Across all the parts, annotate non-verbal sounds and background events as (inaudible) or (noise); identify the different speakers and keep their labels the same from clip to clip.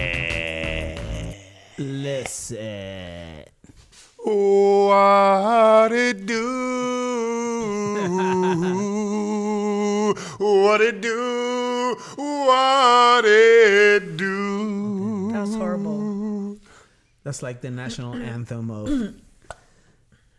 Speaker 1: Listen.
Speaker 2: Listen.
Speaker 1: What it do? What it do? What it do?
Speaker 2: That was horrible. That's like the
Speaker 3: (clears throat)
Speaker 2: national anthem of.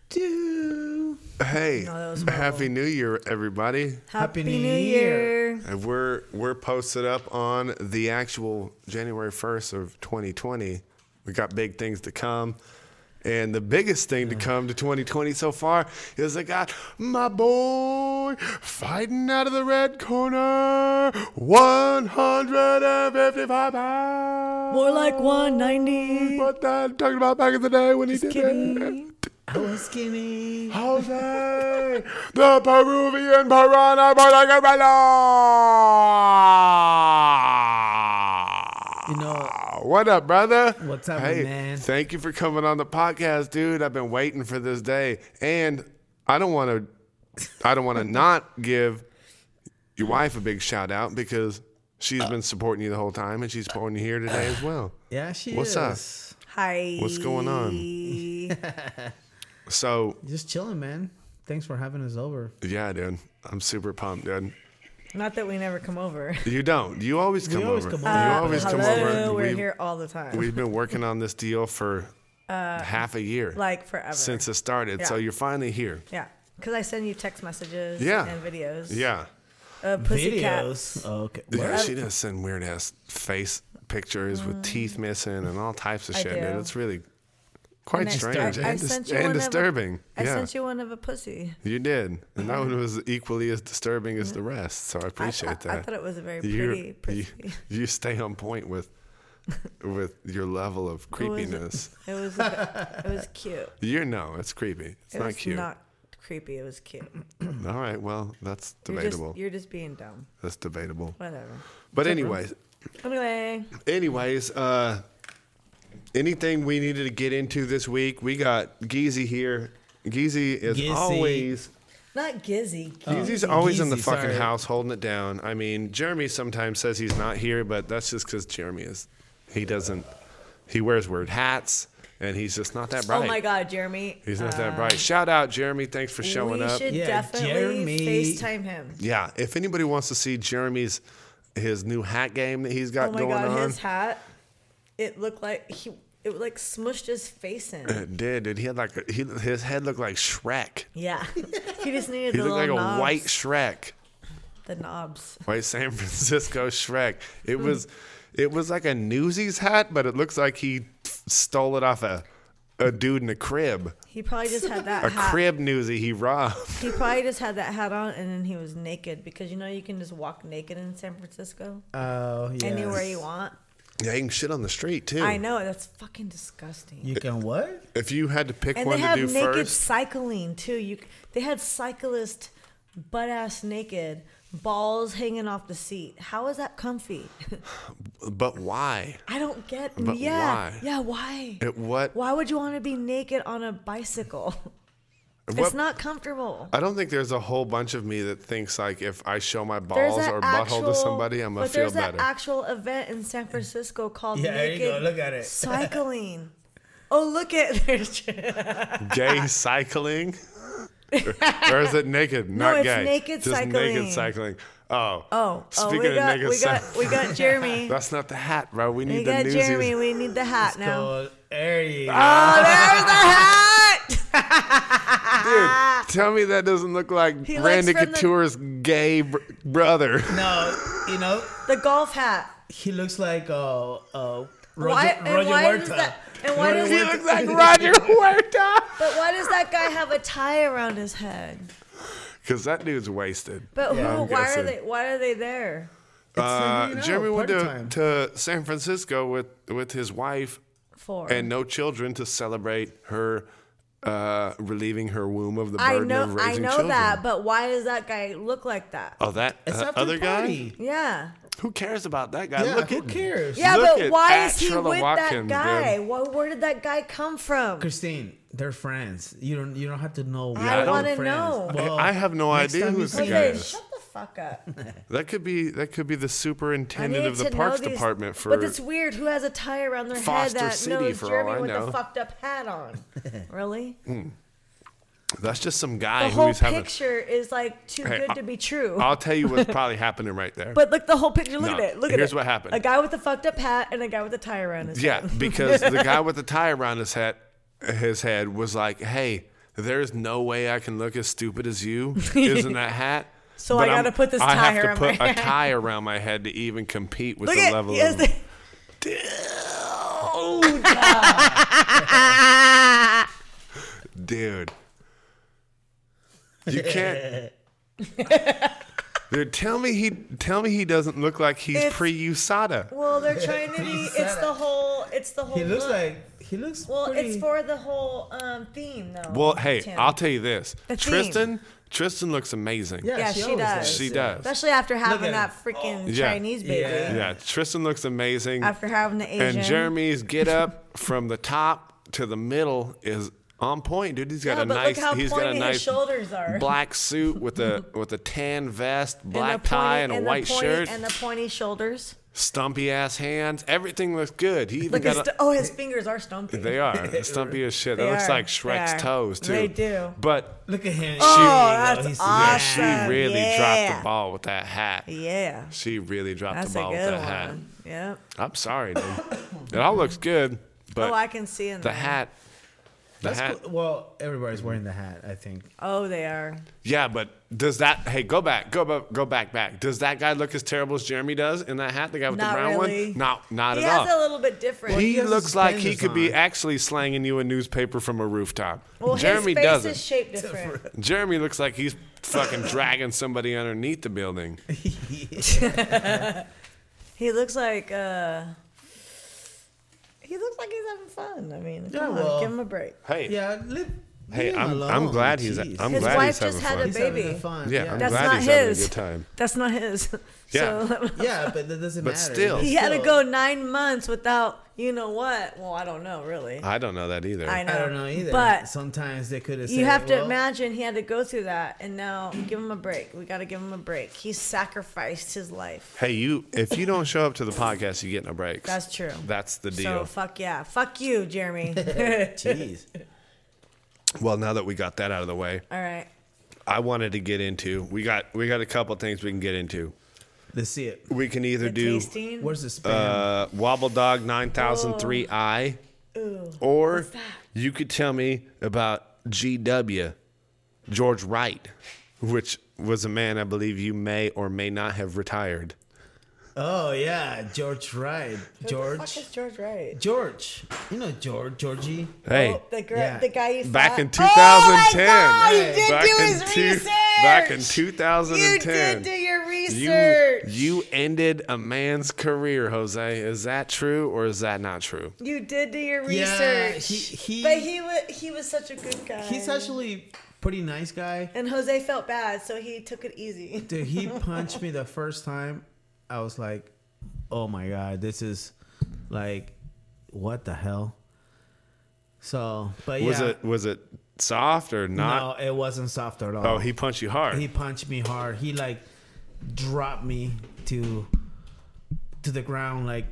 Speaker 2: Do.
Speaker 1: Hey,
Speaker 3: No, that was
Speaker 1: happy New Year, everybody!
Speaker 2: Happy New Year.
Speaker 1: And we're we're posted up on the actual January first of 2020. We got big things to come. And the biggest thing to come to 2020 so far is I got my boy fighting out of the red corner, 155 pounds.
Speaker 3: More like 190.
Speaker 1: What I'm talking about back in the day when he did it.
Speaker 3: Kidding.
Speaker 2: I was skinny.
Speaker 1: Jose, the Peruvian piranha, Barangay
Speaker 2: You know,
Speaker 1: What up, brother?
Speaker 2: What's up,
Speaker 1: hey,
Speaker 2: man?
Speaker 1: Thank you for coming on the podcast, dude. I've been waiting for this day, and I don't want to, I don't want to not give your wife a big shout out because she's been supporting you the whole time, and she's supporting you here today as well.
Speaker 2: yeah, she
Speaker 1: What's
Speaker 2: is.
Speaker 1: up?
Speaker 3: Hi.
Speaker 1: What's going on? So
Speaker 2: Just chilling, man. Thanks for having us over.
Speaker 1: yeah, dude, I'm super pumped, dude.
Speaker 3: Not that we never come over.
Speaker 1: You don't. You always come
Speaker 2: always
Speaker 1: over.
Speaker 2: come
Speaker 1: You
Speaker 2: over. Uh,
Speaker 1: always come
Speaker 3: Hello,
Speaker 1: over.
Speaker 3: We're
Speaker 1: We've,
Speaker 3: here all the time.
Speaker 1: we've been working on this deal
Speaker 3: (laughs)
Speaker 1: for half a year
Speaker 3: Uh, like forever.
Speaker 1: since it started. So
Speaker 3: Yeah.
Speaker 1: you're finally here.
Speaker 3: yeah. Because I send you text messages
Speaker 1: Yeah.
Speaker 3: and videos.
Speaker 1: Yeah.
Speaker 3: Of pussycats.
Speaker 2: Videos. Okay.
Speaker 1: Yeah,
Speaker 2: Word.
Speaker 1: she does send weird ass face pictures with teeth missing and all types of
Speaker 3: Mm. I
Speaker 1: shit, dude.
Speaker 3: do.
Speaker 1: It's really quite
Speaker 3: And I-
Speaker 1: strange
Speaker 3: I- I
Speaker 1: and, dis-
Speaker 3: sent you
Speaker 1: and
Speaker 3: one of-
Speaker 1: disturbing.
Speaker 3: I
Speaker 1: yeah,
Speaker 3: sent you one of a pussy.
Speaker 1: you did. And that one was equally as disturbing as the rest. So I appreciate
Speaker 3: Mm. I, thought,
Speaker 1: that.
Speaker 3: I thought it was a very
Speaker 1: You're-
Speaker 3: pretty pussy.
Speaker 1: You, you stay on point with with your level of creepiness.
Speaker 3: It was a,
Speaker 1: (laughs)
Speaker 3: it was cute.
Speaker 1: You know, it's creepy. It's
Speaker 3: It
Speaker 1: not
Speaker 3: was
Speaker 1: cute.
Speaker 3: not creepy. It was cute.
Speaker 1: All right, well, that's
Speaker 3: You're just,
Speaker 1: debatable.
Speaker 3: you're just being dumb.
Speaker 1: that's debatable.
Speaker 3: Whatever.
Speaker 1: But anyways,
Speaker 3: Anyway,
Speaker 1: anyways, uh, anything we needed to get into this week, we got Geezy here. Geezy is
Speaker 2: Geezy. Oh,
Speaker 1: always
Speaker 3: not Gizzy.
Speaker 1: Geezy's always in the
Speaker 2: Geezy,
Speaker 1: fucking
Speaker 2: sorry.
Speaker 1: house holding it down. I mean, Jeremy sometimes says he's not here, but that's just because Jeremy is. He doesn't. He wears weird hats, and he's just not that bright.
Speaker 3: Oh my God, Jeremy. Uh,
Speaker 1: He's not that bright. Shout out, Jeremy. Thanks for showing
Speaker 3: we
Speaker 1: up.
Speaker 3: should
Speaker 2: Yeah,
Speaker 3: definitely
Speaker 2: Jeremy.
Speaker 3: FaceTime him.
Speaker 1: Yeah, if anybody wants to see Jeremy's his new hat game that he's got
Speaker 3: Oh my
Speaker 1: going
Speaker 3: god,
Speaker 1: on,
Speaker 3: his hat. It looked like he it like smushed his
Speaker 1: (laughs)
Speaker 3: face
Speaker 1: (laughs)
Speaker 3: in.
Speaker 1: it did dude, he had like a, he, his head looked like Shrek.
Speaker 3: Yeah. he just needed
Speaker 1: He
Speaker 3: the
Speaker 1: looked
Speaker 3: little
Speaker 1: like
Speaker 3: knobs.
Speaker 1: a white Shrek,
Speaker 3: the knobs.
Speaker 1: white San (laughs) Francisco Shrek. It was it was like a Newsies hat, but it looks like he stole it off a a dude in a crib,
Speaker 3: He probably just had that
Speaker 1: a
Speaker 3: hat.
Speaker 1: crib Newsie he robbed. (laughs)
Speaker 3: He probably just had that hat on and then he was naked because you know you can just walk naked in San Francisco
Speaker 2: Oh, yeah.
Speaker 3: anywhere you want.
Speaker 1: Yeah, you can shit on the street too.
Speaker 3: I know that's fucking disgusting.
Speaker 2: You can what?
Speaker 1: If you had to pick
Speaker 3: and
Speaker 1: one
Speaker 3: they
Speaker 1: to
Speaker 3: have
Speaker 1: do
Speaker 3: naked
Speaker 1: first,
Speaker 3: cycling too. You c- they had cyclists butt ass naked, balls hanging off the seat. How is that comfy?
Speaker 1: but why?
Speaker 3: I don't get.
Speaker 1: But
Speaker 3: yeah,
Speaker 1: why?
Speaker 3: yeah. Why?
Speaker 1: At what?
Speaker 3: Why would you want to be naked on a bicycle?
Speaker 1: what-
Speaker 3: It's not comfortable.
Speaker 1: I don't think there's a whole bunch of me that thinks like if I show my
Speaker 3: There's
Speaker 1: balls
Speaker 3: that
Speaker 1: or
Speaker 3: actual,
Speaker 1: butthole to somebody, I'm gonna
Speaker 3: but
Speaker 1: feel
Speaker 3: there's
Speaker 1: better.
Speaker 3: that actual event in San Francisco called
Speaker 2: Yeah, there you
Speaker 3: naked
Speaker 2: go. Look at it.
Speaker 3: cycling. Oh, look at (laughs) there's (laughs)
Speaker 1: gay cycling, or is it naked?
Speaker 3: No,
Speaker 1: Not
Speaker 3: it's
Speaker 1: gay.
Speaker 3: naked
Speaker 1: Just naked cycling.
Speaker 3: cycling.
Speaker 1: Oh,
Speaker 3: oh oh
Speaker 1: Speaking
Speaker 3: we
Speaker 1: of
Speaker 3: got
Speaker 1: naked
Speaker 3: we got
Speaker 1: cycling,
Speaker 3: we got Jeremy.
Speaker 1: (laughs) that's not the hat, bro. We need
Speaker 3: we
Speaker 1: the
Speaker 3: got
Speaker 1: newsies.
Speaker 3: Jeremy. We need the hat now.
Speaker 2: So, there you go.
Speaker 1: Ah!
Speaker 3: Oh, there's the hat.
Speaker 1: Dude, tell me that doesn't look like
Speaker 3: Ah. He likes
Speaker 1: Randy
Speaker 3: from the-
Speaker 1: Couture's gay br- brother.
Speaker 2: no, you know,
Speaker 3: The golf hat.
Speaker 2: he looks like uh, uh, Roger,
Speaker 3: Why- and
Speaker 2: Roger
Speaker 3: why does
Speaker 2: Huerta.
Speaker 3: that- and why
Speaker 2: Roger
Speaker 3: does-
Speaker 1: he
Speaker 3: (laughs) He
Speaker 2: Huerta.
Speaker 1: (laughs) looks like Roger Huerta.
Speaker 3: But why does that guy have a tie around his head?
Speaker 1: Because that dude's wasted.
Speaker 3: But
Speaker 2: Yeah,
Speaker 3: who?
Speaker 1: I'm
Speaker 3: Why
Speaker 1: guessing.
Speaker 3: are they? Why are they there?
Speaker 1: Uh,
Speaker 2: you know,
Speaker 1: Jeremy went
Speaker 2: party
Speaker 1: to,
Speaker 2: time.
Speaker 1: to San Francisco with, with his wife
Speaker 3: For
Speaker 1: and no children to celebrate her uh, relieving her womb of the
Speaker 3: I
Speaker 1: burden
Speaker 3: know,
Speaker 1: of
Speaker 3: I
Speaker 1: raising
Speaker 3: know
Speaker 1: children.
Speaker 3: that. But why does that guy look like that?
Speaker 1: Oh, that
Speaker 2: It's
Speaker 1: uh,
Speaker 2: after
Speaker 1: other guy?
Speaker 2: party.
Speaker 3: Yeah,
Speaker 1: Who cares about that guy?
Speaker 2: Yeah,
Speaker 1: Look
Speaker 2: who
Speaker 1: at
Speaker 2: cares?
Speaker 3: yeah.
Speaker 1: Look
Speaker 3: but
Speaker 1: at
Speaker 3: why is he
Speaker 1: Trilla
Speaker 3: with
Speaker 1: Watkins,
Speaker 3: that
Speaker 1: dude.
Speaker 3: guy? Why, where did that guy come from?
Speaker 2: Christine, they're friends. You don't you don't have to know.
Speaker 3: I
Speaker 2: why they're
Speaker 3: wanna
Speaker 2: friends.
Speaker 3: know.
Speaker 1: I- I have no
Speaker 2: next
Speaker 1: idea
Speaker 2: time
Speaker 1: who
Speaker 2: you
Speaker 1: this guy
Speaker 2: see
Speaker 3: Okay,
Speaker 1: Yes.
Speaker 2: them,
Speaker 1: is.
Speaker 3: shut the fuck
Speaker 1: (laughs)
Speaker 3: up.
Speaker 1: That could be that could be the
Speaker 3: I
Speaker 1: superintendent
Speaker 3: needed
Speaker 1: of the
Speaker 3: to know
Speaker 1: Parks
Speaker 3: these-
Speaker 1: Department for
Speaker 3: But it's weird. Who has a tie around their
Speaker 1: Foster
Speaker 3: head that
Speaker 1: City,
Speaker 3: knows
Speaker 1: for all
Speaker 3: Jeremy
Speaker 1: I
Speaker 3: with
Speaker 1: know.
Speaker 3: the fucked up hat on? really?
Speaker 1: that's just some
Speaker 3: The
Speaker 1: guy
Speaker 3: whole
Speaker 1: who's having. uh,
Speaker 3: picture is like too
Speaker 1: Hey,
Speaker 3: good
Speaker 1: I-
Speaker 3: to be true.
Speaker 1: I'll tell you what's probably happening right there.
Speaker 3: but look, the whole picture. Look
Speaker 1: No,
Speaker 3: at it. Look at it.
Speaker 1: here's what happened.
Speaker 3: A guy with a fucked up hat and a guy with a tie around his (laughs)
Speaker 1: Yeah, because the guy with the tie around his hat, his head was like, "Hey, there's no way I can look as stupid as
Speaker 3: (laughs)
Speaker 1: you isn't that hat."
Speaker 3: So
Speaker 1: But
Speaker 3: I gotta
Speaker 1: I'm-
Speaker 3: put this
Speaker 1: I
Speaker 3: tie
Speaker 1: have to
Speaker 3: around
Speaker 1: put
Speaker 3: my
Speaker 1: a
Speaker 3: head."
Speaker 1: tie around my head to even compete with
Speaker 3: Look
Speaker 1: the
Speaker 3: at
Speaker 1: level
Speaker 3: yes,
Speaker 1: of. (laughs) Dude, you
Speaker 3: (laughs)
Speaker 1: can't. Dude, tell me he tell me he doesn't look like he's
Speaker 3: It's-
Speaker 1: pre USADA.
Speaker 3: Well, they're trying
Speaker 2: (laughs)
Speaker 3: to be. It's the whole. It's the whole.
Speaker 2: He looks
Speaker 3: look.
Speaker 2: like he looks.
Speaker 3: Well,
Speaker 2: pretty,
Speaker 3: it's for the whole um, theme, though.
Speaker 1: Well, hey,
Speaker 3: Tim.
Speaker 1: I'll tell you this,
Speaker 3: The theme.
Speaker 1: Tristan. Tristan looks amazing.
Speaker 2: yeah,
Speaker 3: Yeah,
Speaker 2: she,
Speaker 3: she
Speaker 2: always
Speaker 3: does.
Speaker 1: She
Speaker 2: yeah.
Speaker 1: does.
Speaker 3: Especially after having
Speaker 2: at
Speaker 3: that
Speaker 2: him.
Speaker 3: freaking
Speaker 1: Yeah.
Speaker 3: Chinese baby.
Speaker 2: Yeah.
Speaker 1: Yeah, Tristan looks amazing.
Speaker 3: After having the Asian.
Speaker 1: And
Speaker 3: (laughs)
Speaker 1: Jeremy's get up from the top to the middle is on point, dude. He's got
Speaker 3: No,
Speaker 1: a
Speaker 3: but look
Speaker 1: nice.
Speaker 3: how
Speaker 1: he's got
Speaker 3: pointy
Speaker 1: a
Speaker 3: his
Speaker 1: nice
Speaker 3: shoulders are.
Speaker 1: black suit with
Speaker 3: (laughs)
Speaker 1: a with a tan vest,
Speaker 3: And
Speaker 1: black
Speaker 3: the
Speaker 1: tie,
Speaker 3: pointy-
Speaker 1: and a
Speaker 3: the
Speaker 1: white
Speaker 3: pointy-
Speaker 1: shirt.
Speaker 3: And the pointy shoulders.
Speaker 1: Stumpy ass hands. Everything looks good. He even
Speaker 3: Look,
Speaker 1: got.
Speaker 3: his,
Speaker 1: A,
Speaker 3: st- oh, his fingers are stumpy.
Speaker 1: (laughs) they
Speaker 3: (laughs)
Speaker 1: are stumpy as shit.
Speaker 3: They
Speaker 1: That looks
Speaker 3: are.
Speaker 1: like
Speaker 3: They
Speaker 1: Shrek's
Speaker 3: are.
Speaker 1: toes too.
Speaker 3: They do.
Speaker 1: But
Speaker 2: Look at him.
Speaker 3: Oh,
Speaker 2: She-
Speaker 3: that's
Speaker 1: yeah,
Speaker 3: awesome.
Speaker 1: she really dropped
Speaker 3: Yeah.
Speaker 1: the ball with that hat.
Speaker 3: Yeah.
Speaker 1: She really dropped
Speaker 3: That's
Speaker 1: the
Speaker 3: a
Speaker 1: ball with
Speaker 3: good
Speaker 1: that
Speaker 3: one.
Speaker 1: hat.
Speaker 3: Yep.
Speaker 1: I'm sorry, dude. it all looks good, but
Speaker 3: oh, I can see in
Speaker 1: the
Speaker 3: there.
Speaker 1: hat. The
Speaker 2: That's
Speaker 1: hat.
Speaker 2: cool. Well, everybody's wearing the hat. I think.
Speaker 3: Oh, they are.
Speaker 1: Yeah, but does that? Hey, go back, go back, go back, back. Does that guy look as terrible as Jeremy does in that hat? The guy with
Speaker 3: Not
Speaker 1: the brown
Speaker 3: really.
Speaker 1: one? Not, not
Speaker 3: He
Speaker 1: at all.
Speaker 3: has a little bit different.
Speaker 1: he
Speaker 2: He has
Speaker 1: looks like he
Speaker 2: suspenders
Speaker 1: could be
Speaker 2: on.
Speaker 1: actually slanging you a newspaper from a rooftop.
Speaker 3: well,
Speaker 1: Jeremy
Speaker 3: his face
Speaker 1: doesn't.
Speaker 3: is shaped different.
Speaker 1: Jeremy looks like he's fucking dragging somebody underneath the building.
Speaker 3: He looks like uh he looks like he's having fun. I mean, come
Speaker 2: Yeah,
Speaker 3: on,
Speaker 2: well,
Speaker 3: give him a break.
Speaker 1: Hey,
Speaker 2: Yeah. Live,
Speaker 1: hey,
Speaker 2: leave him
Speaker 1: I'm,
Speaker 2: alone.
Speaker 1: I'm glad he's
Speaker 2: Jeez.
Speaker 1: I'm
Speaker 3: His
Speaker 1: glad he's
Speaker 3: wife
Speaker 1: having
Speaker 3: just had
Speaker 1: fun.
Speaker 3: a
Speaker 2: He's having
Speaker 3: baby.
Speaker 2: fun.
Speaker 1: yeah, I'm
Speaker 3: (laughs) That's
Speaker 1: glad
Speaker 3: not
Speaker 1: he's having a
Speaker 3: his.
Speaker 1: good time.
Speaker 3: That's not his. (laughs)
Speaker 1: Yeah.
Speaker 3: So
Speaker 2: yeah, but that doesn't
Speaker 1: But
Speaker 2: matter.
Speaker 1: still.
Speaker 3: (laughs)
Speaker 2: It's
Speaker 3: he had to go
Speaker 2: still-
Speaker 3: 9 months without, you know what? Well, I don't know, really.
Speaker 1: I don't know that either.
Speaker 3: I know.
Speaker 2: I don't know either.
Speaker 3: But
Speaker 2: sometimes they could have.
Speaker 3: you
Speaker 2: said,
Speaker 3: have to
Speaker 2: well,
Speaker 3: imagine he had to go through that and now give him a break. We got to give him a break. He sacrificed his life.
Speaker 1: Hey, you. If you don't show up to the podcast, you get no breaks.
Speaker 3: That's true.
Speaker 1: That's the
Speaker 3: So
Speaker 1: deal.
Speaker 3: fuck yeah. Fuck you,
Speaker 1: (laughs)
Speaker 3: Jeremy.
Speaker 2: (laughs)
Speaker 3: (laughs)
Speaker 2: Jeez.
Speaker 1: well, now that we got that out of the way,
Speaker 3: All right.
Speaker 1: I wanted to get into. We got we got a couple things we can get into.
Speaker 2: Let's see it.
Speaker 1: We can either
Speaker 3: The
Speaker 1: do
Speaker 3: tasting.
Speaker 2: Where's the spam?
Speaker 1: uh, Wobble Dog 9003i, or you could tell me about GW George Wright, which was a man I believe you may or may not have retired.
Speaker 2: oh yeah, George Wright.
Speaker 3: Who the fuck
Speaker 2: George.
Speaker 3: is George Wright?
Speaker 2: George. You know George. Georgie.
Speaker 1: Hey,
Speaker 3: Oh, the, gr-
Speaker 2: Yeah.
Speaker 3: the guy you
Speaker 1: back
Speaker 3: thought-
Speaker 1: in
Speaker 3: Oh my
Speaker 1: 2010.
Speaker 3: God, you did
Speaker 1: back
Speaker 3: do
Speaker 1: in
Speaker 3: his
Speaker 1: two-
Speaker 3: research.
Speaker 1: back in
Speaker 3: You
Speaker 1: 2010.
Speaker 3: did do your
Speaker 1: You,
Speaker 3: research. You,
Speaker 1: you ended a man's career, Jose. Is that true or is that not true?
Speaker 3: did do your
Speaker 2: Yeah,
Speaker 3: research.
Speaker 2: he- he-
Speaker 3: but he was he was such a good guy.
Speaker 2: He's actually pretty nice guy.
Speaker 3: and Jose felt bad, so he took it easy. (laughs)
Speaker 2: Dude, he punched me the first time. I was like, "Oh my god, this is like, what the hell?" So, but yeah,
Speaker 1: Was it was it soft or not?
Speaker 2: no, it wasn't soft at all.
Speaker 1: Oh, he punched you hard.
Speaker 2: he punched me hard. He like dropped me to to the ground. Like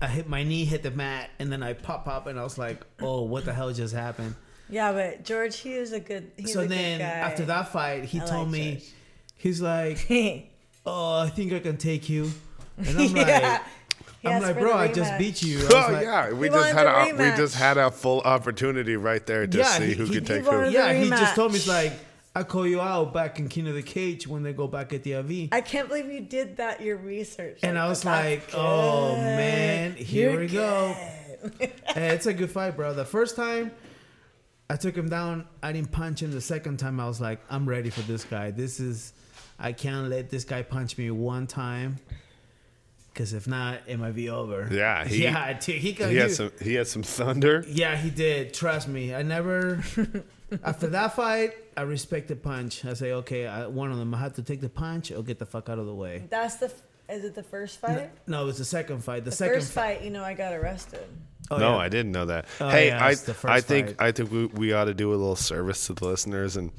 Speaker 2: I hit my knee, hit the mat, and then I pop up, and I was like, "Oh, what the hell just happened?"
Speaker 3: Yeah, but George, he was a good. He's
Speaker 2: so
Speaker 3: a
Speaker 2: then
Speaker 3: good guy.
Speaker 2: after
Speaker 3: (laughs)
Speaker 2: that fight, he
Speaker 3: I
Speaker 2: told
Speaker 3: like
Speaker 2: me,
Speaker 3: George.
Speaker 2: he's like,
Speaker 3: he
Speaker 2: "Oh, I think I can take you,"
Speaker 3: (laughs)
Speaker 2: and I'm
Speaker 3: Yeah.
Speaker 2: like. I'm
Speaker 3: asked
Speaker 2: like,
Speaker 3: for
Speaker 2: bro,
Speaker 3: the
Speaker 2: I just
Speaker 3: rematch.
Speaker 2: beat you. I was
Speaker 1: Oh
Speaker 2: like-
Speaker 1: yeah, we
Speaker 3: He
Speaker 1: just
Speaker 3: wanted
Speaker 1: had a
Speaker 3: a
Speaker 1: we
Speaker 3: rematch.
Speaker 1: just had a full opportunity right there to
Speaker 2: Yeah,
Speaker 1: see
Speaker 2: he-
Speaker 1: who
Speaker 2: he-
Speaker 1: could
Speaker 2: he
Speaker 1: take
Speaker 3: wanted-
Speaker 1: who.
Speaker 2: Yeah, he just
Speaker 3: rematch.
Speaker 2: told me, he's like, I call you out back in King of the Cage when they go back at the AV.
Speaker 3: I can't believe you did that. Your research.
Speaker 2: and I
Speaker 3: that.
Speaker 2: was
Speaker 3: That's
Speaker 2: like, oh
Speaker 3: good.
Speaker 2: man, here
Speaker 3: You're
Speaker 2: we go.
Speaker 3: good. (laughs)
Speaker 2: Hey, it's a good fight, bro. The first time I took him down, I didn't punch him. The second time, I was like, I'm ready for this guy. This is, I can't let this guy punch me one time. Because if not, it might be over.
Speaker 1: Yeah, he-
Speaker 2: (laughs) yeah, dude, he, can,
Speaker 1: He had some he had some thunder.
Speaker 2: Yeah, he did. Trust me. I never. after that fight, I respect the punch. I say, okay, I, one of them. I have to take the punch or get the fuck out of the way.
Speaker 3: That's the. f- Is it the first fight?
Speaker 2: No, it was the second fight. The,
Speaker 3: The
Speaker 2: second
Speaker 3: first fight, you know, I got arrested.
Speaker 2: Oh,
Speaker 1: no,
Speaker 2: yeah.
Speaker 1: I didn't know that.
Speaker 2: Oh,
Speaker 1: hey,
Speaker 2: yeah,
Speaker 1: I
Speaker 2: it's the
Speaker 1: I
Speaker 2: first
Speaker 1: think
Speaker 2: fight.
Speaker 1: I think we, we ought to do a little service to the listeners and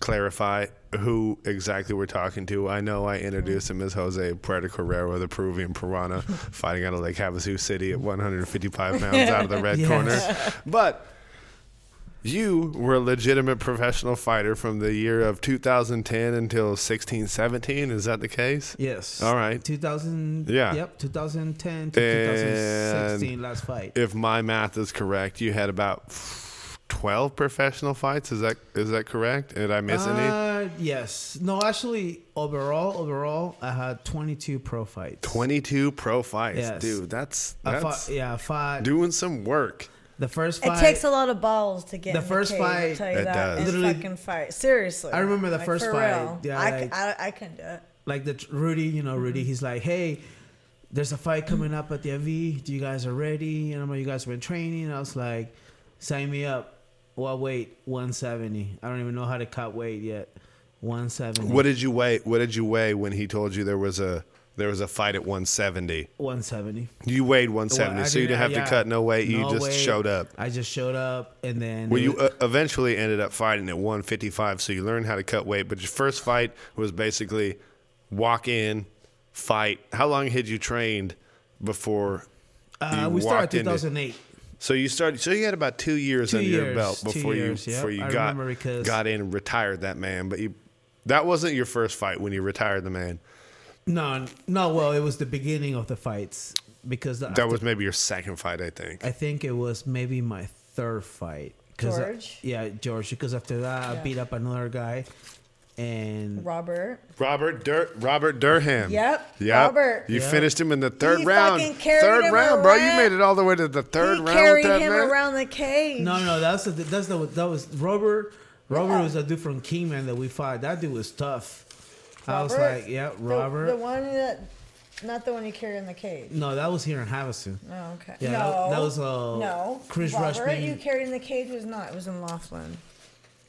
Speaker 1: clarify who exactly we're talking to. I know I introduced him as Jose Puerto Carrera, the Peruvian
Speaker 2: (laughs)
Speaker 1: piranha, fighting out of Lake Havasu City at 155 pounds out of the red
Speaker 2: (laughs) Yes.
Speaker 1: corner. But you were a legitimate professional fighter from the year of 2010 until 16, 17. Is that the case?
Speaker 2: Yes.
Speaker 1: All right.
Speaker 2: 2000.
Speaker 1: Yeah.
Speaker 2: Yep. 2010 to
Speaker 1: And-
Speaker 2: 2016 last fight.
Speaker 1: If my math is correct, you had about 12 professional fights. Is that is that correct? Did I miss any?
Speaker 2: Uh, yes. No, actually, overall, overall, I had 22 pro fights.
Speaker 1: 22 pro fights,
Speaker 2: Yes.
Speaker 1: dude. That's
Speaker 2: I
Speaker 1: that's
Speaker 2: fought, yeah, I fought.
Speaker 1: doing some work.
Speaker 2: the first
Speaker 3: It
Speaker 2: fight.
Speaker 3: takes a lot of balls to get
Speaker 2: The
Speaker 3: in
Speaker 2: first
Speaker 3: the cage,
Speaker 2: fight-
Speaker 3: I'll tell you
Speaker 1: It
Speaker 3: that,
Speaker 1: does.
Speaker 3: and
Speaker 2: Literally-
Speaker 3: fucking fight. Seriously,
Speaker 2: I remember the first
Speaker 3: for
Speaker 2: fight,
Speaker 3: real.
Speaker 2: yeah,
Speaker 3: I,
Speaker 2: like-
Speaker 3: c- I, I can do it.
Speaker 2: like the Rudy, you know, Rudy, he's like, hey, there's a fight coming up at the AV. Do you guys are ready? And I'm like, you guys have been training. And I was like, sign me up. Well, wait, 170. I don't even know how to cut weight yet. 170.
Speaker 1: What did you weigh? What did you weigh when he told you there was a there was a fight at 170?
Speaker 2: 170.
Speaker 1: You weighed 170,
Speaker 2: Well, I
Speaker 1: so you didn't have
Speaker 2: yeah.
Speaker 1: to cut no weight.
Speaker 2: No
Speaker 1: you just
Speaker 2: weight.
Speaker 1: showed up.
Speaker 2: I just showed up, and then
Speaker 1: Well,
Speaker 2: it
Speaker 1: you
Speaker 2: was-
Speaker 1: uh, eventually ended up fighting at 155, so you learned how to cut weight. But your first fight was basically walk in, fight. How long had you trained before
Speaker 2: uh,
Speaker 1: you
Speaker 2: we started
Speaker 1: walked into-
Speaker 2: 2008.
Speaker 1: So you started. So you had about two years
Speaker 2: Two
Speaker 1: under your
Speaker 2: years,
Speaker 1: belt
Speaker 2: two
Speaker 1: before
Speaker 2: years,
Speaker 1: you
Speaker 2: yep.
Speaker 1: before you
Speaker 2: I
Speaker 1: got
Speaker 2: remember because-
Speaker 1: got in and retired that man. But you, that wasn't your first fight when you retired the man.
Speaker 2: No, no. Well, it was the beginning of the fights because the,
Speaker 1: That was maybe your second fight, I think.
Speaker 2: I think it was maybe my third fight. 'cause I-
Speaker 3: George?
Speaker 2: yeah, George. Because after that, I
Speaker 3: Yeah.
Speaker 2: beat up another guy, and
Speaker 3: Robert,
Speaker 1: Robert Dur- Robert Durham.
Speaker 3: Yep,
Speaker 1: Yep.
Speaker 3: Robert.
Speaker 1: You
Speaker 2: Yep.
Speaker 1: finished him in the third
Speaker 3: He
Speaker 1: round.
Speaker 3: fucking carried
Speaker 1: Third
Speaker 3: him
Speaker 1: round, bro. You
Speaker 3: around.
Speaker 1: made it all the way to the third
Speaker 3: he
Speaker 1: round.
Speaker 3: carried
Speaker 1: with that
Speaker 3: him
Speaker 1: man.
Speaker 3: around the cage.
Speaker 2: no, no, that's the, that's the that was Robert. Robert
Speaker 3: Yeah.
Speaker 2: was a dude from Kingman that we fought. That dude was tough. I was
Speaker 3: Robert?
Speaker 2: like, yeah,
Speaker 3: The-
Speaker 2: Robert.
Speaker 3: the, one that, not the one you carried in the cage.
Speaker 2: no, that was here in Havasu.
Speaker 3: Oh, okay.
Speaker 2: Yeah,
Speaker 3: no,
Speaker 2: that- that was, uh,
Speaker 3: no.
Speaker 2: Chris
Speaker 3: Robert,
Speaker 2: Rushman.
Speaker 3: you carried in the cage was not. It was in Laughlin.
Speaker 2: (laughs)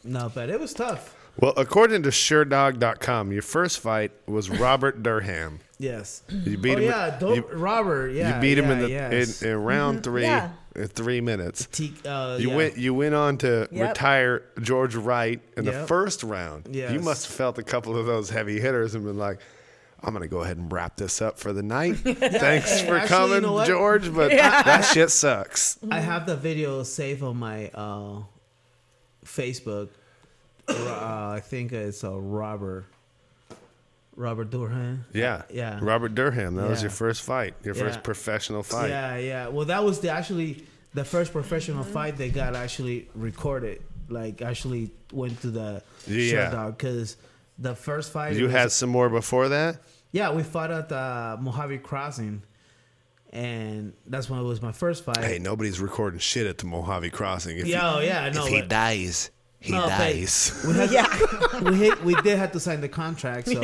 Speaker 2: No, but it was tough.
Speaker 1: Well, according to SureDog.com, your first fight
Speaker 3: (laughs)
Speaker 1: was Robert Durham.
Speaker 2: Yes.
Speaker 1: You beat
Speaker 2: oh
Speaker 1: him.
Speaker 2: yeah, dope,
Speaker 1: you,
Speaker 2: Robert. Yeah,
Speaker 1: you beat him in
Speaker 2: yeah,
Speaker 1: the
Speaker 2: yes.
Speaker 1: in, in round three.
Speaker 3: Mm-hmm. Yeah.
Speaker 1: In three minutes.
Speaker 2: T- uh,
Speaker 1: You
Speaker 2: yeah.
Speaker 1: went. You went on to
Speaker 3: Yep.
Speaker 1: retire George Wright in the
Speaker 2: Yep.
Speaker 1: first round. You
Speaker 2: Yes.
Speaker 1: must have felt a couple of those heavy hitters and been like, "I'm gonna go ahead and wrap this up for the
Speaker 3: (laughs)
Speaker 1: night. Thanks
Speaker 2: Hey,
Speaker 1: for
Speaker 2: actually, you
Speaker 1: coming,
Speaker 2: know what?
Speaker 1: George, but that shit sucks."
Speaker 2: I have the video saved on my uh, Facebook. Ro- uh, I think it's a Robert. Robert Durhan.
Speaker 1: Yeah.
Speaker 2: Uh, Yeah.
Speaker 1: Robert Durham. That was
Speaker 2: Yeah.
Speaker 1: your first fight. Your
Speaker 2: Yeah.
Speaker 1: first professional fight.
Speaker 2: Yeah, yeah. Well, that was the actually the first professional fight they got actually recorded. Like actually went to the
Speaker 1: Yeah.
Speaker 2: show dog because the first fight
Speaker 1: You
Speaker 2: was-
Speaker 1: had some more before that.
Speaker 2: yeah we fought at the Mojave Crossing, and that's when it was my first fight.
Speaker 1: Hey, nobody's recording shit at the Mojave Crossing. If
Speaker 2: yeah, oh, yeah, I
Speaker 1: he,
Speaker 2: know.
Speaker 1: if he
Speaker 2: but-
Speaker 1: dies, he
Speaker 2: No, but-
Speaker 1: dies.
Speaker 3: (laughs)
Speaker 2: We had we hit, we did have to sign the contract, so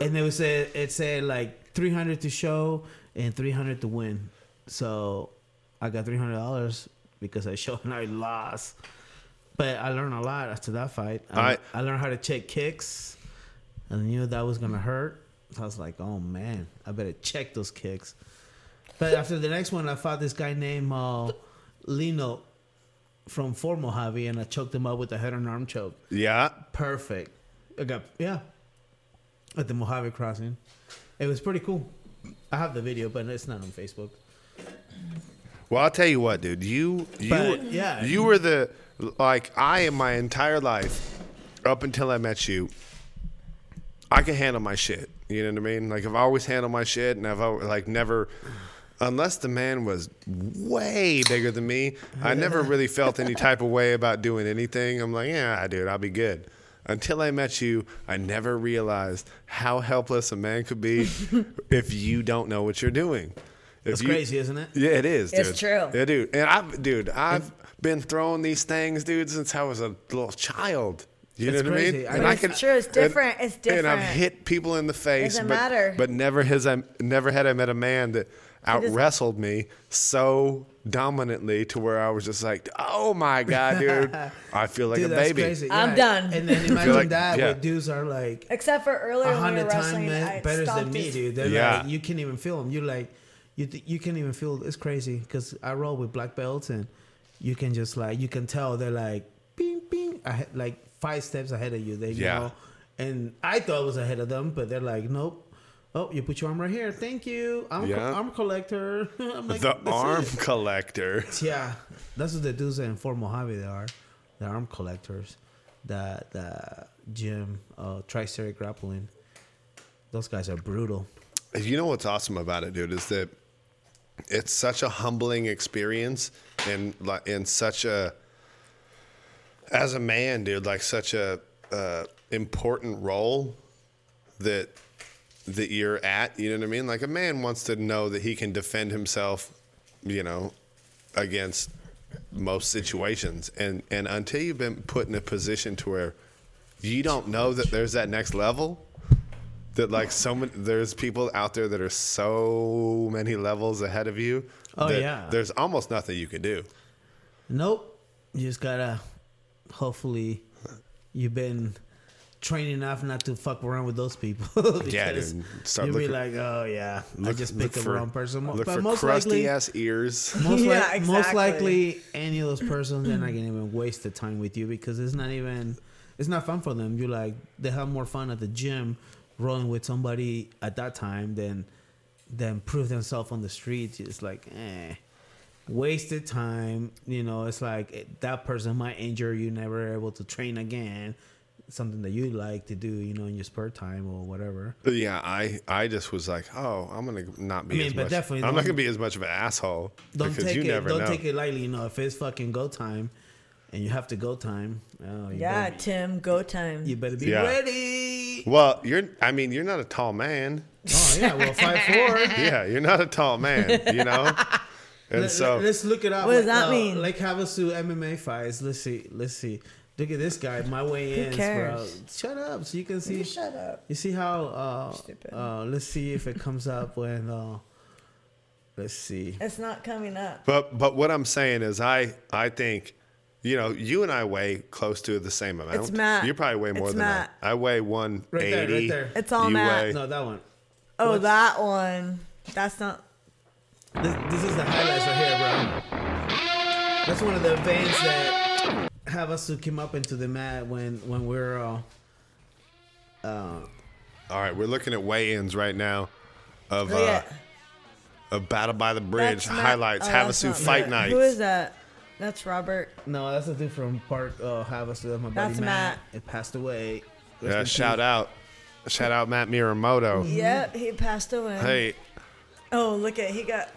Speaker 2: and it was a, it said like three hundred to show and three hundred to win. So I got three hundred dollars because I showed and I lost. But I learned a lot after that fight. I,
Speaker 1: I-
Speaker 2: I learned how to check kicks. I knew that was gonna hurt. So I was like, oh man, I better check those kicks. But after the next one, I fought this guy named uh, Lino from Fort Mojave, and I choked him up with a head and arm choke.
Speaker 1: yeah.
Speaker 2: Perfect. I got yeah. At the Mojave Crossing, it was pretty cool. I have the video, but it's not on Facebook.
Speaker 1: Well, I'll tell you what, dude. You you
Speaker 2: But, yeah.
Speaker 1: you were the like I in my entire life up until I met you. I can handle my shit. You know what I mean? Like I've always handled my shit, and I've always, like never. Unless the man was way bigger than me, I
Speaker 2: (laughs)
Speaker 1: never really felt any type of way about doing anything. I'm like, yeah, dude, I'll be good. Until I met you, I never realized how helpless a man could
Speaker 2: (laughs)
Speaker 1: be if you don't know what you're doing. If
Speaker 2: It's
Speaker 1: you-
Speaker 2: crazy, isn't it?
Speaker 1: yeah, it is. Dude.
Speaker 3: It's true.
Speaker 1: Yeah, dude. And I've, dude, I've been throwing these things, dude, since I was a little child. You
Speaker 2: It's
Speaker 1: know what
Speaker 2: crazy.
Speaker 1: I mean?
Speaker 2: I
Speaker 1: And
Speaker 2: mean,
Speaker 1: I
Speaker 2: it's
Speaker 1: can-
Speaker 3: true. It's
Speaker 1: and-
Speaker 3: different. It's
Speaker 1: And I've
Speaker 3: different.
Speaker 1: hit people in the face.
Speaker 3: Doesn't
Speaker 1: but,
Speaker 3: matter.
Speaker 1: But never has I never had I met a man that out wrestled me so dominantly to where I was just like, oh my god,
Speaker 3: (laughs)
Speaker 1: dude, I feel like
Speaker 2: Dude,
Speaker 1: a
Speaker 2: that's
Speaker 1: baby.
Speaker 2: crazy.
Speaker 3: I'm
Speaker 2: yeah.
Speaker 3: done.
Speaker 1: (laughs)
Speaker 2: And then imagine
Speaker 1: like-
Speaker 2: that
Speaker 1: yeah.
Speaker 2: where dudes are like
Speaker 3: Except for earlier
Speaker 2: a
Speaker 3: when we were
Speaker 2: hundred times
Speaker 3: wrestling,
Speaker 2: man,
Speaker 3: I
Speaker 2: better than
Speaker 3: stomped
Speaker 2: me,
Speaker 3: his-
Speaker 2: dude. They're
Speaker 1: Yeah.
Speaker 2: like, you can't even feel them. You're like, you th- you can't even feel. It's crazy because I roll with black belts and you can just like you can tell they're like, bing bing. I had like five steps ahead of you. They
Speaker 1: Yeah.
Speaker 2: know. And I thought I was ahead of them, but they're like, nope. Oh, you put your arm right here. Thank you. I'm
Speaker 1: Yeah.
Speaker 2: arm collector. (laughs) I'm like,
Speaker 1: the
Speaker 2: "That's it."
Speaker 1: arm collector.
Speaker 2: Yeah, that's what the dudes in Fort Mojave they are. The arm collectors, the the gym, uh, tri-steric grappling. Those guys are brutal.
Speaker 1: You know what's awesome about it, dude, is that it's such a humbling experience and like and such a as a man, dude, like such a uh, important role that that you're at. You know what I mean? Like a man wants to know that he can defend himself, you know, against most situations. And and until you've been put in a position to where you don't know that there's that next level, that like so many there's people out there that are so many levels ahead of you.
Speaker 2: Oh,
Speaker 1: that
Speaker 2: yeah.
Speaker 1: There's almost nothing you can do.
Speaker 2: Nope, you just gotta. Hopefully, you've been trained enough not to fuck around with those people. (laughs)
Speaker 1: Yeah,
Speaker 2: because
Speaker 1: dude. Start
Speaker 2: you'll be
Speaker 1: looking-
Speaker 2: like, oh yeah, I
Speaker 1: Look-
Speaker 2: just
Speaker 1: look
Speaker 2: picked the
Speaker 1: for-
Speaker 2: wrong person. Mo-
Speaker 1: Look
Speaker 2: but
Speaker 1: for
Speaker 2: most
Speaker 1: crusty
Speaker 2: likely,
Speaker 1: ass ears.
Speaker 2: (laughs)
Speaker 1: (laughs)
Speaker 2: most,
Speaker 3: Yeah,
Speaker 2: li- most
Speaker 3: exactly.
Speaker 2: likely any of those persons they're not gonna even waste the time with you because it's not even it's not fun for them you're like they have more fun at the gym rolling with somebody at that time than than prove themselves on the streets it's like eh wasted time you know it's like eh, that person might injure you never able to train again something that you like to do you know in your spare time or whatever
Speaker 1: Yeah, I I just was like, oh, I'm gonna not be.
Speaker 2: I mean,
Speaker 1: as
Speaker 2: but
Speaker 1: much,
Speaker 2: definitely
Speaker 1: I'm not
Speaker 2: don't-
Speaker 1: gonna be as much of an asshole
Speaker 2: don't
Speaker 1: because
Speaker 2: take
Speaker 1: you
Speaker 2: it
Speaker 1: never
Speaker 2: don't
Speaker 1: know.
Speaker 2: take it lightly you know if it's fucking go time and you have to go time oh, you
Speaker 3: Yeah,
Speaker 2: better,
Speaker 3: Tim, go time.
Speaker 2: you better be
Speaker 1: Yeah.
Speaker 2: ready
Speaker 1: Well, you're. I mean, you're not a tall man.
Speaker 2: oh yeah well five four
Speaker 3: Eh.
Speaker 1: Yeah, you're not a tall man. You know. (laughs)
Speaker 2: (laughs)
Speaker 1: And
Speaker 2: Let,
Speaker 1: so
Speaker 2: us look it up
Speaker 3: What does that mean?
Speaker 2: like havasu mma fights let's see let's see look at this guy my way in bro
Speaker 3: cares?
Speaker 2: shut up so you can see
Speaker 3: shut up.
Speaker 2: You see how? Uh,
Speaker 3: Stupid.
Speaker 2: uh, let's see if it comes up when. Uh, let's
Speaker 1: (laughs)
Speaker 2: see.
Speaker 3: It's not coming up.
Speaker 1: But but what I'm saying is I I think, you know, you and I weigh close to the same amount.
Speaker 3: It's Matt.
Speaker 1: You probably weigh more
Speaker 3: It's
Speaker 1: than
Speaker 3: Matt.
Speaker 1: I. I weigh 180.
Speaker 2: Right there, right there.
Speaker 3: It's all
Speaker 1: you
Speaker 3: Matt.
Speaker 1: Weigh,
Speaker 2: No, that one.
Speaker 3: Oh,
Speaker 2: What's-
Speaker 3: that one. That's not.
Speaker 2: This, this is the highlights right here, bro. That's one of the events that have us to come up into the mat when when we're. Uh,
Speaker 1: All right, we're looking at weigh-ins right now of
Speaker 3: Oh, yeah.
Speaker 1: uh, of Battle by the Bridge
Speaker 3: That's not-
Speaker 1: highlights,
Speaker 3: oh, that's
Speaker 1: Havasu
Speaker 3: not
Speaker 1: fight
Speaker 3: Matt.
Speaker 1: night.
Speaker 3: Who is that? That's Robert.
Speaker 2: no, that's a dude from Park uh, have us. That's my buddy
Speaker 3: That's
Speaker 2: Matt.
Speaker 3: Matt.
Speaker 2: It passed away. Rest
Speaker 1: Yeah,
Speaker 2: in
Speaker 1: shout
Speaker 2: peace.
Speaker 1: out. Shout out Matt Miramoto.
Speaker 2: Mm-hmm.
Speaker 3: Yep, he passed away.
Speaker 1: Hey,
Speaker 3: Oh, look at he got. (laughs)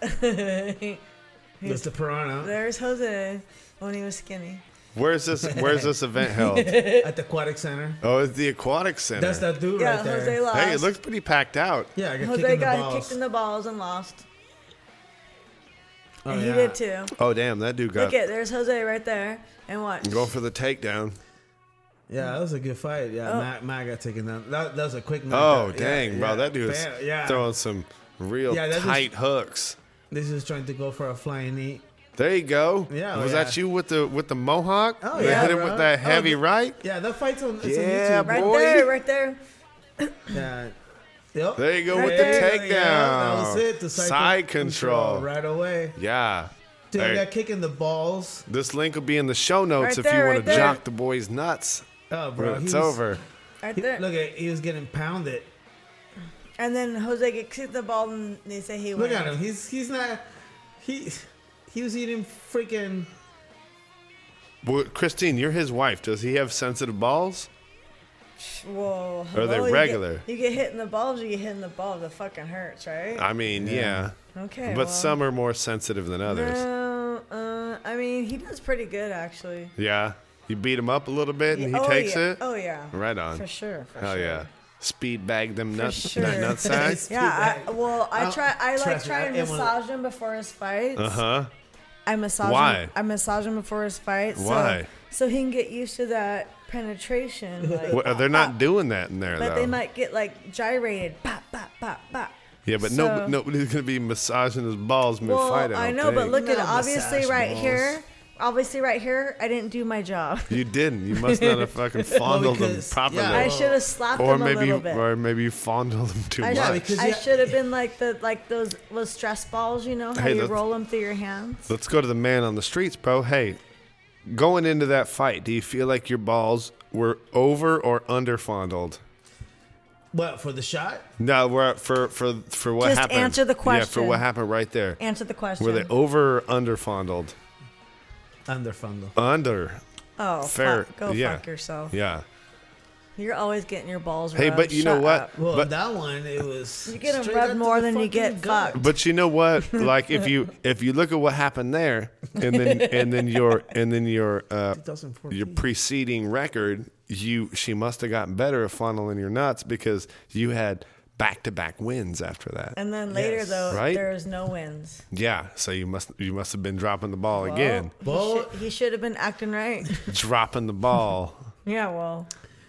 Speaker 2: That's the piranha
Speaker 3: There's Jose when he was skinny.
Speaker 1: where's this where's this
Speaker 3: (laughs)
Speaker 1: event held?
Speaker 2: at the aquatic center.
Speaker 1: Oh, it's the aquatic center.
Speaker 2: That's that dude
Speaker 3: Yeah,
Speaker 2: right there.
Speaker 3: Jose lost.
Speaker 1: hey, it looks pretty packed out.
Speaker 2: yeah, I got kicked
Speaker 3: Jose
Speaker 2: in the
Speaker 3: got
Speaker 2: balls.
Speaker 3: kicked in the balls and lost.
Speaker 2: Oh,
Speaker 3: and he
Speaker 2: yeah.
Speaker 3: did too.
Speaker 1: Oh damn, that dude got
Speaker 3: Look at there's Jose right there. And watch.
Speaker 1: going for the takedown.
Speaker 2: Yeah, that was a good fight. Yeah,
Speaker 3: Oh.
Speaker 2: Matt, Matt got taken down. That, that was a quick knockout.
Speaker 1: Oh
Speaker 2: Yeah,
Speaker 1: dang, bro,
Speaker 2: yeah.
Speaker 1: that dude is
Speaker 2: Bam, yeah.
Speaker 1: throwing some real
Speaker 2: Yeah, that is-
Speaker 1: tight hooks.
Speaker 2: This is trying to go for a flying knee.
Speaker 1: There you go.
Speaker 2: Yeah, oh,
Speaker 1: was
Speaker 2: yeah.
Speaker 1: that you with the with the mohawk?
Speaker 2: Oh,
Speaker 1: they
Speaker 2: yeah,
Speaker 1: hit him
Speaker 2: bro.
Speaker 1: with that
Speaker 2: Oh,
Speaker 1: heavy
Speaker 2: the-
Speaker 1: right.
Speaker 2: Yeah, that fight's on, it's
Speaker 1: Yeah,
Speaker 2: on YouTube.
Speaker 1: bro.
Speaker 3: right
Speaker 1: boy.
Speaker 3: there, right there.
Speaker 2: Yeah. Yep.
Speaker 1: There you go
Speaker 3: Right
Speaker 1: with
Speaker 3: there.
Speaker 1: the takedown.
Speaker 2: Yeah, that was it. The side,
Speaker 1: control.
Speaker 2: right away.
Speaker 1: Yeah.
Speaker 2: Dude,
Speaker 1: Hey,
Speaker 2: I got kicked in the balls.
Speaker 1: this link will be in the show notes
Speaker 3: Right
Speaker 1: if
Speaker 3: there,
Speaker 1: you want
Speaker 3: right
Speaker 1: to
Speaker 3: there.
Speaker 1: jock the boys nuts
Speaker 2: Oh,
Speaker 1: when
Speaker 2: bro, he
Speaker 1: it's
Speaker 2: was-
Speaker 1: over.
Speaker 3: Right
Speaker 2: he-
Speaker 3: there.
Speaker 2: look at he was getting pounded.
Speaker 3: And then Jose gets kicked in the ball and they say he
Speaker 2: Look
Speaker 3: wins.
Speaker 2: at him. He's he's not. He he was eating freaking.
Speaker 1: Well, Christine, you're his wife. Does he have sensitive balls?
Speaker 3: Whoa.
Speaker 1: Or are they
Speaker 3: hello, you get-
Speaker 1: regular?
Speaker 3: You get, hit in the balls, you get hit in the balls. It fucking hurts, right?
Speaker 1: I mean, yeah.
Speaker 3: okay.
Speaker 1: Ah, But
Speaker 3: well,
Speaker 1: some are more sensitive than others.
Speaker 3: No, uh, I mean, he does pretty good, actually.
Speaker 1: Yeah. You beat him up a little bit and he
Speaker 3: oh,
Speaker 1: takes
Speaker 3: yeah.
Speaker 1: it.
Speaker 3: Oh, yeah.
Speaker 1: Right on.
Speaker 3: For sure. For
Speaker 1: Hell
Speaker 3: sure.
Speaker 1: yeah. Speed bag them nut,
Speaker 3: sure.
Speaker 1: nut,
Speaker 3: (laughs)
Speaker 1: nut sacks.
Speaker 3: Yeah, I, well, I
Speaker 2: I'll-
Speaker 3: try. I like
Speaker 2: trust me,
Speaker 3: try and
Speaker 2: I am one of the-
Speaker 3: massage him before his fights.
Speaker 1: Uh huh.
Speaker 3: I massage
Speaker 1: Why?
Speaker 3: him. I massage him before his fights.
Speaker 1: Why?
Speaker 3: So, so he can get used to that
Speaker 2: (laughs)
Speaker 3: penetration. Like,
Speaker 1: Well, they're not doing that in there
Speaker 3: But
Speaker 1: though.
Speaker 3: they might get like gyrated. Bop, bop, bop, bop.
Speaker 1: yeah, but
Speaker 3: So-
Speaker 1: no, nobody's gonna be massaging his balls mid
Speaker 3: Well,
Speaker 1: fight.
Speaker 3: I
Speaker 1: don't
Speaker 3: know, but
Speaker 1: think.
Speaker 3: look at
Speaker 2: No
Speaker 3: obviously
Speaker 2: massage
Speaker 3: right
Speaker 2: balls.
Speaker 3: here. Obviously right here, I didn't do my job. (laughs)
Speaker 1: you didn't. You must not have fucking fondled them
Speaker 2: because-
Speaker 1: properly,
Speaker 2: yeah,
Speaker 3: I
Speaker 2: Well,
Speaker 3: should have slapped
Speaker 1: or
Speaker 3: him a
Speaker 1: maybe,
Speaker 3: little bit.
Speaker 1: or maybe you fondled them too
Speaker 3: I,
Speaker 1: much.
Speaker 2: Yeah,
Speaker 3: should,
Speaker 2: because
Speaker 3: I
Speaker 2: you-
Speaker 3: should have been like the like those those stress balls, you know, how
Speaker 1: Hey,
Speaker 3: you
Speaker 1: let's-
Speaker 3: roll them through your hands.
Speaker 1: Let's go to the man on the streets, bro. Hey, Going into that fight, do you feel like your balls were over or under fondled?
Speaker 2: What for the shot?
Speaker 1: No, we're for for for what
Speaker 3: Just
Speaker 1: happened.
Speaker 3: answer the
Speaker 1: Yeah, for
Speaker 3: question.
Speaker 1: what happened right there.
Speaker 3: Answer the question.
Speaker 1: Were they over or under fondled?
Speaker 2: Under fundal.
Speaker 1: Under.
Speaker 3: oh,
Speaker 1: fair?
Speaker 3: Fuck, go
Speaker 1: Yeah.
Speaker 3: fuck yourself.
Speaker 1: Yeah.
Speaker 3: You're always getting your balls rubbed.
Speaker 1: Hey, but you know
Speaker 3: Shut
Speaker 1: what?
Speaker 3: up.
Speaker 2: Well,
Speaker 1: But-
Speaker 2: that one it was.
Speaker 3: You get 'em
Speaker 2: straight
Speaker 3: rubbed
Speaker 2: up to
Speaker 3: more
Speaker 2: the
Speaker 3: than you
Speaker 2: fucking
Speaker 3: get
Speaker 2: gut.
Speaker 3: fucked.
Speaker 1: But you know
Speaker 3: (laughs)
Speaker 1: what? Like if you if you look at what happened there, and then and then your and then your uh,
Speaker 2: 2014.
Speaker 1: your preceding record, you she must have gotten better at funneling your nuts because you had back to back wins after that.
Speaker 3: And then later,
Speaker 2: Yes.
Speaker 3: though,
Speaker 1: Right?
Speaker 3: there's no wins.
Speaker 1: Yeah, so you must you must have been dropping the ball again,
Speaker 3: Well,
Speaker 2: Well-
Speaker 3: he should, he should have been acting right. (laughs)
Speaker 1: dropping the ball.
Speaker 3: yeah, well,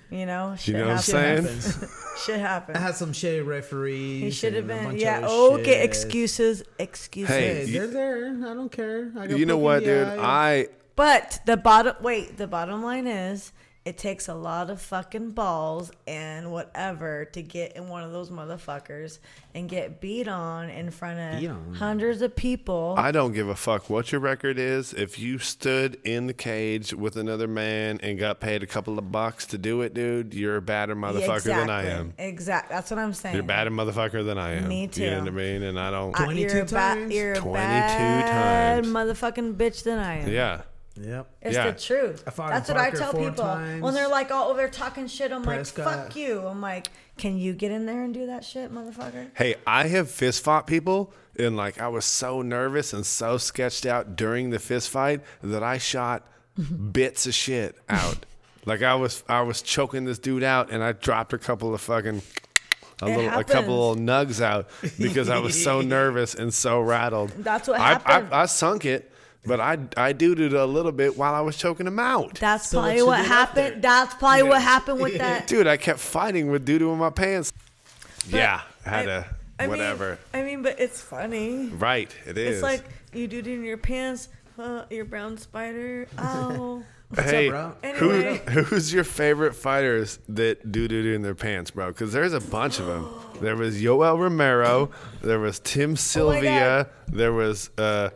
Speaker 3: you know, shit
Speaker 1: know what I'm
Speaker 3: happens.
Speaker 1: saying?
Speaker 2: Happens.
Speaker 3: Shit
Speaker 2: I
Speaker 3: happens.
Speaker 2: had some shitty referees.
Speaker 3: He should have
Speaker 2: and a
Speaker 3: been.
Speaker 2: bunch
Speaker 3: Yeah.
Speaker 2: of other
Speaker 3: Okay.
Speaker 2: shit.
Speaker 3: Excuses. Excuses.
Speaker 1: Hey,
Speaker 2: Hey,
Speaker 1: you-
Speaker 2: they're there. I don't care. I got
Speaker 1: You know
Speaker 2: poop in
Speaker 1: what,
Speaker 2: the
Speaker 1: dude?
Speaker 2: eye.
Speaker 1: I
Speaker 3: But the bottom wait, the bottom line is it takes a lot of fucking balls and whatever to get in one of those motherfuckers and get beat on in front
Speaker 2: Beat
Speaker 3: of
Speaker 2: on.
Speaker 3: hundreds of people.
Speaker 1: I don't give a fuck what your record is. If you stood in the cage with another man and got paid a couple of bucks to do it, dude, you're a badder
Speaker 3: Yeah,
Speaker 1: motherfucker than I
Speaker 3: exactly.
Speaker 1: am.
Speaker 3: Exactly. That's what I'm saying.
Speaker 1: You're a badder motherfucker than I am.
Speaker 3: Me
Speaker 1: You know
Speaker 3: too.
Speaker 1: what I mean? And I don't.
Speaker 3: I- you're
Speaker 2: 22
Speaker 3: a ba-
Speaker 2: times?
Speaker 3: You're a
Speaker 1: 22
Speaker 3: bad
Speaker 1: times.
Speaker 3: motherfucking bitch than I am.
Speaker 1: yeah.
Speaker 2: Yep.
Speaker 3: It's
Speaker 1: Yeah.
Speaker 3: the truth.
Speaker 2: I fired
Speaker 3: That's what I
Speaker 2: Parker
Speaker 3: tell
Speaker 2: four
Speaker 3: people
Speaker 2: times.
Speaker 3: when they're like, "Oh, they're talking shit." I'm like,
Speaker 2: Prescott.
Speaker 3: "Fuck you." I'm like, "Can you get in there and do that shit, motherfucker?"
Speaker 1: Hey, I have fist fought people, and like I was so nervous and so sketched out during the fist fight that I shot
Speaker 3: Mm-hmm.
Speaker 1: bits of shit out.
Speaker 3: (laughs)
Speaker 1: like I was, I was choking this dude out, and I dropped a couple of fucking. A
Speaker 3: It
Speaker 1: little, a
Speaker 3: happens.
Speaker 1: couple little nugs out because I was
Speaker 3: (laughs)
Speaker 1: so nervous and so rattled.
Speaker 3: That's what
Speaker 1: I-
Speaker 3: happened.
Speaker 1: I, I, sunk it, but I I duded a little bit while I was choking him out.
Speaker 3: That's
Speaker 2: So
Speaker 3: probably
Speaker 2: what you
Speaker 3: what
Speaker 2: did out there.
Speaker 3: happened. That's probably what happened
Speaker 1: (laughs)
Speaker 3: with that.
Speaker 1: Dude, I kept fighting with doo doo in my pants. yeah, had
Speaker 3: I-
Speaker 1: to
Speaker 3: I mean-
Speaker 1: whatever.
Speaker 3: I mean, but it's funny.
Speaker 1: right, it is.
Speaker 3: It's like you do it in your pants, uh, your brown
Speaker 2: (laughs)
Speaker 3: spider. Oh,
Speaker 1: hey,
Speaker 2: bro?
Speaker 1: who,
Speaker 3: Anyway.
Speaker 1: who's your favorite fighters that do doo doo in their pants, bro? Because there's a bunch of them. There was Yoel Romero. There was
Speaker 3: Oh
Speaker 1: Tim Sylvia. there was uh,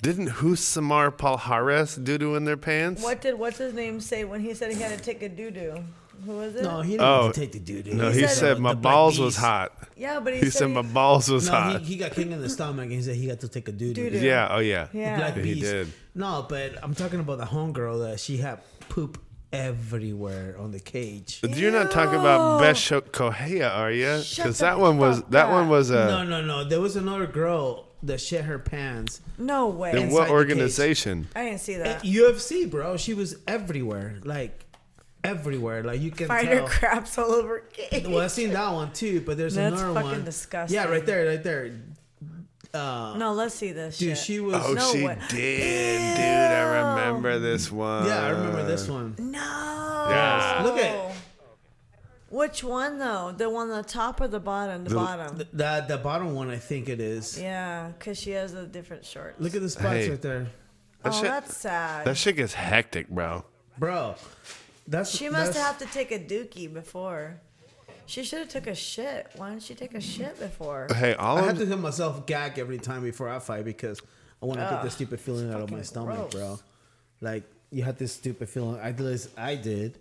Speaker 1: didn't Husamar Palhares doo doo in their pants?
Speaker 3: what did what's his name say when he said he had to take a doo doo? Who was it?
Speaker 2: No, he didn't
Speaker 1: Oh.
Speaker 2: have to take the dude.
Speaker 1: No,
Speaker 3: He
Speaker 1: he,
Speaker 3: said-
Speaker 1: said, my
Speaker 2: uh, The Black
Speaker 1: balls was
Speaker 2: Beast.
Speaker 1: hot.
Speaker 3: Yeah, but he,
Speaker 1: He, said, my balls was
Speaker 2: No,
Speaker 1: hot.
Speaker 2: he, he got kicked in the stomach and he said he got to take a dude.
Speaker 3: Doo-doo.
Speaker 1: yeah, oh yeah.
Speaker 3: Yeah.
Speaker 2: Black
Speaker 1: He
Speaker 2: Beast.
Speaker 1: did.
Speaker 2: No, but I'm talking about the homegirl that she had poop everywhere on the cage.
Speaker 1: You're not talking about Besho Kohea, are you?
Speaker 3: Shut
Speaker 1: Because
Speaker 3: the
Speaker 1: that one was
Speaker 3: fuck
Speaker 1: that
Speaker 3: up.
Speaker 1: one was uh,
Speaker 2: No,
Speaker 1: a
Speaker 2: no, no. There was another girl that shit her pants.
Speaker 3: No way.
Speaker 1: in
Speaker 2: inside the
Speaker 1: what
Speaker 2: cage.
Speaker 1: organization?
Speaker 3: I didn't see that.
Speaker 2: At UFC, bro. She was everywhere. Like, everywhere. Like, you can
Speaker 3: Spider
Speaker 2: tell.
Speaker 3: craps all over. (laughs)
Speaker 2: well, I've seen that one too, but there's
Speaker 3: That's
Speaker 2: another
Speaker 3: fucking
Speaker 2: one.
Speaker 3: disgusting.
Speaker 2: Yeah, right there, right there. Uh,
Speaker 3: no, let's see this
Speaker 2: Dude,
Speaker 3: shit.
Speaker 2: she was.
Speaker 1: Oh,
Speaker 3: No
Speaker 1: she
Speaker 3: way.
Speaker 1: did, dude. I remember this one.
Speaker 2: yeah, I remember this
Speaker 1: Uh,
Speaker 2: one.
Speaker 3: no.
Speaker 1: Yes.
Speaker 2: Look at-
Speaker 3: Which one though? The one on the top or the bottom? The, bottom.
Speaker 2: Th- The, the bottom one, I think it is.
Speaker 3: yeah, because she has the different shorts.
Speaker 2: Look at the spots
Speaker 1: Hey.
Speaker 2: right there,
Speaker 1: That,
Speaker 3: oh,
Speaker 1: shit,
Speaker 3: that's sad.
Speaker 1: that shit gets hectic, bro.
Speaker 2: bro. That's
Speaker 3: She must
Speaker 2: that's-
Speaker 3: have to take a dookie before. She should have took a shit. Why didn't she take a shit before?
Speaker 1: Hey, all
Speaker 2: I have
Speaker 1: I'm,
Speaker 2: to hit myself gag every time before I fight because I want to get this stupid feeling out of my
Speaker 3: fucking
Speaker 2: stomach,
Speaker 3: gross.
Speaker 2: bro. Like you had this stupid feeling. I did. this- I did.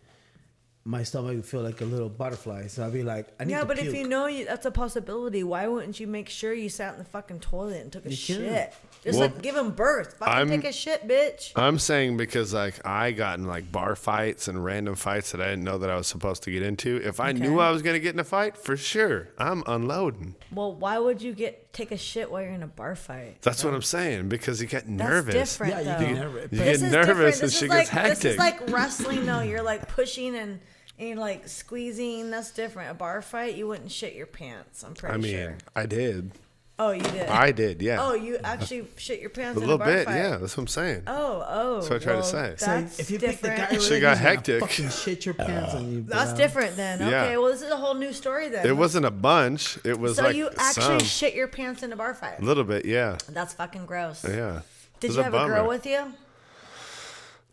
Speaker 2: My stomach would feel like a little butterfly, so I'd be like, I need
Speaker 3: Yeah,
Speaker 2: to
Speaker 3: but
Speaker 2: puke.
Speaker 3: if you know you, that's a possibility, why wouldn't you make sure you sat in the fucking toilet and took a
Speaker 2: You can.
Speaker 3: shit? Just
Speaker 1: Well,
Speaker 3: like giving birth. Fucking
Speaker 1: I'm-
Speaker 3: take a shit, bitch.
Speaker 1: I'm saying because like I got in like bar fights and random fights that I didn't know that I was supposed to get into. If I knew
Speaker 3: Okay.
Speaker 1: I was gonna get in a fight, for sure, I'm unloading.
Speaker 3: Well, why would you get take a shit while you're in a bar fight?
Speaker 1: That's what I'm saying because you get
Speaker 3: That's
Speaker 1: nervous.
Speaker 3: different.
Speaker 2: yeah, you
Speaker 3: though.
Speaker 2: get nervous.
Speaker 1: You
Speaker 2: but-
Speaker 1: get nervous
Speaker 3: different.
Speaker 1: and
Speaker 3: This
Speaker 1: shit
Speaker 3: is
Speaker 1: gets
Speaker 3: like, This
Speaker 1: hectic.
Speaker 3: is like wrestling, though. You're like pushing and, and you're like squeezing. That's different. A bar fight, you wouldn't shit your pants. I'm pretty
Speaker 1: I mean,
Speaker 3: sure.
Speaker 1: I
Speaker 3: (laughs)
Speaker 1: did.
Speaker 3: Oh, you did.
Speaker 1: I did, yeah.
Speaker 3: (laughs) Oh, you actually shit your pants
Speaker 1: a
Speaker 3: in
Speaker 1: little
Speaker 3: a bar
Speaker 1: bit,
Speaker 3: fight.
Speaker 1: yeah. That's what I'm saying.
Speaker 3: Oh, oh.
Speaker 1: That's what I tried to say.
Speaker 2: So
Speaker 3: That's
Speaker 2: if you
Speaker 3: different.
Speaker 2: pick the guy,
Speaker 1: She
Speaker 2: really
Speaker 1: got
Speaker 2: who's gonna
Speaker 1: hectic. Uh.
Speaker 2: Fucking shit your pants on you.
Speaker 3: that's
Speaker 2: bro.
Speaker 3: different then.
Speaker 1: Yeah.
Speaker 3: Okay, well, this is a whole new story then.
Speaker 1: it wasn't a bunch. It was
Speaker 3: so
Speaker 1: like
Speaker 3: you actually
Speaker 1: some.
Speaker 3: shit your pants in a bar fight.
Speaker 1: a little bit, yeah,
Speaker 3: That's fucking gross.
Speaker 1: yeah. It
Speaker 3: Did
Speaker 1: was
Speaker 3: you have a
Speaker 1: bummer.
Speaker 3: girl with you?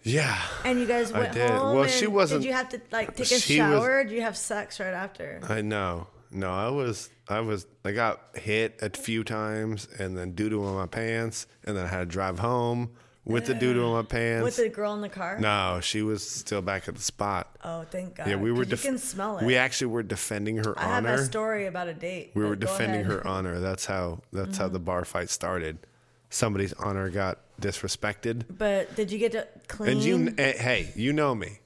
Speaker 1: Yeah,
Speaker 3: And you guys
Speaker 1: I
Speaker 3: went
Speaker 1: did.
Speaker 3: home.
Speaker 1: Well, she
Speaker 3: and
Speaker 1: wasn't-
Speaker 3: Did you have to like take a
Speaker 1: she was-
Speaker 3: shower? Did you have sex right after?
Speaker 1: I know. No, I was, I was, I got hit a few times, and then doo doo on my pants, and then I had to drive home, with the dude on my pants.
Speaker 3: With the girl in the car?
Speaker 1: no, she was still back at the spot.
Speaker 3: Oh, thank God.
Speaker 1: Yeah, we were.
Speaker 3: 'Cause
Speaker 1: def-
Speaker 3: You can smell it.
Speaker 1: We actually were defending her
Speaker 3: I have
Speaker 1: honor.
Speaker 3: a story about a date.
Speaker 1: we were
Speaker 3: but go
Speaker 1: defending
Speaker 3: ahead. Mm-hmm.
Speaker 1: her honor. That's how. That's how the bar fight started. Somebody's honor got disrespected,
Speaker 3: But did you get to clean?
Speaker 1: and you. eh, Hey, you know me.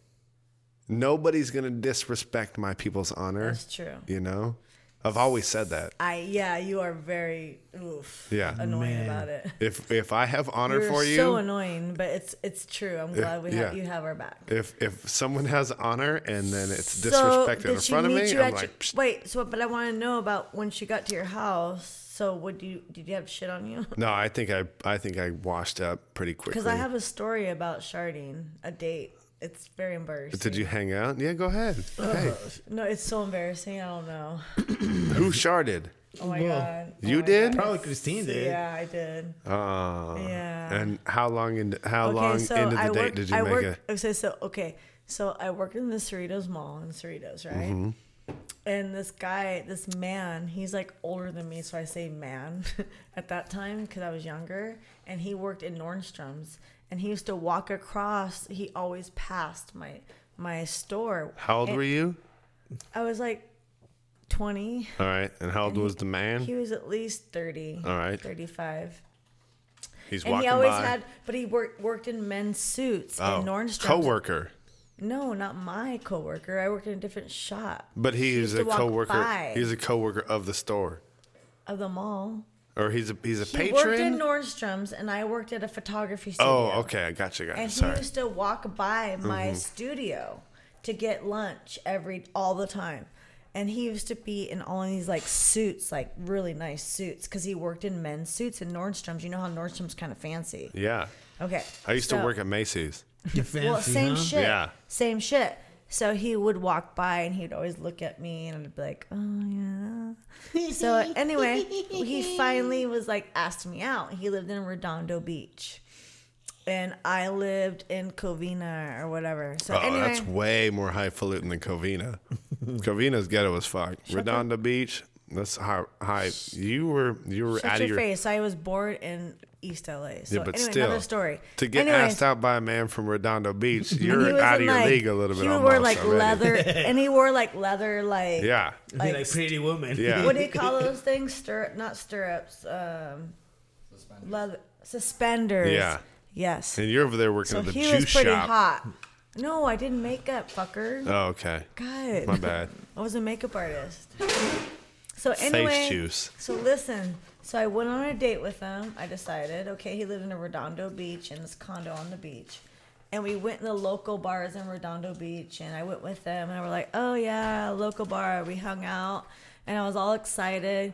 Speaker 1: Nobody's gonna disrespect my people's honor.
Speaker 3: That's true.
Speaker 1: You know, I've always said that.
Speaker 3: I yeah, you are very oof.
Speaker 1: Yeah.
Speaker 3: Annoying
Speaker 2: Man.
Speaker 3: about it.
Speaker 1: If if I have honor
Speaker 3: You're
Speaker 1: for you,
Speaker 3: so annoying, but it's it's true. I'm glad we have
Speaker 1: yeah.
Speaker 3: you have our back.
Speaker 1: if if someone has honor and then it's
Speaker 3: So
Speaker 1: disrespected
Speaker 3: did
Speaker 1: in
Speaker 3: she
Speaker 1: front of
Speaker 3: meet
Speaker 1: me,
Speaker 3: you
Speaker 1: I'm
Speaker 3: at
Speaker 1: like,
Speaker 3: your, wait? So, but I want to know about when she got to your house. So, would you did you have shit on you? (laughs)
Speaker 1: no, I think I I think I washed up pretty quickly.
Speaker 3: Because I have a story about sharding a date. It's very embarrassing.
Speaker 1: Did you hang out? Yeah, go ahead. Hey,
Speaker 3: No, it's so embarrassing. I don't know.
Speaker 1: who sharded?
Speaker 3: Oh my
Speaker 2: Well,
Speaker 3: god. Oh
Speaker 1: you
Speaker 3: my
Speaker 1: did?
Speaker 3: God.
Speaker 2: Probably Christine did.
Speaker 3: Yeah, I did.
Speaker 1: Uh,
Speaker 3: Yeah.
Speaker 1: And how long in how long into the
Speaker 3: I
Speaker 1: date
Speaker 3: worked-
Speaker 1: did you
Speaker 3: I
Speaker 1: make
Speaker 3: worked, it? So, so okay, so I worked in the Cerritos Mall in Cerritos, right?
Speaker 1: Mm-hmm.
Speaker 3: And this guy, this man, he's like older than me, so I say man (laughs) at that time because I was younger. And he worked in Nordstrom's, and he used to walk across. He always passed my my store.
Speaker 1: a? How old
Speaker 3: And
Speaker 1: were you?
Speaker 3: I was like twenty.
Speaker 1: All right. And how old was the
Speaker 3: He
Speaker 1: man?
Speaker 3: was at least thirty.
Speaker 1: All right.
Speaker 3: thirty-five.
Speaker 1: He's
Speaker 3: And
Speaker 1: walking
Speaker 3: he always
Speaker 1: by.
Speaker 3: had, but he worked worked in men's suits
Speaker 1: oh,
Speaker 3: in Nordstrom's.
Speaker 1: coworker.
Speaker 3: No, not my coworker. I worked in a different shop
Speaker 1: But he is
Speaker 3: to
Speaker 1: a
Speaker 3: walk
Speaker 1: coworker.
Speaker 3: by.
Speaker 1: He's a coworker of the store,
Speaker 3: of the mall.
Speaker 1: or he's a he's a
Speaker 3: He
Speaker 1: patron.
Speaker 3: worked in Nordstrom's, and I worked at a photography studio.
Speaker 1: oh, okay. I gotcha. Gotcha.
Speaker 3: And
Speaker 1: Sorry. Mm-hmm.
Speaker 3: he used to walk by my studio to get lunch every all the time. And he used to be in all these like suits, like really nice suits, because he worked in men's suits in Nordstrom's. You know how Nordstrom's kind of fancy.
Speaker 1: yeah.
Speaker 3: Okay.
Speaker 1: I used to
Speaker 3: so-
Speaker 1: work at Macy's.
Speaker 2: You fancy,
Speaker 3: Well, same
Speaker 2: huh?
Speaker 3: shit.
Speaker 1: Yeah.
Speaker 3: Same shit. So he would walk by and he'd always look at me and I'd be like, oh, yeah.
Speaker 2: (laughs)
Speaker 3: so anyway, he finally was like, asked me out. He lived in Redondo Beach and I lived in Covina or whatever. So
Speaker 1: Oh,
Speaker 3: anyway,
Speaker 1: that's way more highfalutin than (laughs) Covina. Covina's ghetto as fuck. Redondo Beach, that's high, high. You were you were
Speaker 3: shut
Speaker 1: out
Speaker 3: your
Speaker 1: of your
Speaker 3: face. I was born in East LA. So
Speaker 1: yeah, but
Speaker 3: anyway,
Speaker 1: still
Speaker 3: another story.
Speaker 1: to get
Speaker 3: Anyway,
Speaker 1: asked out by a man from Redondo Beach.
Speaker 3: (laughs) he
Speaker 1: You're
Speaker 3: was
Speaker 1: out
Speaker 3: in,
Speaker 1: of your
Speaker 3: like-
Speaker 1: league a little bit.
Speaker 3: He
Speaker 1: almost
Speaker 3: wore like
Speaker 1: already. (laughs)
Speaker 3: leather, and he wore like leather, like
Speaker 1: Yeah,
Speaker 2: Like,
Speaker 3: Like,
Speaker 2: pretty woman.
Speaker 1: Yeah.
Speaker 3: what do you call those things? Stir not stirrups. Um, leather suspenders.
Speaker 1: Yeah.
Speaker 3: Yes.
Speaker 1: and you're over there working
Speaker 3: So
Speaker 1: at the
Speaker 3: he
Speaker 1: juice
Speaker 3: was pretty
Speaker 1: shop.
Speaker 3: hot. No, I didn't makeup, fucker.
Speaker 1: Oh, okay,
Speaker 3: God.
Speaker 1: my
Speaker 3: (laughs)
Speaker 1: bad.
Speaker 3: I was a makeup
Speaker 1: (laughs)
Speaker 3: artist. So anyway,
Speaker 1: juice.
Speaker 3: So listen. So I went on a date with him. I decided, okay, he lived in a Redondo Beach in this condo on the beach. And we went in the local bars in Redondo Beach and I went with them and we're like, Oh yeah, local bar. We hung out and I was all excited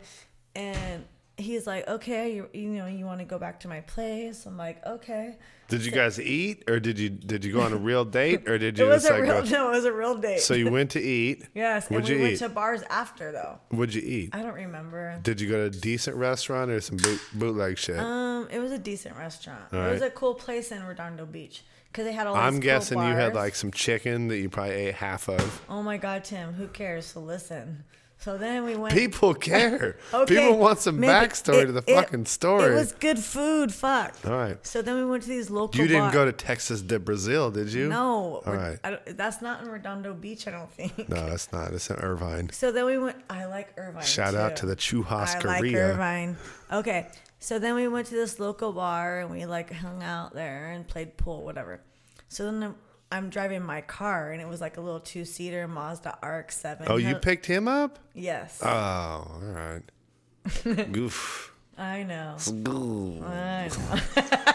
Speaker 3: and he's like, Okay, you, you know, you want to go back to my place? I'm like, Okay.
Speaker 1: Did you guys eat, or did you did you go on a real date, or did
Speaker 3: It
Speaker 1: you
Speaker 3: was
Speaker 1: just
Speaker 3: a
Speaker 1: like
Speaker 3: real (laughs)
Speaker 1: go?
Speaker 3: no, it was a real date.
Speaker 1: So you went to eat.
Speaker 3: yes, and
Speaker 1: What'd
Speaker 3: we
Speaker 1: you
Speaker 3: went
Speaker 1: eat?
Speaker 3: to bars after though.
Speaker 1: What'd you eat?
Speaker 3: I don't remember.
Speaker 1: Did you go to a decent restaurant or some boot, bootleg shit?
Speaker 3: Um, it was a decent restaurant. It was a
Speaker 1: Alright.
Speaker 3: cool place in Redondo Beach because they had all.
Speaker 1: I'm
Speaker 3: these cool
Speaker 1: guessing you had
Speaker 3: bars.
Speaker 1: like some chicken that you probably ate half
Speaker 3: (laughs)
Speaker 1: of.
Speaker 3: Oh my God, Tim! Who cares? So listen. So then we went.
Speaker 1: People care.
Speaker 3: (laughs) Okay,
Speaker 1: People want some
Speaker 3: man, but
Speaker 1: backstory
Speaker 3: it-
Speaker 1: to the
Speaker 3: it-
Speaker 1: fucking story.
Speaker 3: It was good food. Fuck.
Speaker 1: All right.
Speaker 3: So then we went to these local.
Speaker 1: you didn't
Speaker 3: bar-
Speaker 1: go to Texas de Brazil, did you?
Speaker 3: No.
Speaker 1: All
Speaker 3: Red-
Speaker 1: right.
Speaker 3: I don't, that's not in Redondo Beach. I don't think.
Speaker 1: No, that's not. It's in Irvine.
Speaker 3: So then we went. I like Irvine.
Speaker 1: Shout out to
Speaker 3: too.
Speaker 1: the Chujas
Speaker 3: I like
Speaker 1: Korea.
Speaker 3: Irvine. Okay, so then we went to this local bar and we like hung out there and played pool, whatever. So then I'm- I'm driving my car and it was like a little two seater Mazda RX-7.
Speaker 1: oh, you
Speaker 3: Had-
Speaker 1: picked him up?
Speaker 3: Yes,
Speaker 1: Oh, all right. (laughs) Goof.
Speaker 3: I know.
Speaker 1: Goof.
Speaker 3: I know.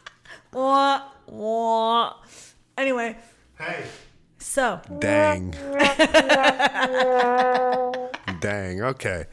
Speaker 3: (laughs) wah, wah. Anyway. Hey. So (laughs)
Speaker 1: Dang. Dang. Okay.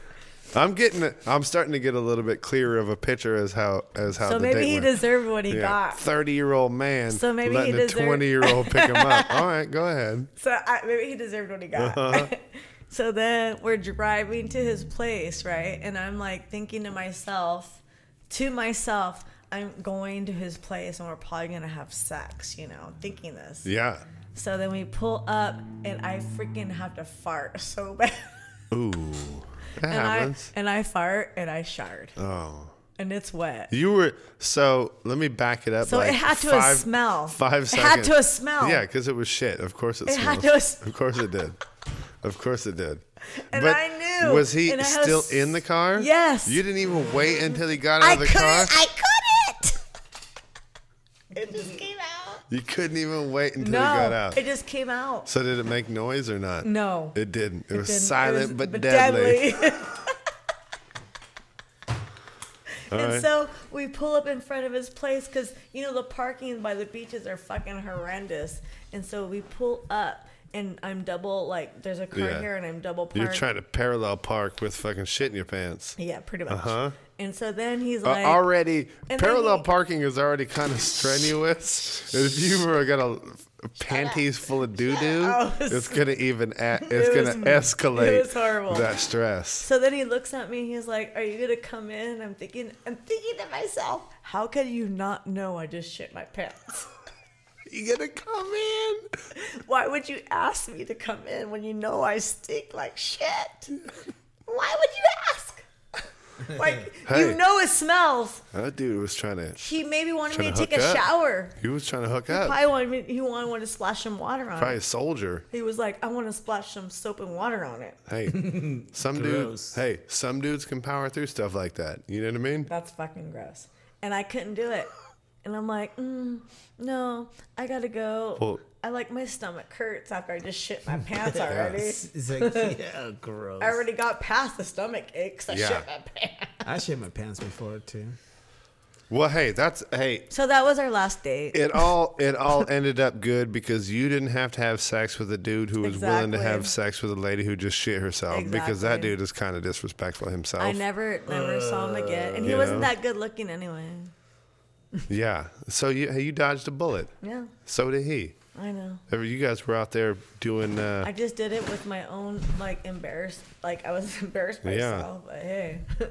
Speaker 1: I'm getting. it. I'm starting to get a little bit clearer of a picture as how as how
Speaker 3: so
Speaker 1: the
Speaker 3: maybe
Speaker 1: date
Speaker 3: he
Speaker 1: went.
Speaker 3: deserved what he got.
Speaker 1: Thirty-year-old man
Speaker 3: So maybe he
Speaker 1: letting a
Speaker 3: deserved-
Speaker 1: twenty-year-old pick him
Speaker 3: (laughs)
Speaker 1: up. All right, go ahead.
Speaker 3: So I, maybe he deserved what he got.
Speaker 1: Uh-huh.
Speaker 3: (laughs) so then we're driving to his place, right? And I'm like thinking to myself, to myself, I'm going to his place and we're probably gonna have sex, you know, thinking this.
Speaker 1: Yeah.
Speaker 3: So then we pull up and I freaking have to fart (laughs) so bad.
Speaker 1: Ooh, that
Speaker 3: And I,
Speaker 1: happens.
Speaker 3: and I fart and I shard.
Speaker 1: oh,
Speaker 3: and it's wet.
Speaker 1: You were so. Let me back it up.
Speaker 3: So it
Speaker 1: like
Speaker 3: had to have
Speaker 1: five,
Speaker 3: smell.
Speaker 1: Five
Speaker 3: It
Speaker 1: seconds.
Speaker 3: had to have smell.
Speaker 1: Yeah, because it was shit. Of course it,
Speaker 3: It
Speaker 1: smells.
Speaker 3: had to have s-
Speaker 1: Of course it did. Of course it did.
Speaker 3: And
Speaker 1: but
Speaker 3: I knew,
Speaker 1: Was he
Speaker 3: and I had a
Speaker 1: still
Speaker 3: s-
Speaker 1: in the car?
Speaker 3: Yes.
Speaker 1: You didn't even wait until he got out
Speaker 3: I
Speaker 1: of the
Speaker 3: couldn't.
Speaker 1: car.
Speaker 3: I couldn't. It just came out.
Speaker 1: you couldn't even wait until
Speaker 3: No,
Speaker 1: he got out.
Speaker 3: it just came out.
Speaker 1: so did it make noise or not?
Speaker 3: No,
Speaker 1: It didn't. It, was
Speaker 3: didn't. It
Speaker 1: silent
Speaker 3: was-
Speaker 1: but, deadly. (laughs)
Speaker 3: deadly.
Speaker 1: All
Speaker 3: and
Speaker 1: right.
Speaker 3: so we pull up in front of his place because you know the parking by the beaches are fucking horrendous. And so we pull up, and I'm double like there's a car
Speaker 1: Yeah.
Speaker 3: here, and I'm double parked.
Speaker 1: You're trying to parallel park with fucking shit in your pants.
Speaker 3: Yeah, pretty much.
Speaker 1: Uh-huh.
Speaker 3: And so then he's
Speaker 1: Uh,
Speaker 3: like,
Speaker 1: already
Speaker 3: And then
Speaker 1: parallel
Speaker 3: he-
Speaker 1: parking is already kind of strenuous. And if you were gonna panties full of doo doo,
Speaker 3: up. I was-
Speaker 1: it's gonna even a, it's
Speaker 3: (laughs) It
Speaker 1: gonna
Speaker 3: was-
Speaker 1: escalate
Speaker 3: it was horrible.
Speaker 1: that
Speaker 3: (laughs)
Speaker 1: stress.
Speaker 3: So then he looks at me. He's like, "Are you gonna come in?" And I'm thinking, I'm thinking to myself, "How can you not know I just shit my pants?
Speaker 1: You gonna come in?
Speaker 3: Why would you ask me to come in when you know I stink like shit? Why would you ask? Like
Speaker 1: Hey.
Speaker 3: you know it smells.
Speaker 1: That dude was trying to
Speaker 3: He maybe wanted me
Speaker 1: Tryna
Speaker 3: to take
Speaker 1: hook
Speaker 3: a
Speaker 1: up.
Speaker 3: shower.
Speaker 1: he was trying to hook up.
Speaker 3: Probably wanted me, he wanted, wanted to splash some water on
Speaker 1: Probably
Speaker 3: it.
Speaker 1: a soldier.
Speaker 3: He was like, "I want to splash some soap and water on it."
Speaker 1: Hey, some dudes.
Speaker 2: Gross.
Speaker 1: Hey, some dudes can power through stuff like that. You know what I mean?
Speaker 3: That's fucking gross. And I couldn't do it. And I'm like, mm, no, I gotta go.
Speaker 1: Well-
Speaker 3: I like my stomach hurts after I just
Speaker 1: (laughs)
Speaker 3: shit my pants already.
Speaker 2: (laughs) It's like, yeah, (laughs) gross.
Speaker 3: I already got past the stomach ache 'cause I
Speaker 1: Yeah.
Speaker 3: shit my pants.
Speaker 2: I shit my pants before too.
Speaker 1: Well, hey, that's hey.
Speaker 3: So that was our last date.
Speaker 1: it all it all ended up good because you didn't have to have sex with a dude who was willing to
Speaker 3: Exactly.
Speaker 1: have sex with a lady who just shit herself because that
Speaker 3: Exactly.
Speaker 1: dude is kind of disrespectful himself.
Speaker 3: I never, never saw him again, and he
Speaker 1: You
Speaker 3: wasn't
Speaker 1: know.
Speaker 3: that good looking anyway.
Speaker 1: Yeah. So you hey, you dodged a bullet.
Speaker 3: Yeah,
Speaker 1: So did he.
Speaker 3: I know.
Speaker 1: Ever- You guys were out there doing. Uh,
Speaker 3: I just did it with my own like embarrassed, like I was (laughs) embarrassed
Speaker 1: Yeah.
Speaker 3: myself. But hey, (laughs)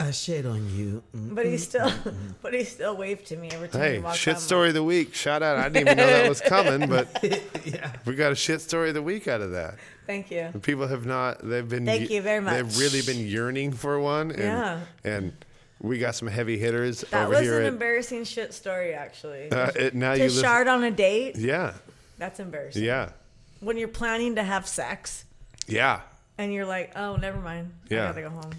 Speaker 2: I shit on you. Mm.
Speaker 3: but he still, (laughs) but he still waved to me every time he
Speaker 1: hey,
Speaker 3: walked
Speaker 1: shit
Speaker 3: by my-
Speaker 1: story of the week. Shout out. I didn't even know that was coming, but
Speaker 2: yeah.
Speaker 1: we got a shit story of the week out of that.
Speaker 3: Thank you.
Speaker 1: People have not. They've been.
Speaker 3: Thank you very much.
Speaker 1: They've really been yearning for one. And,
Speaker 3: Yeah.
Speaker 1: And we got some heavy hitters
Speaker 3: That
Speaker 1: over
Speaker 3: was
Speaker 1: here.
Speaker 3: an
Speaker 1: at-
Speaker 3: embarrassing shit story, actually.
Speaker 1: uh, it- now you
Speaker 3: to
Speaker 1: listen-
Speaker 3: shard on a date,
Speaker 1: Yeah.
Speaker 3: that's embarrassing.
Speaker 1: Yeah.
Speaker 3: When you're planning to have sex
Speaker 1: Yeah.
Speaker 3: and you're like, oh, never mind.
Speaker 1: Yeah.
Speaker 3: I gotta go home.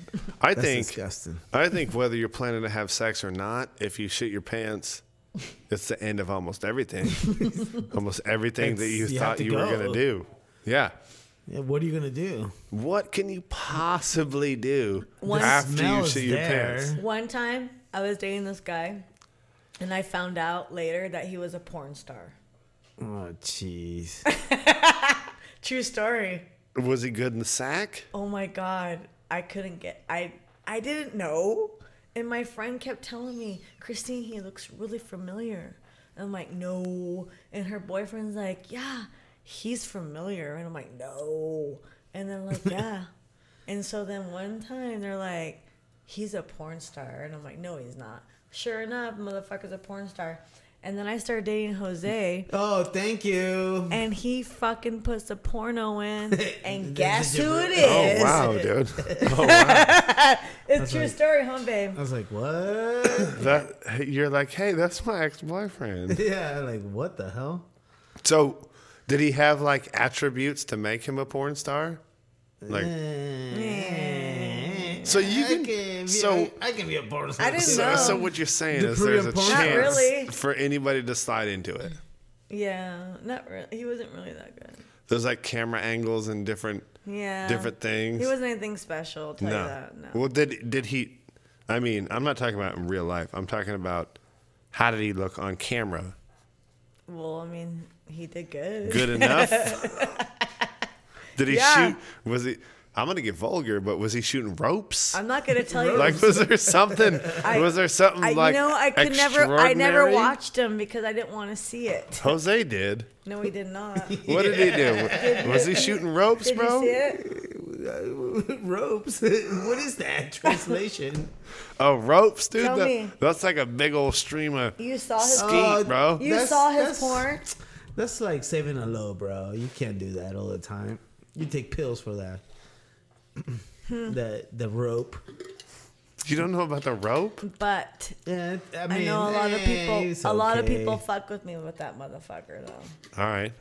Speaker 1: I
Speaker 2: That's
Speaker 1: think
Speaker 2: disgusting.
Speaker 1: I think whether you're planning to have sex or not, if you shit your pants, it's the end of almost
Speaker 2: (laughs)
Speaker 1: everything. almost everything that you,
Speaker 2: It's- you have
Speaker 1: thought
Speaker 2: to
Speaker 1: you were going to
Speaker 2: go.
Speaker 1: do. Yeah.
Speaker 2: Yeah, what are you gonna do?
Speaker 1: What can you possibly do
Speaker 3: One-
Speaker 1: after
Speaker 2: smell
Speaker 1: you
Speaker 2: is
Speaker 1: shit your
Speaker 2: there.
Speaker 1: pants?
Speaker 3: One time I was dating this guy and I found out later that he was a porn star.
Speaker 2: Oh, jeez.
Speaker 3: True story.
Speaker 1: Was he good in the sack?
Speaker 3: Oh my God. I couldn't get, I, I didn't know. And my friend kept telling me, Christine, he looks really familiar. I'm like, no. And her boyfriend's like, yeah, he's familiar. And I'm like, no. And
Speaker 1: (laughs)
Speaker 3: they're like, yeah. and so then one time they're like, he's a porn star. And I'm like, no, he's not. Sure enough, motherfucker's a porn star. And then I started dating
Speaker 1: (laughs)
Speaker 3: Jose.
Speaker 2: (laughs) Oh, thank you.
Speaker 3: And he fucking puts a porno in,
Speaker 1: (laughs)
Speaker 3: and
Speaker 2: That's
Speaker 3: guess
Speaker 2: a
Speaker 3: who it
Speaker 2: different-
Speaker 3: is?
Speaker 1: Oh wow, dude!
Speaker 3: It's true story, huh, babe?
Speaker 2: I was like,
Speaker 1: (coughs)
Speaker 2: what?
Speaker 1: That you're like, hey, that's my ex-boyfriend.
Speaker 2: yeah, like what the hell?
Speaker 1: So, did he have like attributes to make him a porn star? Like, so you
Speaker 2: Eh, I
Speaker 1: can.
Speaker 2: can be,
Speaker 1: so
Speaker 2: I, can be a porn
Speaker 3: I didn't
Speaker 1: So,
Speaker 3: know.
Speaker 1: so what you're saying
Speaker 2: The
Speaker 1: is there's a
Speaker 2: Korean porn- Not
Speaker 1: chance
Speaker 3: really.
Speaker 1: for anybody to slide into it.
Speaker 3: Yeah, not really. He wasn't really that good.
Speaker 1: There's like camera angles and different
Speaker 3: Yeah.
Speaker 1: different things.
Speaker 3: He wasn't anything special. I'll tell
Speaker 1: no.
Speaker 3: you that. No.
Speaker 1: Well, did did he? I mean, I'm not talking about in real life. I'm talking about how did he look on camera?
Speaker 3: Well, I mean, he did good.
Speaker 1: Good
Speaker 3: (laughs)
Speaker 1: enough? did he
Speaker 3: Yeah.
Speaker 1: shoot? Was he? I'm gonna get vulgar, but was he shooting ropes?
Speaker 3: I'm not gonna tell you.
Speaker 1: like, was there something? was there something
Speaker 3: (laughs) I,
Speaker 1: like?
Speaker 3: you know, I could never. I never
Speaker 1: extraordinary?
Speaker 3: watched him because I didn't want to see it.
Speaker 1: Jose did.
Speaker 3: No, he did
Speaker 1: (laughs)
Speaker 3: not. did
Speaker 1: What did
Speaker 3: (laughs)
Speaker 1: he do? Was he shooting ropes,
Speaker 3: you
Speaker 1: bro?
Speaker 3: see it?
Speaker 2: (laughs) ropes. (laughs) what is that (laughs) translation?
Speaker 1: Oh, ropes, dude.
Speaker 3: Tell
Speaker 1: That-
Speaker 3: me.
Speaker 1: That's like a big old stream of
Speaker 3: You saw his.
Speaker 1: skeet,
Speaker 2: Oh,
Speaker 1: bro.
Speaker 3: you
Speaker 2: that's-
Speaker 3: saw his
Speaker 2: that's-
Speaker 3: porn.
Speaker 2: That's like saving a low, bro. You can't do that all the time.
Speaker 3: Hmm.
Speaker 2: You take pills for that. the the rope.
Speaker 1: You don't know about the rope?
Speaker 3: But
Speaker 2: Yeah, I
Speaker 3: I
Speaker 2: mean,
Speaker 3: know a lot of
Speaker 2: eh,
Speaker 3: people.
Speaker 2: it's
Speaker 3: A lot of
Speaker 2: okay.
Speaker 3: people fuck with me with that motherfucker though,
Speaker 1: All right.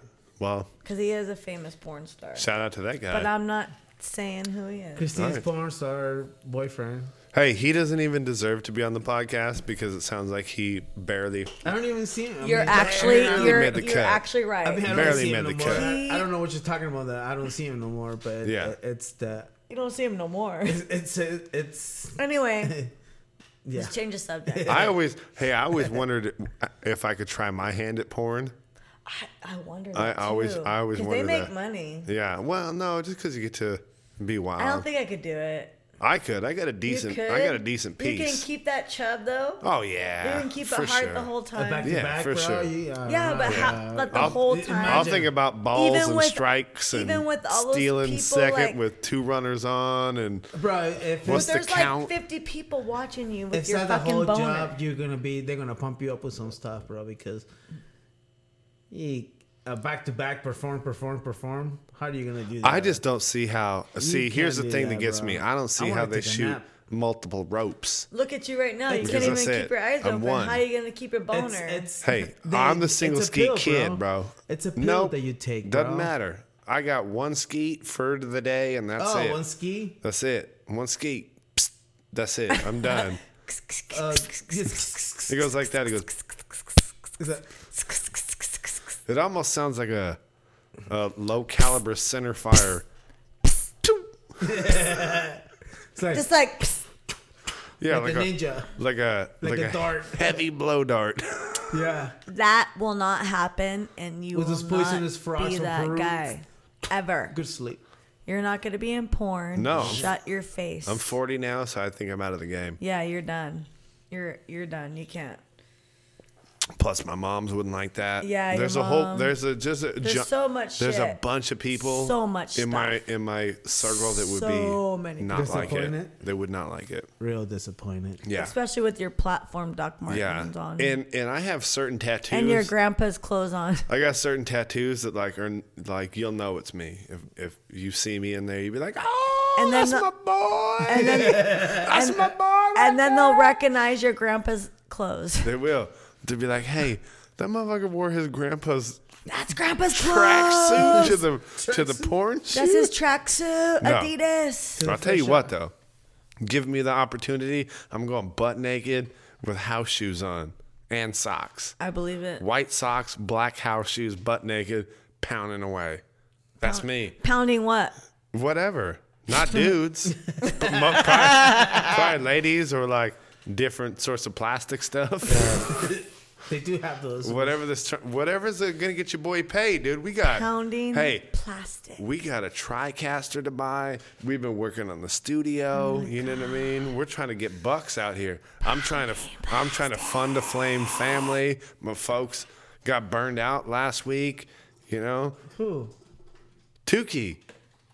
Speaker 1: Well,
Speaker 3: because he is a famous porn star.
Speaker 1: shout out to that guy.
Speaker 3: But uh, I'm not saying who he is.
Speaker 2: Christine's
Speaker 1: Alright.
Speaker 2: porn star boyfriend.
Speaker 1: hey, he doesn't even deserve to be on the podcast because it sounds like he barely.
Speaker 2: I don't even see him. I
Speaker 3: You're
Speaker 2: mean,
Speaker 3: actually,
Speaker 1: barely
Speaker 3: you're,
Speaker 1: made the
Speaker 3: you're
Speaker 1: cut.
Speaker 3: actually right.
Speaker 2: I mean, I don't
Speaker 1: barely
Speaker 2: see him
Speaker 1: made
Speaker 2: no
Speaker 1: the
Speaker 2: more.
Speaker 1: cut.
Speaker 2: I, I don't know what you're talking about. That I don't see him no more. But
Speaker 1: Yeah.
Speaker 2: it- it's the
Speaker 3: you don't see him no more. (laughs)
Speaker 2: it's it's, it's
Speaker 3: anyway,
Speaker 2: (laughs) yeah.
Speaker 3: let's change the
Speaker 2: (laughs)
Speaker 3: subject.
Speaker 1: I always, hey, I always wondered if I could try my hand at porn.
Speaker 3: I, I wonder.
Speaker 1: I
Speaker 3: That
Speaker 1: always-
Speaker 3: too.
Speaker 1: I always
Speaker 3: 'Cause
Speaker 1: wonder
Speaker 3: they make
Speaker 1: that.
Speaker 3: money.
Speaker 1: Yeah. Well, no, just because you get to be wild.
Speaker 3: I don't think I could do it.
Speaker 1: I could. I got a
Speaker 3: You
Speaker 1: Oh. decent.
Speaker 3: could.
Speaker 1: I got a decent piece.
Speaker 3: You can keep that chub though.
Speaker 1: oh yeah.
Speaker 3: you can keep it
Speaker 1: for
Speaker 3: hard
Speaker 1: sure.
Speaker 3: the whole
Speaker 2: A
Speaker 3: time.
Speaker 2: back to
Speaker 1: Yeah,
Speaker 2: back,
Speaker 1: for
Speaker 2: bro.
Speaker 1: sure.
Speaker 2: You, uh,
Speaker 3: Yeah, but how? Like the whole
Speaker 2: I'll-
Speaker 3: time.
Speaker 1: I'll think about balls
Speaker 3: Even
Speaker 1: and
Speaker 3: with-
Speaker 1: strikes and
Speaker 3: even with all those
Speaker 1: stealing
Speaker 3: people,
Speaker 1: second
Speaker 3: like-
Speaker 1: with two runners on and
Speaker 2: bro. If
Speaker 1: What's
Speaker 3: But
Speaker 2: it's,
Speaker 1: the
Speaker 3: there's
Speaker 1: count?
Speaker 3: like 50 people watching you with
Speaker 2: if
Speaker 3: your
Speaker 2: that's the
Speaker 3: fucking
Speaker 2: whole
Speaker 3: boner.
Speaker 2: job, you're gonna be. They're gonna pump you up with some stuff, bro. Because you uh, back to back perform, perform, perform. How are you gonna do that?
Speaker 1: I just don't see how. see, here's
Speaker 2: can't
Speaker 1: the
Speaker 2: do
Speaker 1: thing that
Speaker 2: that,
Speaker 1: gets
Speaker 2: bro.
Speaker 1: me. I don't see
Speaker 2: I wanna
Speaker 1: how they
Speaker 2: take a
Speaker 1: shoot
Speaker 2: nap.
Speaker 1: multiple ropes.
Speaker 3: Look at you right now. You
Speaker 1: Because
Speaker 3: can't
Speaker 1: I
Speaker 3: even
Speaker 1: said,
Speaker 3: keep your eyes
Speaker 1: I'm
Speaker 3: open.
Speaker 1: one.
Speaker 3: How are you going to keep your boner?
Speaker 2: It's, it's,
Speaker 1: Hey,
Speaker 2: (laughs) they-
Speaker 1: I'm the single
Speaker 2: it's a
Speaker 1: skeet
Speaker 2: pill,
Speaker 1: kid, bro.
Speaker 2: It's a pill
Speaker 1: Nope,
Speaker 2: that you take. Bro.
Speaker 1: Doesn't matter. I got one skeet for the day, and that's
Speaker 2: Oh,
Speaker 1: it. (laughs)
Speaker 2: one ski.
Speaker 1: that's it. One skeet. Psst, that's it. I'm
Speaker 2: (laughs)
Speaker 1: done.
Speaker 2: Uh, (laughs)
Speaker 1: it goes like that. It goes.
Speaker 2: Is that-
Speaker 1: It almost sounds like a, a low caliber center fire.
Speaker 2: it's like,
Speaker 3: Just like,
Speaker 1: Yeah, like,
Speaker 2: like a
Speaker 1: a,
Speaker 2: ninja.
Speaker 1: like a
Speaker 2: Like a dart.
Speaker 1: heavy blow dart.
Speaker 2: Yeah.
Speaker 3: that will not happen, and you
Speaker 2: With
Speaker 3: will
Speaker 2: this poisonous
Speaker 3: not
Speaker 2: frogs
Speaker 3: be
Speaker 2: from
Speaker 3: that
Speaker 2: Peru.
Speaker 3: guy. Ever.
Speaker 2: (laughs) Good sleep.
Speaker 3: You're not going to be in porn.
Speaker 1: No.
Speaker 3: Shut your face.
Speaker 1: I'm 40 now, so I think I'm out of the game.
Speaker 3: yeah, you're done. You're you're done. You can't.
Speaker 1: Plus, my mom's wouldn't like that.
Speaker 3: Yeah, your
Speaker 1: there's a whole
Speaker 3: mom.
Speaker 1: there's a just a
Speaker 3: There's
Speaker 1: ju-
Speaker 3: so much
Speaker 1: There's a
Speaker 3: shit.
Speaker 1: bunch of people
Speaker 3: So much
Speaker 1: in my
Speaker 3: stuff.
Speaker 1: in my circle that would
Speaker 3: So
Speaker 1: be
Speaker 3: many
Speaker 1: not like it.
Speaker 2: Disappointed?
Speaker 1: They would not like it.
Speaker 2: Real disappointed.
Speaker 1: Yeah,
Speaker 3: Especially with your platform Doc Martens
Speaker 1: yeah.
Speaker 3: on.
Speaker 1: And and I have certain tattoos.
Speaker 3: and your grandpa's clothes on. (laughs)
Speaker 1: I got certain tattoos that like are like you'll know it's me if if you see me in there you'd be like oh
Speaker 3: And then
Speaker 1: that's
Speaker 3: the-
Speaker 1: my boy (laughs) that's my boy right
Speaker 3: And then they'll
Speaker 1: there."
Speaker 3: recognize your grandpa's clothes. (laughs)
Speaker 1: they will to be like hey that motherfucker wore his
Speaker 3: (gasps)
Speaker 1: grandpa's
Speaker 3: That's grandpa's
Speaker 1: tracksuit to
Speaker 3: clothes.
Speaker 1: the to the porn shoot.
Speaker 3: That's his tracksuit.
Speaker 1: No.
Speaker 3: Adidas.
Speaker 1: I'll tell you what though, give me the opportunity, I'm going butt naked with house shoes on and socks,
Speaker 3: I believe it.
Speaker 1: white socks, black house shoes, butt naked, pounding away. That's me.
Speaker 3: Pounding what?
Speaker 1: Whatever. Not dudes. But mo- probably, probably ladies or like different sorts of plastic stuff.
Speaker 2: They do have
Speaker 1: (laughs)
Speaker 2: those.
Speaker 1: whatever this, tr- whatever's gonna get your boy paid, dude. We got
Speaker 3: Pounding
Speaker 1: Hey,
Speaker 3: plastic.
Speaker 1: we got a TriCaster to buy. We've been working on the studio. you know what I mean? We're trying to get bucks out here. I'm trying to I'm trying to fund a flame family. My folks got burned out last week. You know,
Speaker 2: Who?
Speaker 1: Tukey.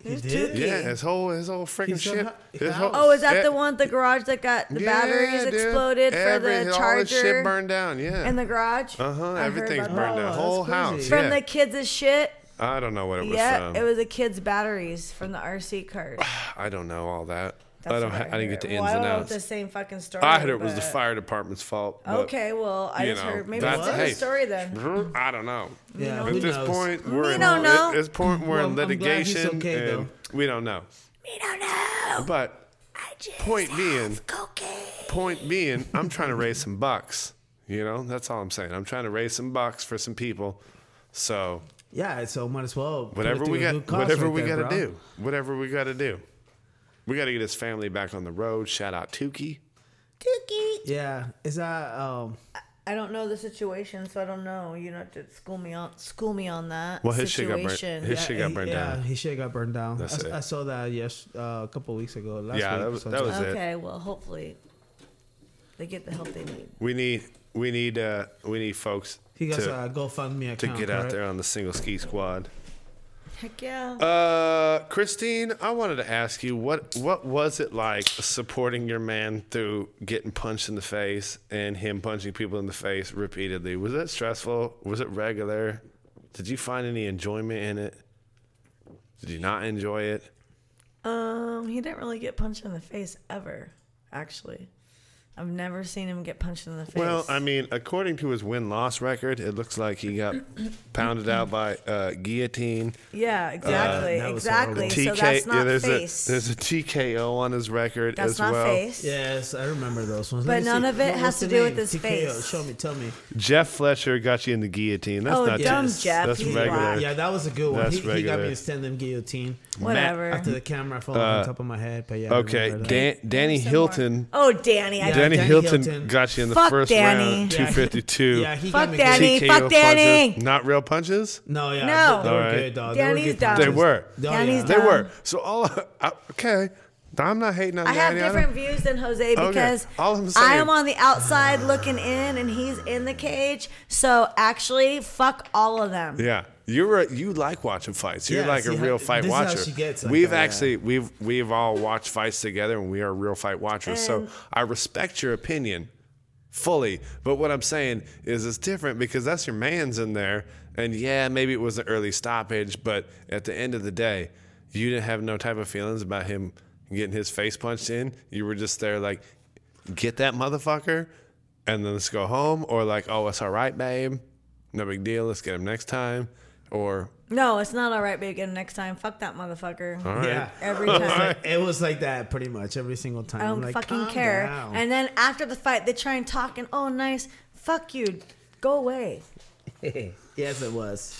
Speaker 2: He did?
Speaker 1: Yeah, his whole his whole freaking
Speaker 2: He's so
Speaker 1: shit.
Speaker 2: hot-
Speaker 1: His whole,
Speaker 3: Oh, is that
Speaker 1: eh,
Speaker 3: the one at the garage that got the batteries
Speaker 1: dude.
Speaker 3: exploded
Speaker 1: Every-
Speaker 3: for the
Speaker 1: All his
Speaker 3: charger
Speaker 1: shit burned down. Yeah.
Speaker 3: in the garage?
Speaker 1: uh huh.
Speaker 3: I heard
Speaker 1: Everything's
Speaker 3: about
Speaker 1: burned
Speaker 2: that.
Speaker 1: down.
Speaker 2: Oh,
Speaker 1: Whole
Speaker 2: that's
Speaker 1: house.
Speaker 2: crazy.
Speaker 3: that. From
Speaker 1: yeah.
Speaker 3: the kids' shit.
Speaker 1: I don't know what it was
Speaker 3: Yeah,
Speaker 1: from.
Speaker 3: it was the kids' batteries from the RC cars.
Speaker 1: (sighs) I didn't know all that.
Speaker 3: That's
Speaker 1: I don't.
Speaker 3: what
Speaker 1: Ha- I didn't get
Speaker 3: heard.
Speaker 1: the ins
Speaker 3: well,
Speaker 1: and
Speaker 3: I don't know if
Speaker 1: outs.
Speaker 3: the same fucking story.
Speaker 1: I heard it was the
Speaker 3: but-
Speaker 1: fire department's fault. but,
Speaker 3: Okay, well, I
Speaker 1: you
Speaker 3: just
Speaker 1: know,
Speaker 3: heard maybe
Speaker 1: that's-
Speaker 3: it's a
Speaker 1: hey.
Speaker 3: different story then.
Speaker 1: I don't know.
Speaker 2: Yeah,
Speaker 1: At
Speaker 2: who
Speaker 1: this
Speaker 2: knows?
Speaker 1: point, we're in,
Speaker 3: don't know.
Speaker 1: At this point, we're
Speaker 2: Well,
Speaker 1: in
Speaker 2: I'm glad he's
Speaker 1: litigation,
Speaker 2: okay, though.
Speaker 1: and we don't know.
Speaker 3: We don't know.
Speaker 1: But
Speaker 3: I just
Speaker 1: point being,
Speaker 3: cocaine.
Speaker 1: point being, I'm trying to raise some bucks. You know, that's all I'm saying. I'm trying to raise some bucks for some people. So
Speaker 2: Yeah, so might as well. put it
Speaker 1: whatever
Speaker 2: through
Speaker 1: we
Speaker 2: a good
Speaker 1: got,
Speaker 2: cause
Speaker 1: whatever
Speaker 2: right
Speaker 1: we
Speaker 2: there,
Speaker 1: got to
Speaker 2: bro.
Speaker 1: do, whatever we got to do, we got to get his family back on the road. Shout out Tukey.
Speaker 2: Yeah, is that um?
Speaker 3: I don't know the situation, so I don't know. You know, to school me on school me on that
Speaker 1: Well, his shit got burnt.
Speaker 3: situation.
Speaker 1: His shit got
Speaker 2: he-
Speaker 1: burned
Speaker 2: yeah,
Speaker 1: down.
Speaker 2: he should got burned down. I,
Speaker 1: That's
Speaker 2: s-
Speaker 1: it.
Speaker 2: I saw that yes, uh, a couple weeks ago. Last
Speaker 1: Yeah,
Speaker 2: week,
Speaker 1: that was-
Speaker 2: so
Speaker 1: that was- it.
Speaker 3: okay, well, hopefully they get the help they need.
Speaker 1: We need, we need, uh, we need folks
Speaker 2: He got
Speaker 1: to,
Speaker 2: a GoFundMe
Speaker 1: to
Speaker 2: account
Speaker 1: get out
Speaker 2: correct?
Speaker 1: there on the single ski squad.
Speaker 3: Heck yeah.
Speaker 1: Uh, Christine, I wanted to ask you what what was it like supporting your man through getting punched in the face and him punching people in the face repeatedly? Was that stressful? Was it regular? Did you find any enjoyment in it? Did you not enjoy it?
Speaker 3: um, he didn't really get punched in the face ever. actually. I've never seen him get punched in the face.
Speaker 1: Well, I mean, according to his win loss record, it looks like he got pounded out by uh, guillotine. uh,
Speaker 3: yeah, exactly,
Speaker 2: that was
Speaker 3: exactly.
Speaker 2: horrible.
Speaker 3: So that's not
Speaker 1: yeah, there's
Speaker 3: face.
Speaker 1: a there's a TKO on his record
Speaker 3: that's
Speaker 1: as
Speaker 3: not
Speaker 1: well.
Speaker 3: face.
Speaker 2: Yes, I remember those ones.
Speaker 3: But
Speaker 2: Let me
Speaker 3: none
Speaker 2: see.
Speaker 3: of it
Speaker 2: What-
Speaker 3: has
Speaker 2: what's
Speaker 3: to
Speaker 2: the
Speaker 3: do with
Speaker 2: name?
Speaker 3: his
Speaker 2: TKO.
Speaker 3: face.
Speaker 2: Show me, tell me.
Speaker 1: Jeff Fletcher got you in the guillotine. That's
Speaker 3: Oh,
Speaker 1: not
Speaker 3: dumb
Speaker 1: just-
Speaker 3: Jeff,
Speaker 1: That's
Speaker 3: he's
Speaker 1: regular.
Speaker 3: black.
Speaker 2: Yeah, that was a good one.
Speaker 1: That's
Speaker 2: He, he got
Speaker 1: regular. Uh,
Speaker 2: me to stand them guillotine
Speaker 3: Whatever.
Speaker 2: after the camera fell on top of my head. But yeah, I
Speaker 1: Okay,
Speaker 2: remember that.
Speaker 1: Dan, Danny
Speaker 3: Some
Speaker 1: Hilton.
Speaker 3: more. Oh, Danny. I
Speaker 2: Yeah.
Speaker 1: Danny,
Speaker 2: Danny
Speaker 1: Hilton,
Speaker 2: Hilton.
Speaker 1: got you in the
Speaker 3: Fuck
Speaker 1: first
Speaker 3: Danny.
Speaker 1: round,
Speaker 2: Yeah.
Speaker 1: two fifty two.
Speaker 2: Yeah, he
Speaker 3: Fuck
Speaker 2: got me
Speaker 3: Danny.
Speaker 2: Good.
Speaker 3: Fuck Danny.
Speaker 1: Not real punches.
Speaker 2: No, yeah,
Speaker 3: No.
Speaker 2: they were
Speaker 1: Alright.
Speaker 2: good. Dog.
Speaker 3: Danny's
Speaker 2: they were good
Speaker 3: dumb.
Speaker 2: punches.
Speaker 1: They were.
Speaker 2: Oh, yeah.
Speaker 3: Danny's
Speaker 1: They
Speaker 3: dumb.
Speaker 1: were. So all I, okay. I'm not hating on
Speaker 3: I have
Speaker 1: Danny. don't-
Speaker 3: different views than Jose because
Speaker 1: All I'm
Speaker 3: I
Speaker 1: saying-
Speaker 3: am on the outside looking in and he's in the cage. So actually, fuck all of them.
Speaker 1: Yeah, you're a, you like watching fights. You're
Speaker 2: Yeah,
Speaker 1: like
Speaker 2: see
Speaker 1: a
Speaker 2: how-
Speaker 1: real fight
Speaker 2: this is how
Speaker 1: watcher.
Speaker 2: she gets like
Speaker 1: we've
Speaker 2: that, yeah.
Speaker 1: actually we've we've all watched fights together, and we are real fight watchers. so
Speaker 3: And-
Speaker 1: I respect your opinion fully. But what I'm saying is it's different because that's your man's in there, and yeah, maybe it was an early stoppage, but at the end of the day, you didn't have no type of feelings about him getting his face punched in. You were just there like, get that motherfucker, and then let's go home, or like, oh, it's all right, babe. No big deal. Let's get him next time. Or
Speaker 3: No, it's not all right, baby. Again, next time, fuck that
Speaker 1: (laughs)
Speaker 3: motherfucker.
Speaker 1: all right.
Speaker 2: Yeah.
Speaker 3: Every
Speaker 2: It was,
Speaker 3: time.
Speaker 2: like, it was like that pretty much every single time.
Speaker 3: I don't
Speaker 2: like,
Speaker 3: fucking
Speaker 2: calm
Speaker 3: care.
Speaker 2: down.
Speaker 3: And then after the fight, they try and talk and oh, nice. Fuck you. Go away.
Speaker 2: (laughs) yes, it was.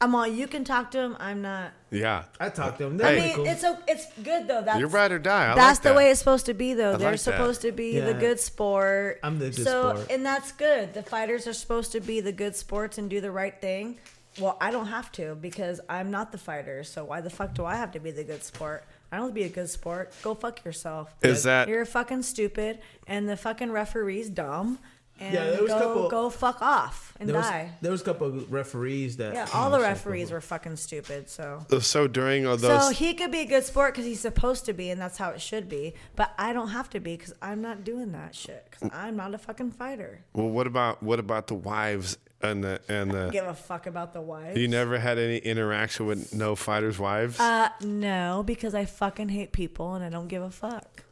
Speaker 3: I'm all you can talk to him. I'm not.
Speaker 1: Yeah.
Speaker 2: I talked to him.
Speaker 3: I
Speaker 2: They were
Speaker 3: mean,
Speaker 2: cool.
Speaker 3: it's o- it's good though. That's
Speaker 1: You're ride or die. I
Speaker 3: that's
Speaker 1: like
Speaker 3: the
Speaker 1: that.
Speaker 3: way it's supposed to be though.
Speaker 1: I
Speaker 3: They're
Speaker 1: like that.
Speaker 3: supposed to be the
Speaker 2: Yeah.
Speaker 3: good sport.
Speaker 2: I'm the good
Speaker 3: so,
Speaker 2: sport.
Speaker 3: and that's good. The fighters are supposed to be the good sports and do the right thing. Well, I don't have to because I'm not the fighter. So why the fuck do I have to be the good sport? I don't be a good sport. Go fuck yourself.
Speaker 1: Is that-
Speaker 3: you're fucking stupid and the fucking referee's dumb and
Speaker 2: Yeah, there was
Speaker 3: go,
Speaker 2: couple-
Speaker 3: go fuck off and
Speaker 2: there was,
Speaker 3: die.
Speaker 2: there was a couple of referees that.
Speaker 3: yeah, all the referees were fucking stupid. So
Speaker 1: So during all those.
Speaker 3: so he could be a good sport because he's supposed to be, and that's how it should be. But I don't have to be because I'm not doing that shit. Because I'm not a fucking fighter.
Speaker 1: Well, what about what about the wives and the and the?
Speaker 3: Give a fuck about the wife.
Speaker 1: You never had any interaction with no fighters' wives.
Speaker 3: Uh, no, because I fucking hate people and I don't give a fuck.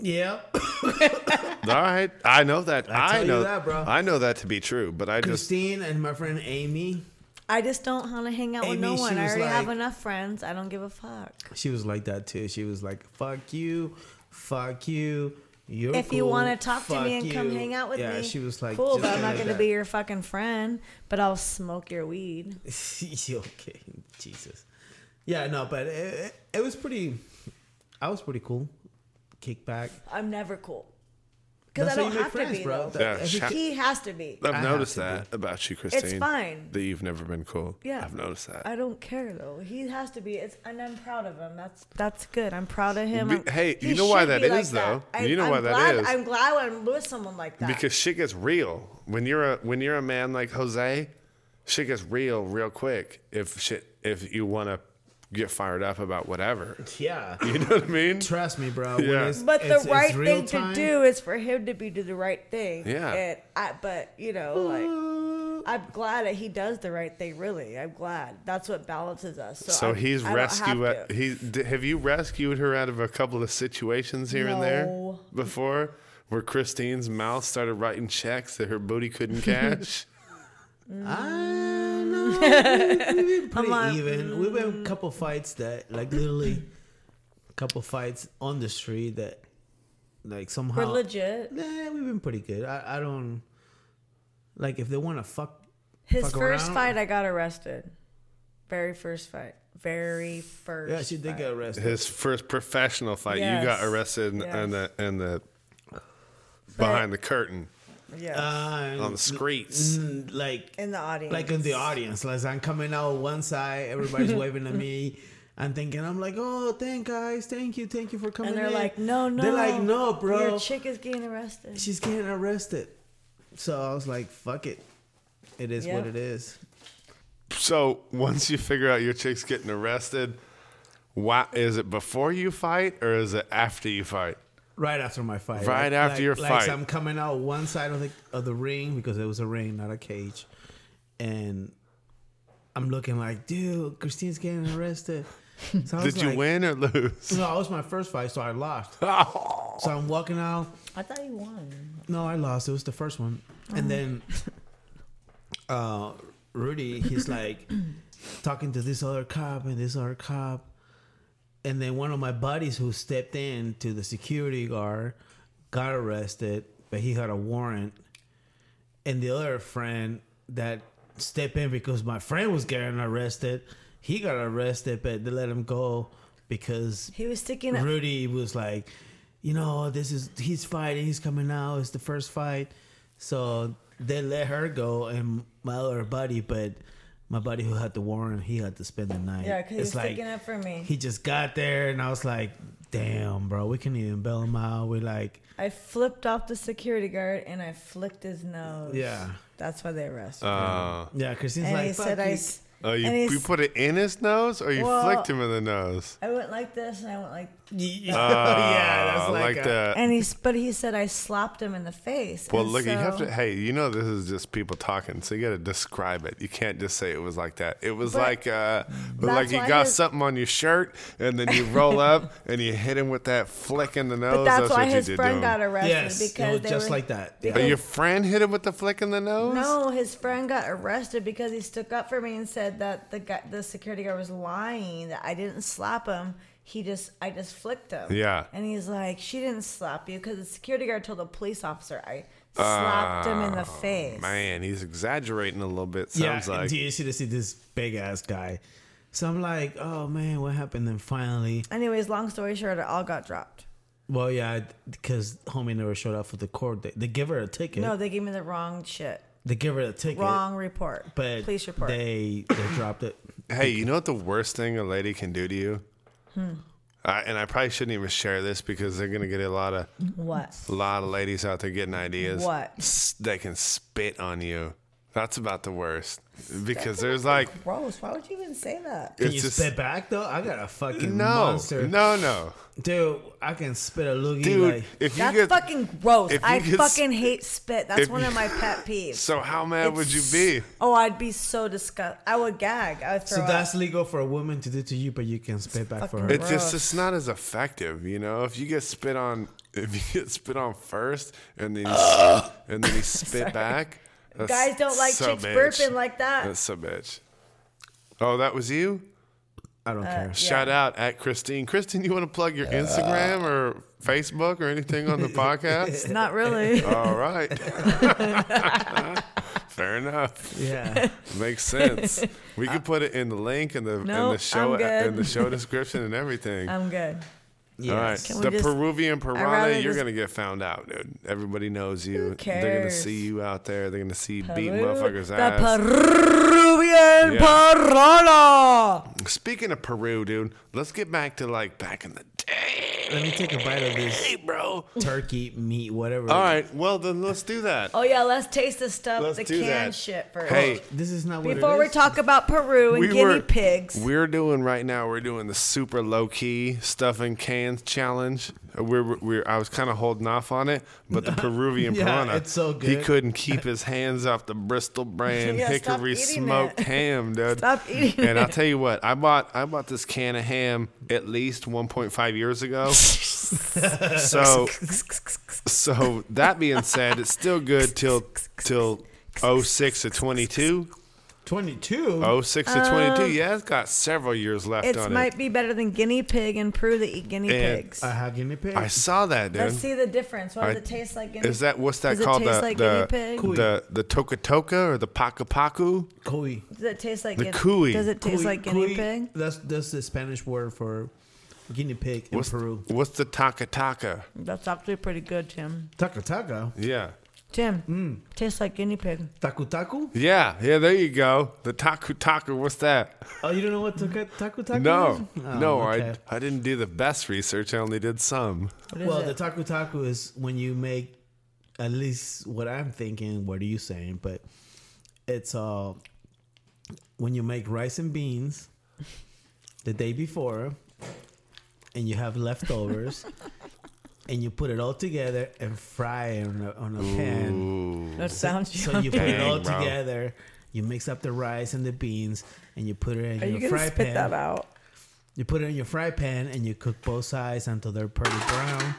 Speaker 2: Yeah.
Speaker 1: All right, I know that.
Speaker 2: I
Speaker 1: I,
Speaker 2: tell you
Speaker 1: know
Speaker 2: that, bro.
Speaker 1: I know that to be true, but I just
Speaker 2: Christine and my friend Amy.
Speaker 3: I just don't want to hang out with no
Speaker 2: Amy, she
Speaker 3: one. I
Speaker 2: was
Speaker 3: already have
Speaker 2: like-
Speaker 3: enough friends. I don't give a fuck.
Speaker 2: She was like that too. She was like, "Fuck you, fuck you." You're
Speaker 3: If you
Speaker 2: cool,
Speaker 3: want to talk to
Speaker 2: fuck
Speaker 3: me and come
Speaker 2: you."
Speaker 3: hang out with
Speaker 2: yeah,
Speaker 3: me,
Speaker 2: she was like,
Speaker 3: cool,
Speaker 2: just
Speaker 3: but I'm not
Speaker 2: like
Speaker 3: gonna
Speaker 2: that.
Speaker 3: be your fucking friend. But I'll smoke your weed.
Speaker 2: (laughs) okay, Jesus. Yeah, no, but it, it, it was pretty. I was pretty cool. Kick back.
Speaker 3: I'm never cool because I
Speaker 2: That's how you
Speaker 3: don't
Speaker 2: make
Speaker 3: have
Speaker 2: friends,
Speaker 3: to be.
Speaker 2: bro.
Speaker 3: Though.
Speaker 1: Yeah,
Speaker 2: Every
Speaker 1: shout-
Speaker 2: kid-
Speaker 3: He has to be.
Speaker 1: I've
Speaker 2: I have
Speaker 1: noticed
Speaker 2: to
Speaker 1: that about you, Christine.
Speaker 3: fine.
Speaker 1: that you've never been cool.
Speaker 3: Yeah.
Speaker 1: I've noticed that.
Speaker 3: I don't care though. He has to be. It's and I'm proud of him. That's that's good. I'm proud of him.
Speaker 1: Be-
Speaker 3: I'm-
Speaker 1: hey,
Speaker 3: he
Speaker 1: you know why
Speaker 3: should
Speaker 1: that
Speaker 3: be
Speaker 1: is, though. You know
Speaker 3: I'm
Speaker 1: why that
Speaker 3: glad,
Speaker 1: is.
Speaker 3: I'm glad when I'm with someone like that.
Speaker 1: because shit gets real when you're a when you're a man like Jose. Shit gets real real quick if shit if you want to get fired up about whatever. (laughs)
Speaker 2: Yeah.
Speaker 1: You know what I mean?
Speaker 2: Trust me, bro. when
Speaker 1: Yeah.
Speaker 2: it's-
Speaker 3: but the
Speaker 2: it's- it's
Speaker 3: right
Speaker 2: real
Speaker 3: thing
Speaker 2: time,
Speaker 3: to do is for him to be do the right thing.
Speaker 1: Yeah.
Speaker 3: And I, but you know, like I'm glad that he does the right thing. Really, I'm glad. That's what balances us. So,
Speaker 1: So
Speaker 3: I-
Speaker 1: he's
Speaker 3: I don't have
Speaker 1: rescue. e-
Speaker 3: to.
Speaker 1: He d- have you rescued her out of a couple of situations here and there
Speaker 3: No.
Speaker 1: before, where Christine's mouth started writing checks that her booty couldn't
Speaker 3: (laughs)
Speaker 1: cash.
Speaker 2: I know. We've been pretty
Speaker 3: on.
Speaker 2: even. We've been
Speaker 3: mm.
Speaker 2: a couple fights that, like, literally, couple fights on the street that, like, somehow.
Speaker 3: We're legit.
Speaker 2: Nah, we've been pretty good. I, I don't. Like, if they want to fuck.
Speaker 3: His
Speaker 2: fuck
Speaker 3: first
Speaker 2: around-
Speaker 3: fight, I got arrested. Very first fight. Very first.
Speaker 2: Yeah, she did
Speaker 3: fight.
Speaker 2: get arrested.
Speaker 1: His first professional fight, you got
Speaker 3: Yes.
Speaker 1: arrested in, in the
Speaker 3: Yes.
Speaker 1: in the behind the curtain
Speaker 3: Yes.
Speaker 2: Uh,
Speaker 3: mm,
Speaker 1: on the streets.
Speaker 2: mm, like,
Speaker 3: in the audience.
Speaker 2: like in the audience. Like, I'm coming out one
Speaker 3: (laughs)
Speaker 2: side, everybody's waving at me. I'm thinking, I'm like, oh, thank guys, thank you, thank you for coming.
Speaker 3: and they're
Speaker 2: in."
Speaker 3: like, no, no.
Speaker 2: They're like, no, bro.
Speaker 3: Your chick is getting arrested.
Speaker 2: she's getting arrested. So I was like, fuck it. It is
Speaker 3: Yeah.
Speaker 2: what it is.
Speaker 1: So once you figure out your chick's getting arrested, why is it before you fight or is it after you fight?
Speaker 2: Right after my fight.
Speaker 1: Right after your
Speaker 2: like,
Speaker 1: fight.
Speaker 2: so I'm coming out one side of the of the ring because it was a ring, not a cage. And I'm looking like, dude, Christine's getting arrested. So I was
Speaker 1: Did you
Speaker 2: like-
Speaker 1: win or lose? (laughs)
Speaker 2: No, it was my first fight, so I lost.
Speaker 1: Oh.
Speaker 2: So I'm walking out.
Speaker 3: I thought you won.
Speaker 2: No, I lost. It was the first one. And then uh, Rudy, he's like (clears throat) talking to this other cop and this other cop. And then one of my buddies who stepped in to the security guard got arrested, but he had a warrant. And the other friend that stepped in because my friend was getting arrested, he got arrested, but they let him go because
Speaker 3: He was sticking up.
Speaker 2: Rudy was like, you know, this is he's fighting, he's coming out, it's the first fight. So they let her go and my other buddy, but my buddy who had the warrant, he had to spend the night.
Speaker 3: Yeah, 'cause he
Speaker 2: It's
Speaker 3: was sticking up for me.
Speaker 2: He just got there and I was like, damn, bro, we can even bail him out. We like
Speaker 3: I flipped off the security guard and I flicked his nose.
Speaker 2: Yeah.
Speaker 3: That's why they arrested. him.
Speaker 1: Uh,
Speaker 2: Yeah, Christine's
Speaker 3: and
Speaker 2: like
Speaker 3: he
Speaker 2: Fuck
Speaker 3: said, I,
Speaker 2: you. (laughs)
Speaker 3: s-
Speaker 1: oh, you,
Speaker 3: And he's-
Speaker 1: you put it in his nose or you
Speaker 3: Well-
Speaker 1: flicked him in the
Speaker 3: (laughs)
Speaker 1: nose?
Speaker 3: I went like this and I went like,
Speaker 2: Yeah, that's
Speaker 1: Uh,
Speaker 2: like, a-
Speaker 1: that.
Speaker 3: and he's, but he said I slapped him in the face.
Speaker 1: Well,
Speaker 3: And
Speaker 1: look, you have
Speaker 3: so-
Speaker 1: to. Hey, you know this is just people talking, so you got to describe it. You can't just say it was like that. It was
Speaker 3: But
Speaker 1: like, uh, but
Speaker 3: that's
Speaker 1: like you
Speaker 3: why
Speaker 1: got
Speaker 3: his-
Speaker 1: something on your shirt, and then you roll
Speaker 3: (laughs)
Speaker 1: up and you hit him with that flick in the nose.
Speaker 3: But that's why
Speaker 1: what
Speaker 3: his
Speaker 1: you did
Speaker 3: friend
Speaker 1: to him.
Speaker 3: got arrested
Speaker 2: Yes, it
Speaker 3: because
Speaker 2: was
Speaker 3: they
Speaker 2: just
Speaker 3: were,
Speaker 2: like that.
Speaker 1: But
Speaker 3: because-
Speaker 1: your friend hit him with the flick in the nose.
Speaker 3: No, his friend got arrested because he stuck up for me and said that the guy, the security guard was lying. That I didn't slap him. He just, I just flicked him.
Speaker 1: Yeah.
Speaker 3: And he's like, she didn't slap you because the security guard told the police officer I slapped him in the face.
Speaker 1: Ah, Oh, Man, he's exaggerating a little bit.
Speaker 2: Yeah,
Speaker 1: Sounds like
Speaker 2: and you should have seen this big ass guy. So I'm like, oh man, what happened? Then finally,
Speaker 3: Anyways, long story short, it all got dropped.
Speaker 2: Well, yeah, because homie never showed up for the court. They, they give her a ticket.
Speaker 3: No, they gave me the wrong shit,
Speaker 2: they give her a ticket.
Speaker 3: wrong report.
Speaker 2: but
Speaker 3: police report.
Speaker 2: They
Speaker 3: (clears throat)
Speaker 2: they dropped it.
Speaker 1: Hey, you know what the worst thing a lady can do to you?
Speaker 2: Hmm.
Speaker 1: I, and I probably shouldn't even share this because they're gonna get a lot of
Speaker 3: what?
Speaker 1: a lot of ladies out there getting ideas.
Speaker 3: What?
Speaker 1: S- They can spit on you. That's about the worst because there's like
Speaker 3: Gross. Why would you even say that?
Speaker 2: Can
Speaker 1: it's
Speaker 2: you
Speaker 1: just
Speaker 2: spit back though? I got a fucking
Speaker 1: no,
Speaker 2: monster,
Speaker 1: no, no,
Speaker 2: dude. I can spit a loogie.
Speaker 1: dude.
Speaker 2: like,
Speaker 1: if you
Speaker 3: That's
Speaker 1: get
Speaker 3: fucking gross.
Speaker 1: if you
Speaker 3: I
Speaker 1: could
Speaker 3: fucking hate spit. That's
Speaker 1: if
Speaker 3: one of
Speaker 1: you-
Speaker 3: my pet peeves.
Speaker 1: so, how mad would you
Speaker 3: It's-
Speaker 1: be?
Speaker 3: Oh, I'd be so disgust. I would gag. I would throw
Speaker 2: so
Speaker 3: up.
Speaker 2: that's legal for a woman to do to you, but you can spit back for her.
Speaker 3: fucking
Speaker 1: It's just
Speaker 3: Gross.
Speaker 1: it's not as effective, you know. If you get spit on, (laughs) if you get spit on first, and then you s- and
Speaker 3: (laughs)
Speaker 1: then you spit back. that's
Speaker 3: Guys don't like
Speaker 1: so
Speaker 3: chicks
Speaker 1: bitch.
Speaker 3: burping like that.
Speaker 1: That's so bitch. Oh, that was you.
Speaker 2: I don't care.
Speaker 1: Shout out at Christine. Christine, you want to plug your Instagram or Facebook or anything
Speaker 3: (laughs)
Speaker 1: on the podcast?
Speaker 3: Not
Speaker 2: (laughs)
Speaker 3: really.
Speaker 1: All right. (laughs) Fair enough.
Speaker 3: (laughs)
Speaker 2: Yeah,
Speaker 1: Makes sense. We could put it in the link and the in the
Speaker 3: Uh, Nope,
Speaker 1: show uh,
Speaker 3: I'm good.
Speaker 1: in the
Speaker 3: (laughs)
Speaker 1: show description and everything.
Speaker 3: I'm good.
Speaker 1: All right.
Speaker 2: yes.
Speaker 3: we
Speaker 1: The
Speaker 3: just-
Speaker 1: Peruvian
Speaker 3: rather
Speaker 1: piranha, you're
Speaker 3: just-
Speaker 1: going to get found out, dude. Everybody knows you. They're going to
Speaker 3: cares?
Speaker 1: see you out there. They're going to see you beat
Speaker 3: Peru-
Speaker 1: motherfuckers'
Speaker 3: the
Speaker 1: ass.
Speaker 3: Peruvian
Speaker 1: Yeah.
Speaker 3: piranha.
Speaker 1: Speaking of Peru, dude, let's get back to like back in the day.
Speaker 2: Let me take a bite of this
Speaker 1: Hey, bro.
Speaker 2: turkey meat, whatever.
Speaker 1: All right. Well, then let's do that.
Speaker 3: Oh yeah, let's taste the stuff,
Speaker 1: Let's
Speaker 3: the
Speaker 1: do
Speaker 3: canned
Speaker 1: that.
Speaker 3: shit first.
Speaker 1: Hey,
Speaker 2: This is not what
Speaker 3: Before
Speaker 2: it
Speaker 3: we
Speaker 2: is.
Speaker 3: talk about Peru and guinea pigs,
Speaker 1: We're doing right now. We're doing the super low key stuff in cans challenge. Uh, We're, we're I was kind of holding off on it,
Speaker 3: (laughs)
Speaker 1: but the Peruvian
Speaker 2: Yeah,
Speaker 1: piranha,
Speaker 2: it's so
Speaker 1: he
Speaker 2: good.
Speaker 1: couldn't keep his hands off the Bristol brand
Speaker 3: (laughs) Yeah, stop
Speaker 1: hickory
Speaker 3: eating
Speaker 1: smoked
Speaker 3: it.
Speaker 1: ham, dude.
Speaker 3: (laughs) Stop eating
Speaker 1: And I'll
Speaker 3: it.
Speaker 1: tell you what, I bought I bought this can of ham at least 1.5 years
Speaker 3: (laughs)
Speaker 1: ago. so so that being said, it's still good till till 06 to 22.
Speaker 2: twenty-two.
Speaker 1: Oh, six to
Speaker 3: Um,
Speaker 1: 22. Yeah, it's got several years left
Speaker 3: it
Speaker 1: on
Speaker 3: might
Speaker 1: it.
Speaker 3: be better than guinea pig in Peru. They eat guinea
Speaker 1: And
Speaker 3: pigs.
Speaker 2: I have guinea pig.
Speaker 1: I saw that, dude.
Speaker 3: let's see the difference. What does
Speaker 1: I-
Speaker 3: it taste like? Guinea
Speaker 1: Is that what's that
Speaker 3: Does it
Speaker 1: called?
Speaker 3: taste
Speaker 1: the,
Speaker 3: like
Speaker 1: the,
Speaker 3: guinea pig?
Speaker 2: Kui.
Speaker 1: the the toka toka or the paku paku?
Speaker 2: Koi.
Speaker 3: Does it taste like
Speaker 1: The
Speaker 3: guinea-
Speaker 1: cuy.
Speaker 3: Does it taste
Speaker 2: Cuy-
Speaker 3: like guinea
Speaker 2: cuy-
Speaker 3: pig?
Speaker 2: That's that's the Spanish word for guinea pig in
Speaker 1: What's
Speaker 2: Peru.
Speaker 1: what's the taka taka?
Speaker 3: That's actually pretty good, Tim.
Speaker 2: Taco taco,
Speaker 1: Yeah,
Speaker 3: Tim,
Speaker 2: Mm.
Speaker 3: tastes like guinea pig.
Speaker 2: taco taco.
Speaker 1: yeah, yeah. There you go. The taku taku. What's that?
Speaker 2: Oh, you don't know what taco taco taco
Speaker 3: (laughs)
Speaker 2: is?
Speaker 1: No,
Speaker 2: Oh,
Speaker 1: no.
Speaker 2: okay.
Speaker 1: I I didn't do the best research. I only did some.
Speaker 3: What is
Speaker 2: Well,
Speaker 3: it?
Speaker 2: the taco taco is when you make, at least what I'm thinking. What are you saying? But it's uh when you make rice and beans the day before, and you have
Speaker 3: (laughs)
Speaker 2: leftovers. And you put it all together and fry it on a, on a pan.
Speaker 3: that sounds
Speaker 2: So (laughs) you put it
Speaker 1: Dang,
Speaker 2: all
Speaker 1: bro.
Speaker 2: together. You mix up the rice and the beans, and you put it in
Speaker 3: Are
Speaker 2: your
Speaker 3: you gonna
Speaker 2: fry
Speaker 3: spit
Speaker 2: pan.
Speaker 3: that out?
Speaker 2: You put it in your fry pan and you cook both sides until they're pretty brown.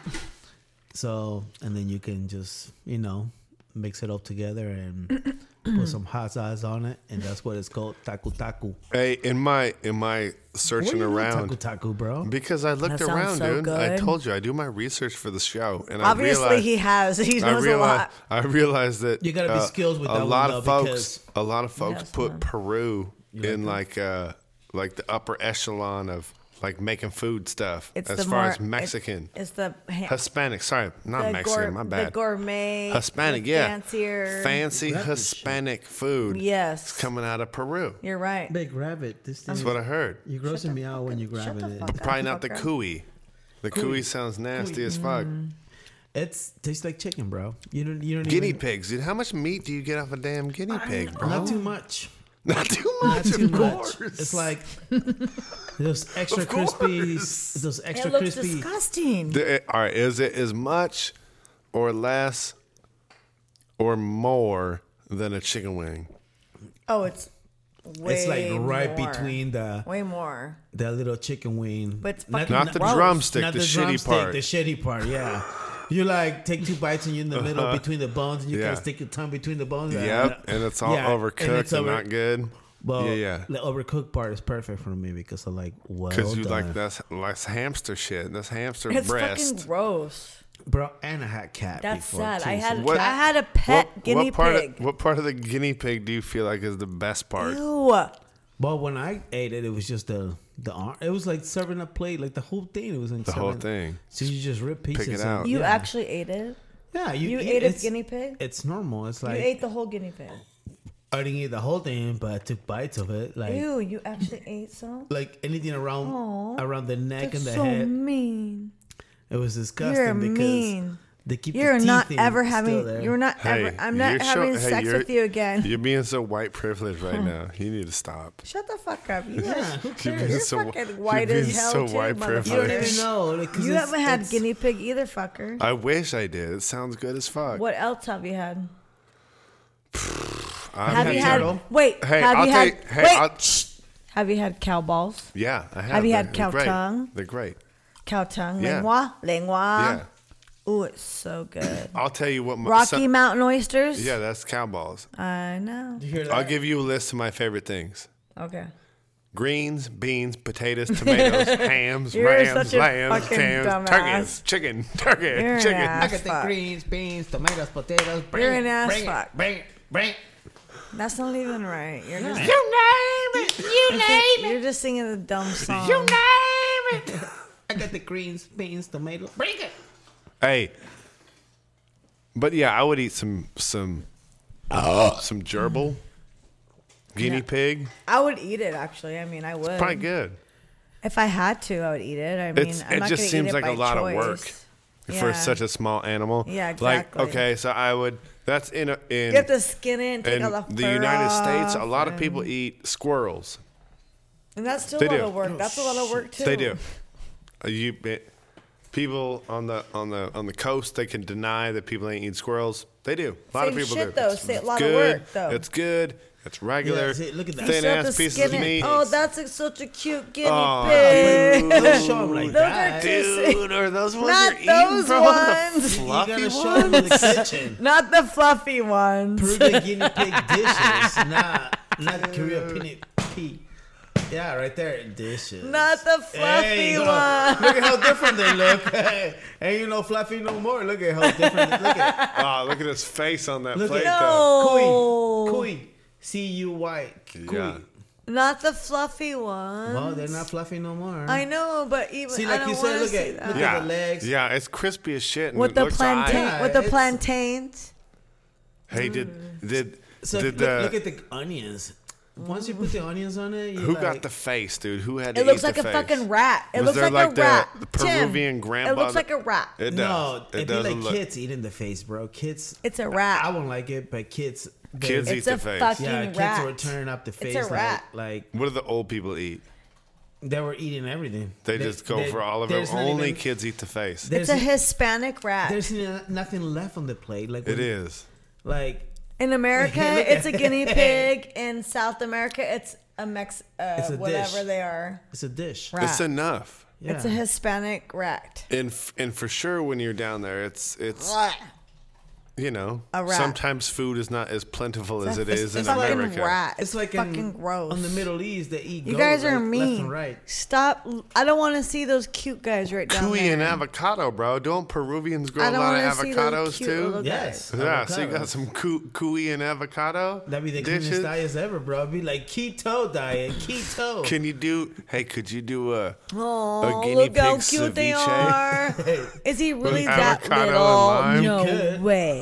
Speaker 2: So, and then you can just, you know, mix it up
Speaker 3: (clears throat)
Speaker 2: together and put some hot sauce on it. And that's what it's called taku taku.
Speaker 1: Hey, in my in my
Speaker 2: What do
Speaker 1: searching
Speaker 2: you mean
Speaker 1: around,
Speaker 2: Taku taku, bro.
Speaker 1: because I looked
Speaker 3: sounds
Speaker 1: around,
Speaker 3: so
Speaker 1: dude. I
Speaker 3: good.
Speaker 1: told you I do my research for the show, and
Speaker 3: Obviously,
Speaker 1: I realized,
Speaker 3: he has. He
Speaker 1: I
Speaker 3: knows a
Speaker 1: realized
Speaker 3: lot.
Speaker 1: I realized that uh,
Speaker 2: You gotta be skilled with
Speaker 1: a
Speaker 2: that one,
Speaker 1: lot
Speaker 2: though,
Speaker 1: of folks.
Speaker 2: because-
Speaker 1: A lot of folks
Speaker 3: have
Speaker 1: put
Speaker 3: some.
Speaker 1: Peru in like uh like the upper echelon of like making food stuff
Speaker 3: It's
Speaker 1: as
Speaker 3: the
Speaker 1: far
Speaker 3: more,
Speaker 1: as Mexican,
Speaker 3: It's, it's the ha-
Speaker 1: Hispanic. Sorry, not
Speaker 3: the
Speaker 1: Mexican.
Speaker 3: gour-
Speaker 1: my bad.
Speaker 3: The gourmet.
Speaker 1: Hispanic,
Speaker 3: the
Speaker 1: yeah.
Speaker 3: Fancier.
Speaker 1: Fancy
Speaker 2: That was shit.
Speaker 1: Hispanic food.
Speaker 3: Yes.
Speaker 1: Coming out of Peru.
Speaker 3: You're right.
Speaker 2: Big rabbit, this thing.
Speaker 1: That's what I heard.
Speaker 2: you're grossing me out when you grab
Speaker 3: Shut
Speaker 2: it.
Speaker 3: the fuck up,
Speaker 1: Probably not the
Speaker 3: fucker.
Speaker 1: cooey. The cooey sounds nasty as fuck.
Speaker 2: Mm. It's tastes like chicken, bro. You don't. You don't
Speaker 1: Guinea
Speaker 2: even.
Speaker 1: pigs, dude. How much meat do you get off a damn guinea pig, bro?
Speaker 2: Not too much.
Speaker 1: (laughs) Not too
Speaker 2: Not
Speaker 1: much,
Speaker 2: too
Speaker 1: of
Speaker 2: much.
Speaker 1: course.
Speaker 2: It's
Speaker 1: (laughs)
Speaker 2: like those extra
Speaker 1: Of course.
Speaker 2: crispy. Those extra
Speaker 3: It looks
Speaker 2: crispy.
Speaker 3: disgusting.
Speaker 1: The- eh, all right, is it as much or less or more than a chicken wing?
Speaker 3: oh, it's way
Speaker 2: it's like right
Speaker 3: more.
Speaker 2: between the
Speaker 3: Way more.
Speaker 2: that little chicken wing.
Speaker 3: But it's fucking
Speaker 1: Not the
Speaker 3: Gross.
Speaker 1: drumstick, the, shitty
Speaker 2: drumstick,
Speaker 1: part.
Speaker 2: The shitty part, yeah. You like take two bites and you're in the middle between the bones, and you
Speaker 1: Uh-huh. Yeah.
Speaker 2: kind of stick your tongue between the bones.
Speaker 1: yep, and it's all
Speaker 2: Yeah, and
Speaker 1: overcooked and,
Speaker 2: it's over-
Speaker 1: not good.
Speaker 2: Well,
Speaker 1: yeah, yeah.
Speaker 2: The overcooked part is perfect for me because I like well
Speaker 1: Because you
Speaker 2: done,
Speaker 1: like that's like hamster shit. That's hamster
Speaker 3: It's
Speaker 1: breast.
Speaker 3: fucking gross.
Speaker 2: bro. And I had cat.
Speaker 3: That's
Speaker 2: before,
Speaker 3: sad. I
Speaker 2: too,
Speaker 3: had
Speaker 2: so-
Speaker 3: I had a pet
Speaker 1: what-
Speaker 3: guinea
Speaker 1: what part
Speaker 3: pig.
Speaker 1: Of, what part of the guinea pig do you feel like is the best part?
Speaker 3: Ew.
Speaker 2: But when I ate it, it was just the the arm. It was like serving a plate, like the whole thing. It was like
Speaker 1: The whole
Speaker 2: serving-
Speaker 1: thing.
Speaker 2: So you just rip pieces.
Speaker 1: it
Speaker 2: and-
Speaker 1: out.
Speaker 3: You
Speaker 2: yeah.
Speaker 3: actually ate it?
Speaker 2: yeah. You,
Speaker 3: You
Speaker 2: eat-
Speaker 3: ate a
Speaker 2: it's-
Speaker 3: guinea pig?
Speaker 2: It's normal. It's like
Speaker 3: you ate the whole guinea pig.
Speaker 2: I didn't eat the whole thing, but I took bites of it. Like
Speaker 3: Ew, you actually ate some?
Speaker 2: like anything around
Speaker 3: Aw,
Speaker 2: around the neck
Speaker 3: That's
Speaker 2: and the
Speaker 3: so
Speaker 2: head.
Speaker 3: mean.
Speaker 2: It was disgusting
Speaker 3: You're
Speaker 2: because
Speaker 3: mean.
Speaker 2: they keep the
Speaker 3: You're not
Speaker 2: teeth in-
Speaker 3: ever
Speaker 2: still
Speaker 3: having.
Speaker 2: there.
Speaker 3: You're not
Speaker 1: Hey,
Speaker 3: ever. I'm not
Speaker 1: you're show-
Speaker 3: having
Speaker 1: hey,
Speaker 3: sex
Speaker 1: you're-
Speaker 3: with you again.
Speaker 1: You're being so white privileged right now. You need to stop.
Speaker 3: Shut the fuck up. You
Speaker 2: Yeah,
Speaker 3: are
Speaker 2: who
Speaker 3: you're,
Speaker 2: cares?
Speaker 1: being so whi-
Speaker 3: fucking
Speaker 1: you're
Speaker 3: white
Speaker 1: being
Speaker 3: as hell
Speaker 1: so
Speaker 3: too,
Speaker 1: white
Speaker 2: You don't
Speaker 1: privileged.
Speaker 3: motherfucker.
Speaker 2: even know. Like, 'cause
Speaker 3: You
Speaker 2: it's-
Speaker 3: haven't had
Speaker 2: it's-
Speaker 3: guinea pig either, fucker.
Speaker 1: I wish I did. It sounds good as fuck.
Speaker 3: What else have you had?
Speaker 1: I
Speaker 3: Have
Speaker 1: mean,
Speaker 3: you had?
Speaker 2: turtle.
Speaker 3: Wait.
Speaker 1: Hey,
Speaker 3: have
Speaker 1: I'll
Speaker 3: you
Speaker 1: tell
Speaker 3: had?
Speaker 1: you- hey,
Speaker 3: wait.
Speaker 1: I'll-
Speaker 3: shh. have you had cow balls?
Speaker 1: Yeah, I have.
Speaker 3: Have you
Speaker 1: They're-
Speaker 3: had
Speaker 1: they're
Speaker 3: cow
Speaker 1: great.
Speaker 3: tongue?
Speaker 1: They're great.
Speaker 3: Cow tongue,
Speaker 1: Yeah.
Speaker 3: lengua, lengua.
Speaker 1: Yeah.
Speaker 3: Ooh, it's so
Speaker 1: (clears throat)
Speaker 3: good.
Speaker 1: I'll tell you what. My,
Speaker 3: Rocky
Speaker 1: some-
Speaker 3: Mountain oysters.
Speaker 1: yeah, that's cow balls.
Speaker 3: I know.
Speaker 2: You hear that?
Speaker 1: I'll give you a list of my favorite things:
Speaker 3: Okay.
Speaker 1: greens, beans, potatoes,
Speaker 3: (laughs)
Speaker 1: tomatoes, hams,
Speaker 3: You're
Speaker 1: rams,
Speaker 3: such a
Speaker 1: lambs,
Speaker 3: fucking
Speaker 1: hams,
Speaker 3: dumbass.
Speaker 1: turkeys, chicken, turkey,
Speaker 3: You're an
Speaker 1: chicken.
Speaker 2: I
Speaker 3: ass.
Speaker 2: got the
Speaker 3: fuck.
Speaker 2: greens, beans, tomatoes, potatoes. Bring
Speaker 3: You're
Speaker 2: it,
Speaker 3: an ass
Speaker 2: bring it,
Speaker 3: fuck.
Speaker 2: Bring it, bring it.
Speaker 3: That's not even right. You're just
Speaker 1: You name it. You
Speaker 3: you're just singing a dumb song.
Speaker 1: You name it.
Speaker 2: (laughs) I got the greens, beans, tomatoes. Bring it.
Speaker 1: Hey, but yeah, I would eat some some
Speaker 2: Ah.
Speaker 1: some gerbil, guinea
Speaker 3: Yeah. Uh,
Speaker 1: pig.
Speaker 3: I would eat it actually. I mean, I would.
Speaker 1: Probably good.
Speaker 3: If I had to, I would eat it. I mean,
Speaker 1: It's-
Speaker 3: I'm
Speaker 1: it
Speaker 3: not
Speaker 1: just
Speaker 3: gonna
Speaker 1: seems
Speaker 3: eat it
Speaker 1: like a
Speaker 3: by
Speaker 1: lot of
Speaker 3: choice.
Speaker 1: work for such a small animal.
Speaker 3: Yeah,
Speaker 1: Like
Speaker 3: exactly.
Speaker 1: okay, so I would. That's in a, in
Speaker 3: You have to skin it, and take
Speaker 1: in
Speaker 3: all the,
Speaker 1: the
Speaker 3: fur
Speaker 1: United States.
Speaker 3: off,
Speaker 1: A lot of
Speaker 3: and-
Speaker 1: people eat squirrels.
Speaker 3: and that's still
Speaker 1: they
Speaker 3: a lot
Speaker 1: do.
Speaker 3: of work. That's a lot of work too.
Speaker 1: They do. Uh, You it- people on the on the on the coast they can deny that people ain't eat squirrels. They do. A lot of
Speaker 3: Same
Speaker 1: people
Speaker 3: shit,
Speaker 1: do.
Speaker 3: though. Say a lot of
Speaker 1: good.
Speaker 3: work, though.
Speaker 1: It's good. It's regular.
Speaker 2: Yeah, see, look at that. You
Speaker 1: Thin
Speaker 3: You have to
Speaker 1: ass pieces
Speaker 3: skin
Speaker 1: of
Speaker 3: it.
Speaker 1: meat. Oh,
Speaker 3: Oh, that's a, such a cute guinea
Speaker 1: Aw,
Speaker 3: pig.
Speaker 1: dude.
Speaker 2: Don't show 'em like
Speaker 3: Those are
Speaker 2: that.
Speaker 3: two-
Speaker 1: Dude, are those ones
Speaker 3: Not
Speaker 1: you're
Speaker 3: those
Speaker 1: eating, bro? (laughs) The
Speaker 3: ones. You
Speaker 2: You gotta
Speaker 1: fluffy
Speaker 2: show 'em in
Speaker 1: ones?
Speaker 2: the
Speaker 3: (laughs)
Speaker 2: kitchen.
Speaker 3: (laughs) Not the fluffy ones.
Speaker 2: Peruvian guinea pig dishes, not not Korean guinea pig. Yeah, right there, dishes.
Speaker 3: Not the
Speaker 2: Hey,
Speaker 3: fluffy
Speaker 2: look,
Speaker 3: ones.
Speaker 2: look at how different they look. (laughs) Hey, ain't you no fluffy no more. Look at how different. Look at
Speaker 1: (laughs) Ah, look at his face on that
Speaker 2: Look
Speaker 1: plate,
Speaker 2: at-
Speaker 1: though.
Speaker 3: No.
Speaker 2: Kui, Kui, C U Y, Kui.
Speaker 1: Yeah.
Speaker 3: Not the fluffy ones.
Speaker 2: Well, they're not fluffy no more.
Speaker 3: I know, but even
Speaker 2: See,
Speaker 3: I
Speaker 2: like
Speaker 3: don't
Speaker 2: you
Speaker 3: want
Speaker 2: said,
Speaker 3: to
Speaker 2: look
Speaker 3: see
Speaker 2: at
Speaker 3: that.
Speaker 2: look
Speaker 1: Yeah.
Speaker 2: at the legs.
Speaker 1: Yeah, it's crispy as shit. And
Speaker 3: with
Speaker 1: it
Speaker 3: the
Speaker 1: looks aight.
Speaker 3: plantain,
Speaker 2: Yeah,
Speaker 3: with the
Speaker 2: it's-
Speaker 3: plantains.
Speaker 1: Hey, did
Speaker 3: Mm.
Speaker 1: did
Speaker 2: So
Speaker 1: did
Speaker 2: look,
Speaker 1: the
Speaker 2: look at the onions. Once you put the onions on it, you
Speaker 1: who
Speaker 2: like,
Speaker 1: got the face, dude? Who had to
Speaker 3: It looks
Speaker 1: eat
Speaker 3: like
Speaker 1: the
Speaker 3: a
Speaker 1: face?
Speaker 3: fucking rat. It
Speaker 1: Was
Speaker 3: looks
Speaker 1: there
Speaker 3: like, a
Speaker 1: like the-
Speaker 3: rat.
Speaker 1: the
Speaker 3: Tim,
Speaker 1: Peruvian
Speaker 3: It
Speaker 1: grandmother-
Speaker 3: looks like a rat.
Speaker 1: It does.
Speaker 2: No,
Speaker 1: it
Speaker 2: it'd be
Speaker 1: doesn't
Speaker 2: like
Speaker 1: look.
Speaker 2: kids eating the face, bro. Kids,
Speaker 3: it's a
Speaker 2: I
Speaker 3: rat.
Speaker 2: won't like it, but kids, they-
Speaker 1: Kids eat
Speaker 3: It's
Speaker 1: the
Speaker 3: a
Speaker 1: face.
Speaker 3: fucking
Speaker 2: yeah, kids
Speaker 3: rat.
Speaker 2: were turning up the
Speaker 3: a
Speaker 2: face,
Speaker 3: rat.
Speaker 2: like like
Speaker 1: What do the old people eat?
Speaker 2: they were eating everything.
Speaker 1: They, just go
Speaker 2: they-
Speaker 1: for all of it.
Speaker 2: there's not
Speaker 1: Only
Speaker 2: even-
Speaker 1: kids eat the face.
Speaker 2: there's
Speaker 3: It's a Hispanic rat.
Speaker 2: There's n- nothing left on the plate. Like
Speaker 1: It
Speaker 2: when-
Speaker 1: is.
Speaker 2: Like (laughs)
Speaker 3: In America,
Speaker 2: Look
Speaker 3: it's a
Speaker 2: at- (laughs)
Speaker 3: guinea pig. In South America, it's a Mex, uh,
Speaker 2: It's a
Speaker 3: whatever
Speaker 2: dish.
Speaker 3: they are.
Speaker 2: It's a dish.
Speaker 3: Rat.
Speaker 1: It's enough.
Speaker 2: Yeah.
Speaker 3: It's a Hispanic rat.
Speaker 1: And f- and for sure when you're down there, it's it's you know
Speaker 3: A rat.
Speaker 1: sometimes food is not as plentiful as it is
Speaker 3: it's
Speaker 1: in
Speaker 3: like
Speaker 1: America.
Speaker 3: rat.
Speaker 2: It's like
Speaker 3: fucking
Speaker 2: in,
Speaker 3: gross.
Speaker 2: on the Middle East they eat.
Speaker 3: you
Speaker 2: goat,
Speaker 3: guys are
Speaker 2: like, Left
Speaker 3: mean.
Speaker 2: and right.
Speaker 3: Stop. I don't want to see those cute guys right down
Speaker 1: Kiwi
Speaker 3: there.
Speaker 1: and avocado, bro. Don't Peruvians grow
Speaker 3: I
Speaker 1: a
Speaker 3: don't
Speaker 1: lot of
Speaker 3: wanna see those
Speaker 1: avocados
Speaker 3: cute
Speaker 1: too?
Speaker 3: little-
Speaker 2: Yes.
Speaker 1: Yeah, so you
Speaker 2: avocado.
Speaker 1: got some coo- cooey and avocado
Speaker 2: That'd be the
Speaker 1: dishes.
Speaker 2: cleanest diet ever, bro. It'd be like keto diet, keto.
Speaker 1: Can you do? Hey, could you do a
Speaker 3: Oh,
Speaker 1: a guinea
Speaker 3: look
Speaker 1: pig
Speaker 3: how cute they
Speaker 1: ceviche? (laughs)
Speaker 3: are. Is he really that
Speaker 1: avocado and
Speaker 3: little?
Speaker 1: lime?
Speaker 2: Good.
Speaker 3: No way.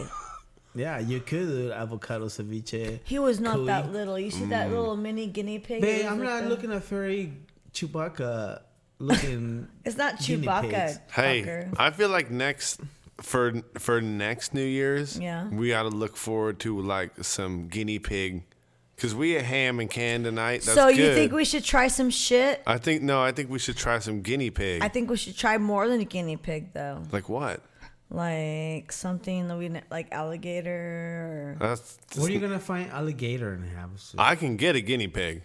Speaker 2: yeah, you could do avocado ceviche.
Speaker 3: He was not
Speaker 2: Cooey.
Speaker 3: that little. You see that little mini guinea pig?
Speaker 2: Mm. Babe,
Speaker 3: It
Speaker 2: I'm
Speaker 3: was like
Speaker 2: not
Speaker 3: the-
Speaker 2: looking at very Chewbacca looking.
Speaker 3: (laughs) It's not
Speaker 2: guinea pigs.
Speaker 3: Chewbacca.
Speaker 1: Hey,
Speaker 3: fucker.
Speaker 1: I feel like next for for next New Year's,
Speaker 3: Yeah.
Speaker 1: we got to look forward to like some guinea pig, cause we a ham and can tonight. That's
Speaker 3: So you
Speaker 1: good.
Speaker 3: think we should try some shit?
Speaker 1: I think no. I think we should try some guinea pig.
Speaker 3: I think we should try more than a guinea pig, though.
Speaker 1: like what?
Speaker 3: Like something that we ne- like alligator. Or...
Speaker 1: That's,
Speaker 2: Where are you gonna find alligator and have?
Speaker 3: Uh,
Speaker 2: (laughs)
Speaker 1: I can get a guinea pig.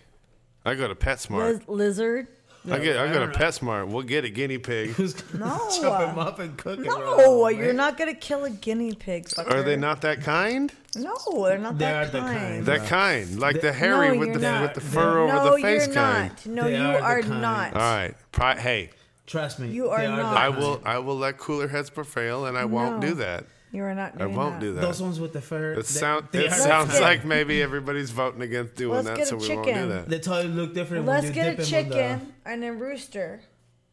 Speaker 1: I go to PetSmart.
Speaker 3: Liz- lizard?
Speaker 1: I get. I
Speaker 2: I
Speaker 1: go to
Speaker 2: don't know.
Speaker 1: PetSmart. We'll get a guinea pig.
Speaker 3: (laughs)
Speaker 2: Who's gonna
Speaker 3: No.
Speaker 2: chop him up and cook him?
Speaker 3: No, you're not gonna kill a guinea pig.
Speaker 1: Are they
Speaker 3: fucker.
Speaker 1: not that kind?
Speaker 3: No, they're not
Speaker 2: They
Speaker 3: that
Speaker 2: are the
Speaker 3: kind.
Speaker 2: kind.
Speaker 1: That kind, like the hairy
Speaker 3: No,
Speaker 1: with
Speaker 3: you're
Speaker 1: the
Speaker 3: not.
Speaker 1: with the
Speaker 2: They're-
Speaker 1: fur over
Speaker 3: no,
Speaker 1: the face
Speaker 3: you're
Speaker 1: kind.
Speaker 3: not. No,
Speaker 2: They
Speaker 3: you
Speaker 2: are the
Speaker 3: are,
Speaker 2: kind.
Speaker 3: not.
Speaker 1: All right, Pri- hey,
Speaker 2: Trust me.
Speaker 3: You are
Speaker 2: they the
Speaker 3: not.
Speaker 1: I
Speaker 2: kind.
Speaker 1: will I will let cooler heads prevail, and I won't
Speaker 3: No.
Speaker 1: do that.
Speaker 3: You are not.
Speaker 1: I
Speaker 3: Doing
Speaker 1: won't
Speaker 3: that.
Speaker 1: do that.
Speaker 2: Those ones with the fur.
Speaker 1: it sound,
Speaker 2: they
Speaker 1: it
Speaker 2: are-
Speaker 1: sounds
Speaker 3: get-
Speaker 1: like maybe everybody's voting against doing
Speaker 3: Let's
Speaker 1: that,
Speaker 3: get a
Speaker 1: so we
Speaker 3: chicken.
Speaker 1: won't do that.
Speaker 2: They totally look different. when
Speaker 3: Let's
Speaker 2: you
Speaker 3: get a
Speaker 2: dip 'em in the-
Speaker 3: chicken and a rooster,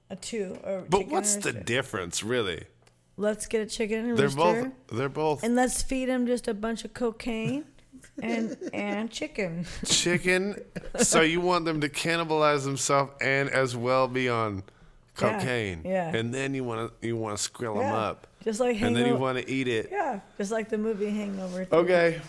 Speaker 3: a two. Or
Speaker 1: But
Speaker 3: chicken
Speaker 1: what's
Speaker 3: and
Speaker 1: the
Speaker 3: rooster.
Speaker 1: difference, really?
Speaker 3: Let's get a chicken and a
Speaker 1: They're
Speaker 3: rooster,
Speaker 1: both they're both
Speaker 3: and let's feed him just a bunch of cocaine
Speaker 1: (laughs)
Speaker 3: and and chicken.
Speaker 1: chicken. so you want them to cannibalize themselves and as well be on
Speaker 3: Yeah,
Speaker 1: cocaine.
Speaker 3: yeah.
Speaker 1: And then you want to you want to skrill them
Speaker 3: Yeah,
Speaker 1: up,
Speaker 3: Just like
Speaker 1: and then you
Speaker 3: hangover.
Speaker 1: want to eat it.
Speaker 3: yeah, just like the movie Hangover.
Speaker 1: Okay.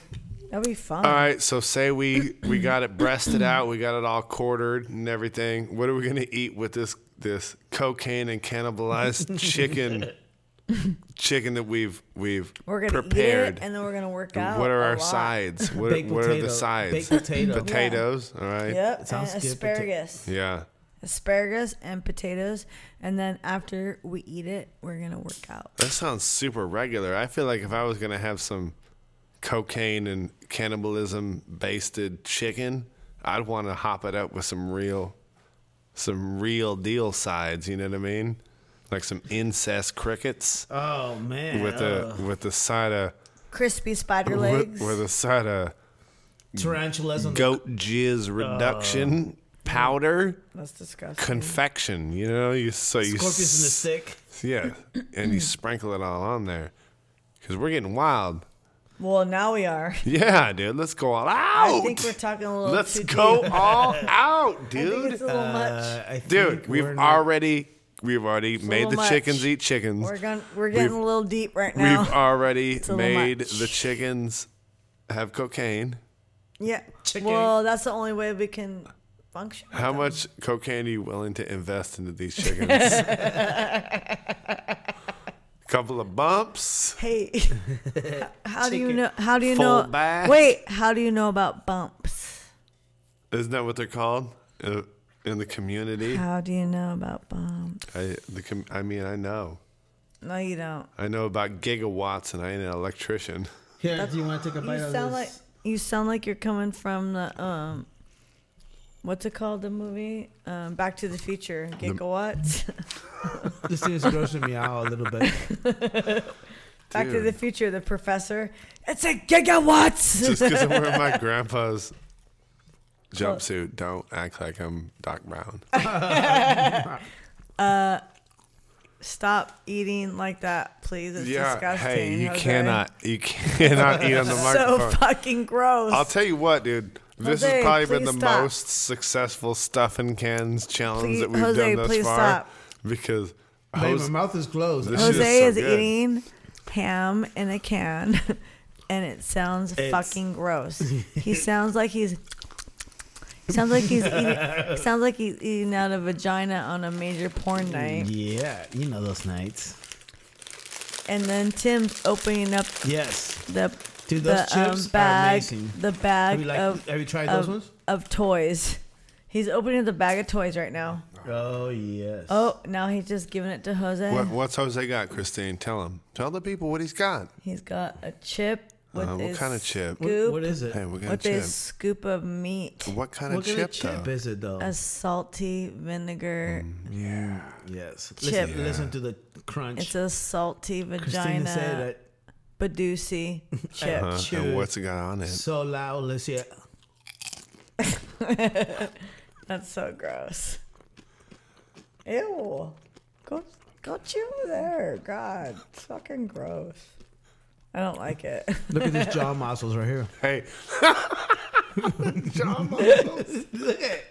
Speaker 3: That'd be fun.
Speaker 1: All right, so say we we got it breasted out, we got it all quartered and everything. What are we gonna eat with this this cocaine and
Speaker 3: (laughs)
Speaker 1: cannibalized chicken chicken that we've we've
Speaker 3: We're gonna
Speaker 1: prepared?
Speaker 3: eat it, and then we're gonna work out.
Speaker 1: what are
Speaker 3: a
Speaker 1: our
Speaker 3: lot.
Speaker 1: sides? What,
Speaker 2: Baked
Speaker 1: what are the
Speaker 2: potato.
Speaker 1: sides?
Speaker 2: Baked potato.
Speaker 1: Potatoes. All right.
Speaker 3: Yep, and
Speaker 2: sounds good, pota-
Speaker 3: asparagus.
Speaker 1: Yeah.
Speaker 3: asparagus and potatoes and then after we eat it we're gonna work out
Speaker 1: That sounds super regular. I feel like if I was gonna have some cocaine and cannibalism basted chicken, I'd want to hop it up with some real, some real deal sides. You know what I mean? Like some incest crickets
Speaker 2: Oh man.
Speaker 1: with a with the side of
Speaker 3: crispy spider
Speaker 1: with,
Speaker 3: legs
Speaker 1: with a side of
Speaker 2: a tarantulas on the.
Speaker 1: goat
Speaker 2: Oh.
Speaker 1: jizz reduction powder
Speaker 3: that's disgusting
Speaker 1: confection. You know, you so you
Speaker 2: Scorpions in the
Speaker 1: s-
Speaker 2: stick.
Speaker 1: yeah, and
Speaker 2: (clears throat)
Speaker 1: you sprinkle it all on there because we're getting wild.
Speaker 3: well now we are (laughs)
Speaker 1: Yeah, dude. Let's go all
Speaker 3: i
Speaker 1: out.
Speaker 3: think we're talking a little
Speaker 1: Let's
Speaker 3: too
Speaker 1: go
Speaker 3: deep.
Speaker 1: all out,
Speaker 3: (laughs) I think it's
Speaker 1: dude.
Speaker 3: a little
Speaker 2: Uh,
Speaker 3: much
Speaker 2: I think
Speaker 1: Dude, we've
Speaker 2: we're not-
Speaker 1: already we've already made
Speaker 3: little
Speaker 1: the
Speaker 3: much.
Speaker 1: chickens eat chickens.
Speaker 3: we're going we're getting a little deep right (laughs) now
Speaker 1: We've already
Speaker 3: a little
Speaker 1: made
Speaker 3: much.
Speaker 1: the chickens have cocaine.
Speaker 3: yeah
Speaker 2: Chicken.
Speaker 3: well that's the only way we can function
Speaker 1: How much cocaine are you willing to invest into
Speaker 3: (laughs)
Speaker 1: these chickens? Couple of bumps.
Speaker 3: hey (laughs) how do you
Speaker 2: Chicken.
Speaker 3: know how do you
Speaker 1: Full
Speaker 3: know
Speaker 1: back.
Speaker 3: wait how do you know about bumps
Speaker 1: Isn't that what they're called uh, in the community?
Speaker 3: how do you know about bumps
Speaker 1: I the com- I mean, I know.
Speaker 3: no you don't
Speaker 1: I know about gigawatts, and I ain't an electrician.
Speaker 2: Here, do you want to take a bite
Speaker 3: You
Speaker 2: of
Speaker 3: sound
Speaker 2: this?
Speaker 3: like you sound like you're coming from the um, what's it called? The movie um, Back to the Future. Gigawatts.
Speaker 2: This thing is grossing me out a little
Speaker 1: (laughs)
Speaker 2: bit.
Speaker 3: (laughs) Back to
Speaker 1: dude.
Speaker 3: the Future. The professor. It's a gigawatts.
Speaker 1: Just because I'm wearing my grandpa's jumpsuit, don't act like I'm Doc Brown.
Speaker 3: Stop eating like that, please. It's disgusting.
Speaker 1: hey, you
Speaker 3: Jose.
Speaker 1: cannot, you (laughs) cannot eat on the
Speaker 3: So
Speaker 1: microphone.
Speaker 3: fucking gross.
Speaker 1: I'll tell you what, dude. This
Speaker 3: Jose,
Speaker 1: has probably been the
Speaker 3: please stop.
Speaker 1: most successful stuff in cans challenge
Speaker 3: Please-
Speaker 1: that we've
Speaker 3: Jose,
Speaker 1: done thus
Speaker 3: please
Speaker 1: far.
Speaker 3: stop.
Speaker 1: Because
Speaker 2: Babe, my
Speaker 1: Jose,
Speaker 2: mouth is closed.
Speaker 1: This shit
Speaker 3: Jose
Speaker 1: so
Speaker 3: is
Speaker 1: good.
Speaker 3: eating ham in a can, (laughs) and it sounds
Speaker 2: It's-
Speaker 3: fucking
Speaker 2: (laughs)
Speaker 3: gross. He sounds like he's sounds like he's eating, sounds like he's eating out a vagina on a major porn night.
Speaker 2: Yeah, you know those nights.
Speaker 3: And then Tim's opening up
Speaker 2: Yes.
Speaker 3: the
Speaker 2: Dude, those
Speaker 3: the um,
Speaker 2: chips are
Speaker 3: bag,
Speaker 2: amazing.
Speaker 3: the bag
Speaker 2: Have you, like,
Speaker 3: of
Speaker 2: have you tried
Speaker 3: of,
Speaker 2: those ones?
Speaker 3: of toys. He's opening the bag of toys right now.
Speaker 2: Oh yes.
Speaker 3: Oh, now he's just giving it to Jose.
Speaker 1: What, what's Jose got, Christine? Tell him. Tell the people what he's got.
Speaker 3: He's got a chip with
Speaker 1: Uh,
Speaker 3: a
Speaker 1: what kind of chip?
Speaker 2: What-
Speaker 3: scoop
Speaker 2: what is it?
Speaker 1: Hey, we got a
Speaker 3: with
Speaker 1: chip.
Speaker 3: a scoop of meat,
Speaker 1: What kind
Speaker 2: what
Speaker 1: of
Speaker 2: kind
Speaker 1: chip,
Speaker 2: of chip
Speaker 1: though?
Speaker 2: is it though?
Speaker 3: a salty vinegar.
Speaker 1: Mm. Yeah.
Speaker 2: yes.
Speaker 3: chip.
Speaker 2: Listen, listen to the crunch.
Speaker 3: It's a salty
Speaker 2: Christina said
Speaker 3: vagina
Speaker 2: that (laughs)
Speaker 3: Badusi chip.
Speaker 1: Huh?
Speaker 2: Dude.
Speaker 1: And what's it got on it?
Speaker 2: so loud. Let's hear. it.
Speaker 3: That's so gross. Ew. Go go chew there. God. It's fucking gross. I don't like it. (laughs)
Speaker 2: Look at these jaw muscles right here.
Speaker 1: Hey,
Speaker 2: (laughs) Look at. it.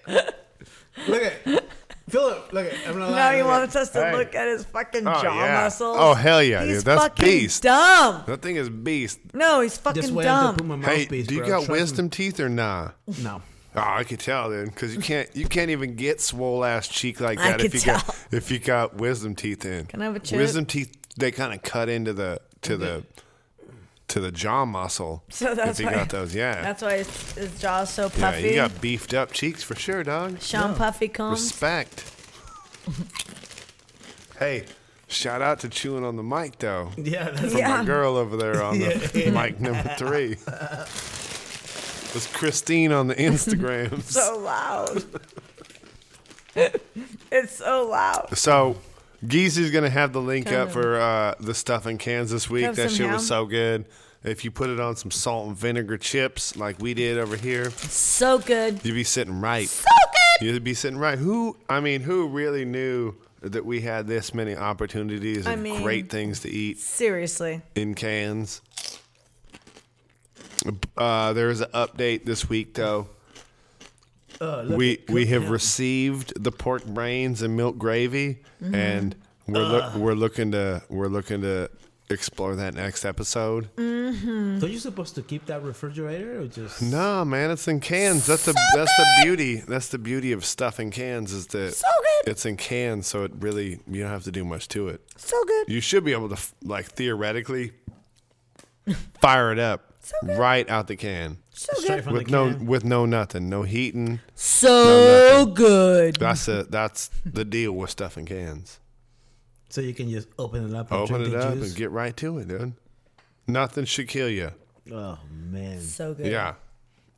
Speaker 2: Look at. it. Philip, look at. it. I'm not
Speaker 3: Now
Speaker 2: lying.
Speaker 3: he
Speaker 2: Look at it.
Speaker 3: wants us to
Speaker 1: Hey.
Speaker 3: look at his fucking
Speaker 1: Oh,
Speaker 3: jaw
Speaker 1: yeah.
Speaker 3: muscles.
Speaker 1: Oh, hell yeah,
Speaker 3: he's
Speaker 1: dude. That's
Speaker 3: fucking
Speaker 1: beast.
Speaker 3: dumb.
Speaker 1: that thing is beast.
Speaker 3: No, he's
Speaker 2: Just
Speaker 3: fucking
Speaker 2: wait until I put
Speaker 3: dumb.
Speaker 2: my
Speaker 1: Hey,
Speaker 2: mouthpiece,
Speaker 1: do you
Speaker 2: bro.
Speaker 1: got
Speaker 2: Trust me.
Speaker 1: wisdom teeth or nah? (laughs)
Speaker 2: No.
Speaker 1: Oh, I could tell then, because you can't you can't even get swole ass cheek like
Speaker 3: I
Speaker 1: that if
Speaker 3: could
Speaker 1: you
Speaker 3: tell.
Speaker 1: got if you got wisdom teeth in.
Speaker 3: Can I have a chip?
Speaker 1: Wisdom teeth they kind of cut into the to the to the jaw muscle.
Speaker 3: (laughs) So that's
Speaker 1: if you
Speaker 3: why-
Speaker 1: got those, yeah.
Speaker 3: That's why his, his jaw's so
Speaker 1: yeah,
Speaker 3: puffy.
Speaker 1: you got beefed up cheeks for sure, dog.
Speaker 3: Sean Puffy Combs. (laughs)
Speaker 1: Respect. hey, shout out to chewing on the mic though.
Speaker 2: Yeah. That's
Speaker 1: From
Speaker 3: (clears throat) Yeah.
Speaker 1: my girl over there on the (laughs) mic number three.
Speaker 3: (laughs)
Speaker 1: It was Christine on the Instagrams. (laughs)
Speaker 3: (laughs) so loud. (laughs) it's so loud.
Speaker 1: So Geezy's gonna have the link
Speaker 3: Kind
Speaker 1: up
Speaker 3: of.
Speaker 1: for uh, the stuff in Kansas this week.
Speaker 3: Have
Speaker 1: That
Speaker 3: some
Speaker 1: shit was
Speaker 3: ham.
Speaker 1: so good. If you put it on some salt and vinegar chips like we did over here,
Speaker 3: So good.
Speaker 1: you'd be sitting right.
Speaker 3: So good.
Speaker 1: You'd be sitting right. Who I mean, who really knew that we had this many opportunities
Speaker 3: I
Speaker 1: and
Speaker 3: mean-
Speaker 1: great things to eat
Speaker 3: Seriously.
Speaker 1: in cans? Uh, there is an update this week though.
Speaker 2: Uh, look
Speaker 1: we
Speaker 2: at-
Speaker 1: we have
Speaker 2: yeah.
Speaker 1: received the pork brains and milk gravy,
Speaker 3: Mm-hmm.
Speaker 1: and we're loo- we're looking to we're looking to explore that next episode.
Speaker 3: Mm.
Speaker 2: So you supposed to keep that refrigerator or just?
Speaker 1: No, man, it's in cans. That's the that's the beauty. That's the beauty of stuff in cans is that
Speaker 3: So good.
Speaker 1: it's in cans, so it really you don't have to do much to it.
Speaker 3: So good.
Speaker 1: You should be able to f- like theoretically fire it
Speaker 3: (laughs)
Speaker 1: up
Speaker 3: good.
Speaker 1: right out the can
Speaker 3: So
Speaker 2: Straight
Speaker 3: good.
Speaker 2: from
Speaker 1: with
Speaker 2: the
Speaker 1: no
Speaker 2: can.
Speaker 1: with no nothing, no heating. No,
Speaker 3: So good.
Speaker 1: That's a, that's the deal with stuff in cans.
Speaker 2: So you can just open it up. And
Speaker 1: Open
Speaker 2: drink
Speaker 1: it
Speaker 2: (laughs) the
Speaker 1: up
Speaker 2: juice?
Speaker 1: and get right to it, dude. Nothing should kill you.
Speaker 2: Oh man.
Speaker 3: So good.
Speaker 1: Yeah.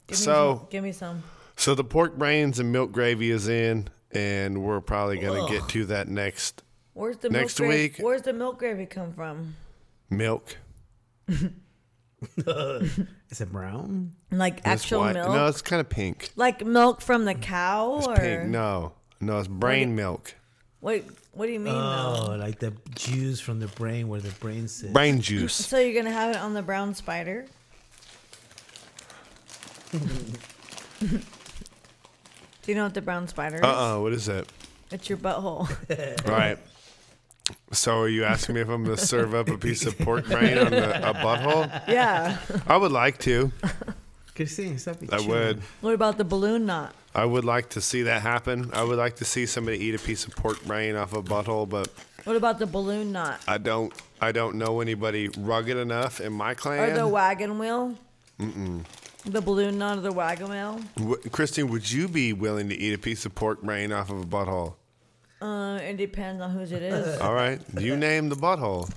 Speaker 3: Give me
Speaker 1: So-
Speaker 3: some- give me some.
Speaker 1: So the pork brains and milk gravy is in, and we're probably gonna get to that next
Speaker 3: Where's the
Speaker 1: Next
Speaker 3: milk
Speaker 1: week-
Speaker 3: Gravy? Where's the milk gravy come from?
Speaker 1: milk.
Speaker 2: Is it brown?
Speaker 3: Like
Speaker 1: It's
Speaker 3: actual
Speaker 1: white-
Speaker 3: milk?
Speaker 1: No, it's kind of pink.
Speaker 3: like milk from the cow?
Speaker 1: It's
Speaker 3: or
Speaker 1: pink. No, no, it's brain milk.
Speaker 3: Wait, what do you mean though?
Speaker 2: Oh, like the juice from the brain where the brain
Speaker 3: (laughs)
Speaker 2: sits.
Speaker 1: Brain juice.
Speaker 3: So you're gonna have it on the brown spider? do you know what the brown spider is?
Speaker 1: Uh uh What is it?
Speaker 3: It's your butthole. (laughs)
Speaker 1: All right. So are you asking me if I'm gonna serve up a piece of pork brain on the, a butthole?
Speaker 3: yeah.
Speaker 1: I would like to.
Speaker 2: Christine, stop it.
Speaker 1: I
Speaker 2: (laughs)
Speaker 1: would.
Speaker 3: What about the balloon knot?
Speaker 1: I would like to see that happen. I would like to see somebody eat a piece of pork brain off a butthole, but
Speaker 3: What about the balloon knot?
Speaker 1: I don't I don't know anybody rugged enough in my
Speaker 3: Or the
Speaker 1: clan.
Speaker 3: wagon wheel? Mm-mm. The balloon knot or the wagon wheel?
Speaker 1: W- Christine, would you be willing to eat a piece of pork brain off of a butthole?
Speaker 3: Uh, it depends on whose it is.
Speaker 1: All right, you name the butthole.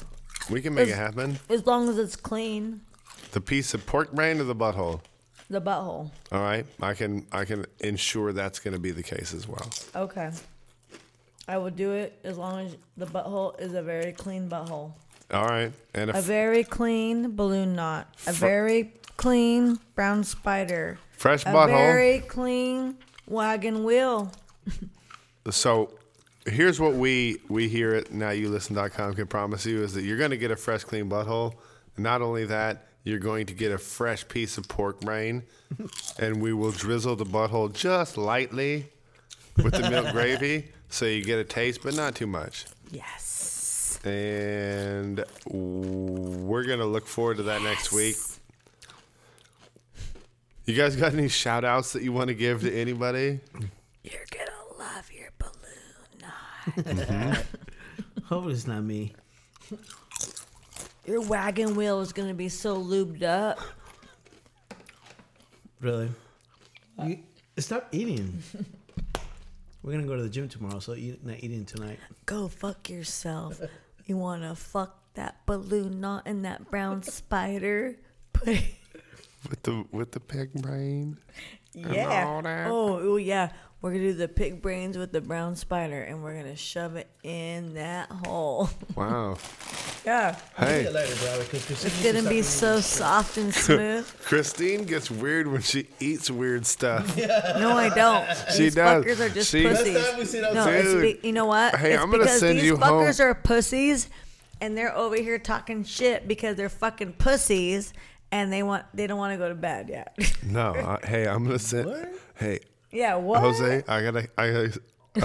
Speaker 1: We can make it happen.
Speaker 3: as long as it's clean,
Speaker 1: The piece of pork brain or the butthole.
Speaker 3: the butthole.
Speaker 1: All right, I can I can ensure that's going to be the case as well.
Speaker 3: Okay. I will do it as long as the butthole is a very clean butthole.
Speaker 1: All right, and
Speaker 3: A
Speaker 1: a
Speaker 3: very clean balloon knot. A very clean brown spider.
Speaker 1: fresh
Speaker 3: A
Speaker 1: butthole.
Speaker 3: very clean wagon wheel.
Speaker 1: So here's what we we here at nowyoulisten.com can promise you is that you're going to get a fresh clean butthole. Not only that, you're going to get a fresh piece of pork
Speaker 3: (laughs)
Speaker 1: brain and we will drizzle the butthole just lightly with the
Speaker 3: (laughs)
Speaker 1: milk gravy so you get a taste but not too much.
Speaker 3: Yes.
Speaker 1: And we're going to look forward to that next week. You guys got any shout outs that you want to give to anybody?
Speaker 3: You're gonna love your balloon.
Speaker 2: Hopefully it's not me.
Speaker 3: your wagon wheel is gonna be so lubed up.
Speaker 2: Really?
Speaker 3: Uh,
Speaker 2: You, stop
Speaker 3: (laughs)
Speaker 2: eating. We're gonna go to the gym tomorrow, so you not eating tonight.
Speaker 3: Go fuck yourself. You wanna fuck that balloon knot and that brown spider? Put
Speaker 1: with the with the pig brain. all
Speaker 3: yeah.
Speaker 1: that.
Speaker 3: Oh, ooh, yeah. We're gonna do the pig brains with the brown spider, and we're gonna shove it in that hole.
Speaker 1: Wow.
Speaker 3: Yeah.
Speaker 2: Give me the
Speaker 1: Hey,
Speaker 2: lighter, bro, because Christine
Speaker 3: It's
Speaker 2: needs to
Speaker 3: gonna
Speaker 2: stop
Speaker 3: be
Speaker 2: eating.
Speaker 3: so soft and smooth.
Speaker 1: Christine gets weird when she eats weird stuff.
Speaker 3: (laughs) No, I don't.
Speaker 1: (laughs) She
Speaker 3: these
Speaker 1: does.
Speaker 3: fuckers are just
Speaker 1: She-
Speaker 2: Last
Speaker 1: Last
Speaker 3: pussies.
Speaker 2: time we sit
Speaker 3: No,
Speaker 2: outside,
Speaker 1: Dude.
Speaker 3: it's be- you know what?
Speaker 1: Hey,
Speaker 3: it's
Speaker 1: I'm gonna
Speaker 3: because
Speaker 1: send
Speaker 3: these
Speaker 1: you
Speaker 3: fuckers
Speaker 1: home.
Speaker 3: are pussies, and they're over here talking shit because they're fucking pussies, and they want they don't want to go to bed yet. (laughs)
Speaker 1: No, I, hey, I'm gonna send.
Speaker 2: What?
Speaker 1: Hey,
Speaker 3: yeah, what?
Speaker 1: Jose, I got a, I got a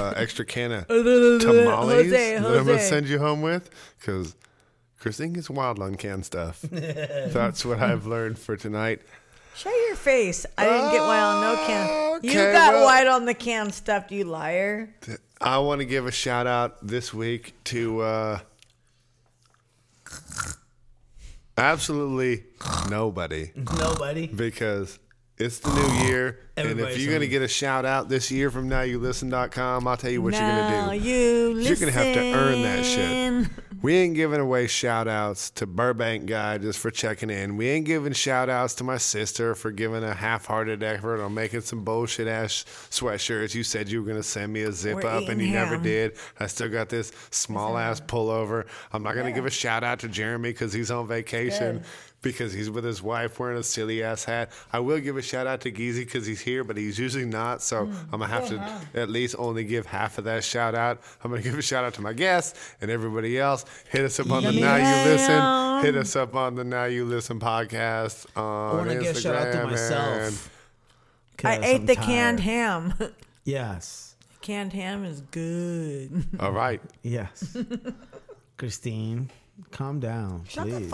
Speaker 1: uh, extra can
Speaker 3: (laughs)
Speaker 1: of
Speaker 3: Jose,
Speaker 1: tamales that I'm gonna
Speaker 3: Jose.
Speaker 1: send you home with because Christine gets wild on canned
Speaker 3: (laughs)
Speaker 1: stuff. That's what I've learned for tonight.
Speaker 3: Show your face. I didn't get white on no can. you
Speaker 1: Okay,
Speaker 3: got
Speaker 1: well-
Speaker 3: white on the can stuff, you liar.
Speaker 1: I want to give a shout out this week to uh, absolutely nobody
Speaker 2: Nobody.
Speaker 1: because it's the new
Speaker 2: (sighs)
Speaker 1: year. and if
Speaker 2: Everybody's
Speaker 1: you're going to
Speaker 2: hungry.
Speaker 1: get a shout out this year from nowyoulisten.com, I'll tell you what you're
Speaker 3: now
Speaker 1: going to do.
Speaker 3: you
Speaker 1: You're gonna have to earn that shit.
Speaker 3: listen.
Speaker 1: We ain't giving away shout outs to Burbank guy just for checking in. We ain't giving shout outs to my sister for giving a half hearted effort on making some bullshit ass sweatshirts. You said you were going to send me a zip
Speaker 3: We're
Speaker 1: up and
Speaker 3: eating
Speaker 1: you never
Speaker 3: ham.
Speaker 1: did. I still got this small ass pullover. I'm not going to give a shout out to Jeremy because he's on vacation. Because he's with his wife wearing a silly ass hat. I will give a shout out to Geezy because he's here, but he's usually not. So
Speaker 2: Mm.
Speaker 1: I'm gonna have to at least only give half of that shout out. I'm gonna give a shout out to my guests and everybody else. Hit us up on the
Speaker 2: Yummy.
Speaker 1: Now You
Speaker 3: Yeah.
Speaker 1: Listen. Hit us up on the Now You Listen podcast
Speaker 2: I
Speaker 1: on
Speaker 2: want to
Speaker 1: Instagram.
Speaker 2: give a shout out to
Speaker 1: and-
Speaker 2: myself.
Speaker 3: I
Speaker 2: 'cause
Speaker 3: ate
Speaker 2: I'm
Speaker 3: the
Speaker 2: tired.
Speaker 3: canned ham. (laughs)
Speaker 2: Yes.
Speaker 3: canned ham is good.
Speaker 1: All right.
Speaker 3: (laughs)
Speaker 2: Yes. Christine, calm down,
Speaker 3: Shut
Speaker 2: please.
Speaker 3: the fuck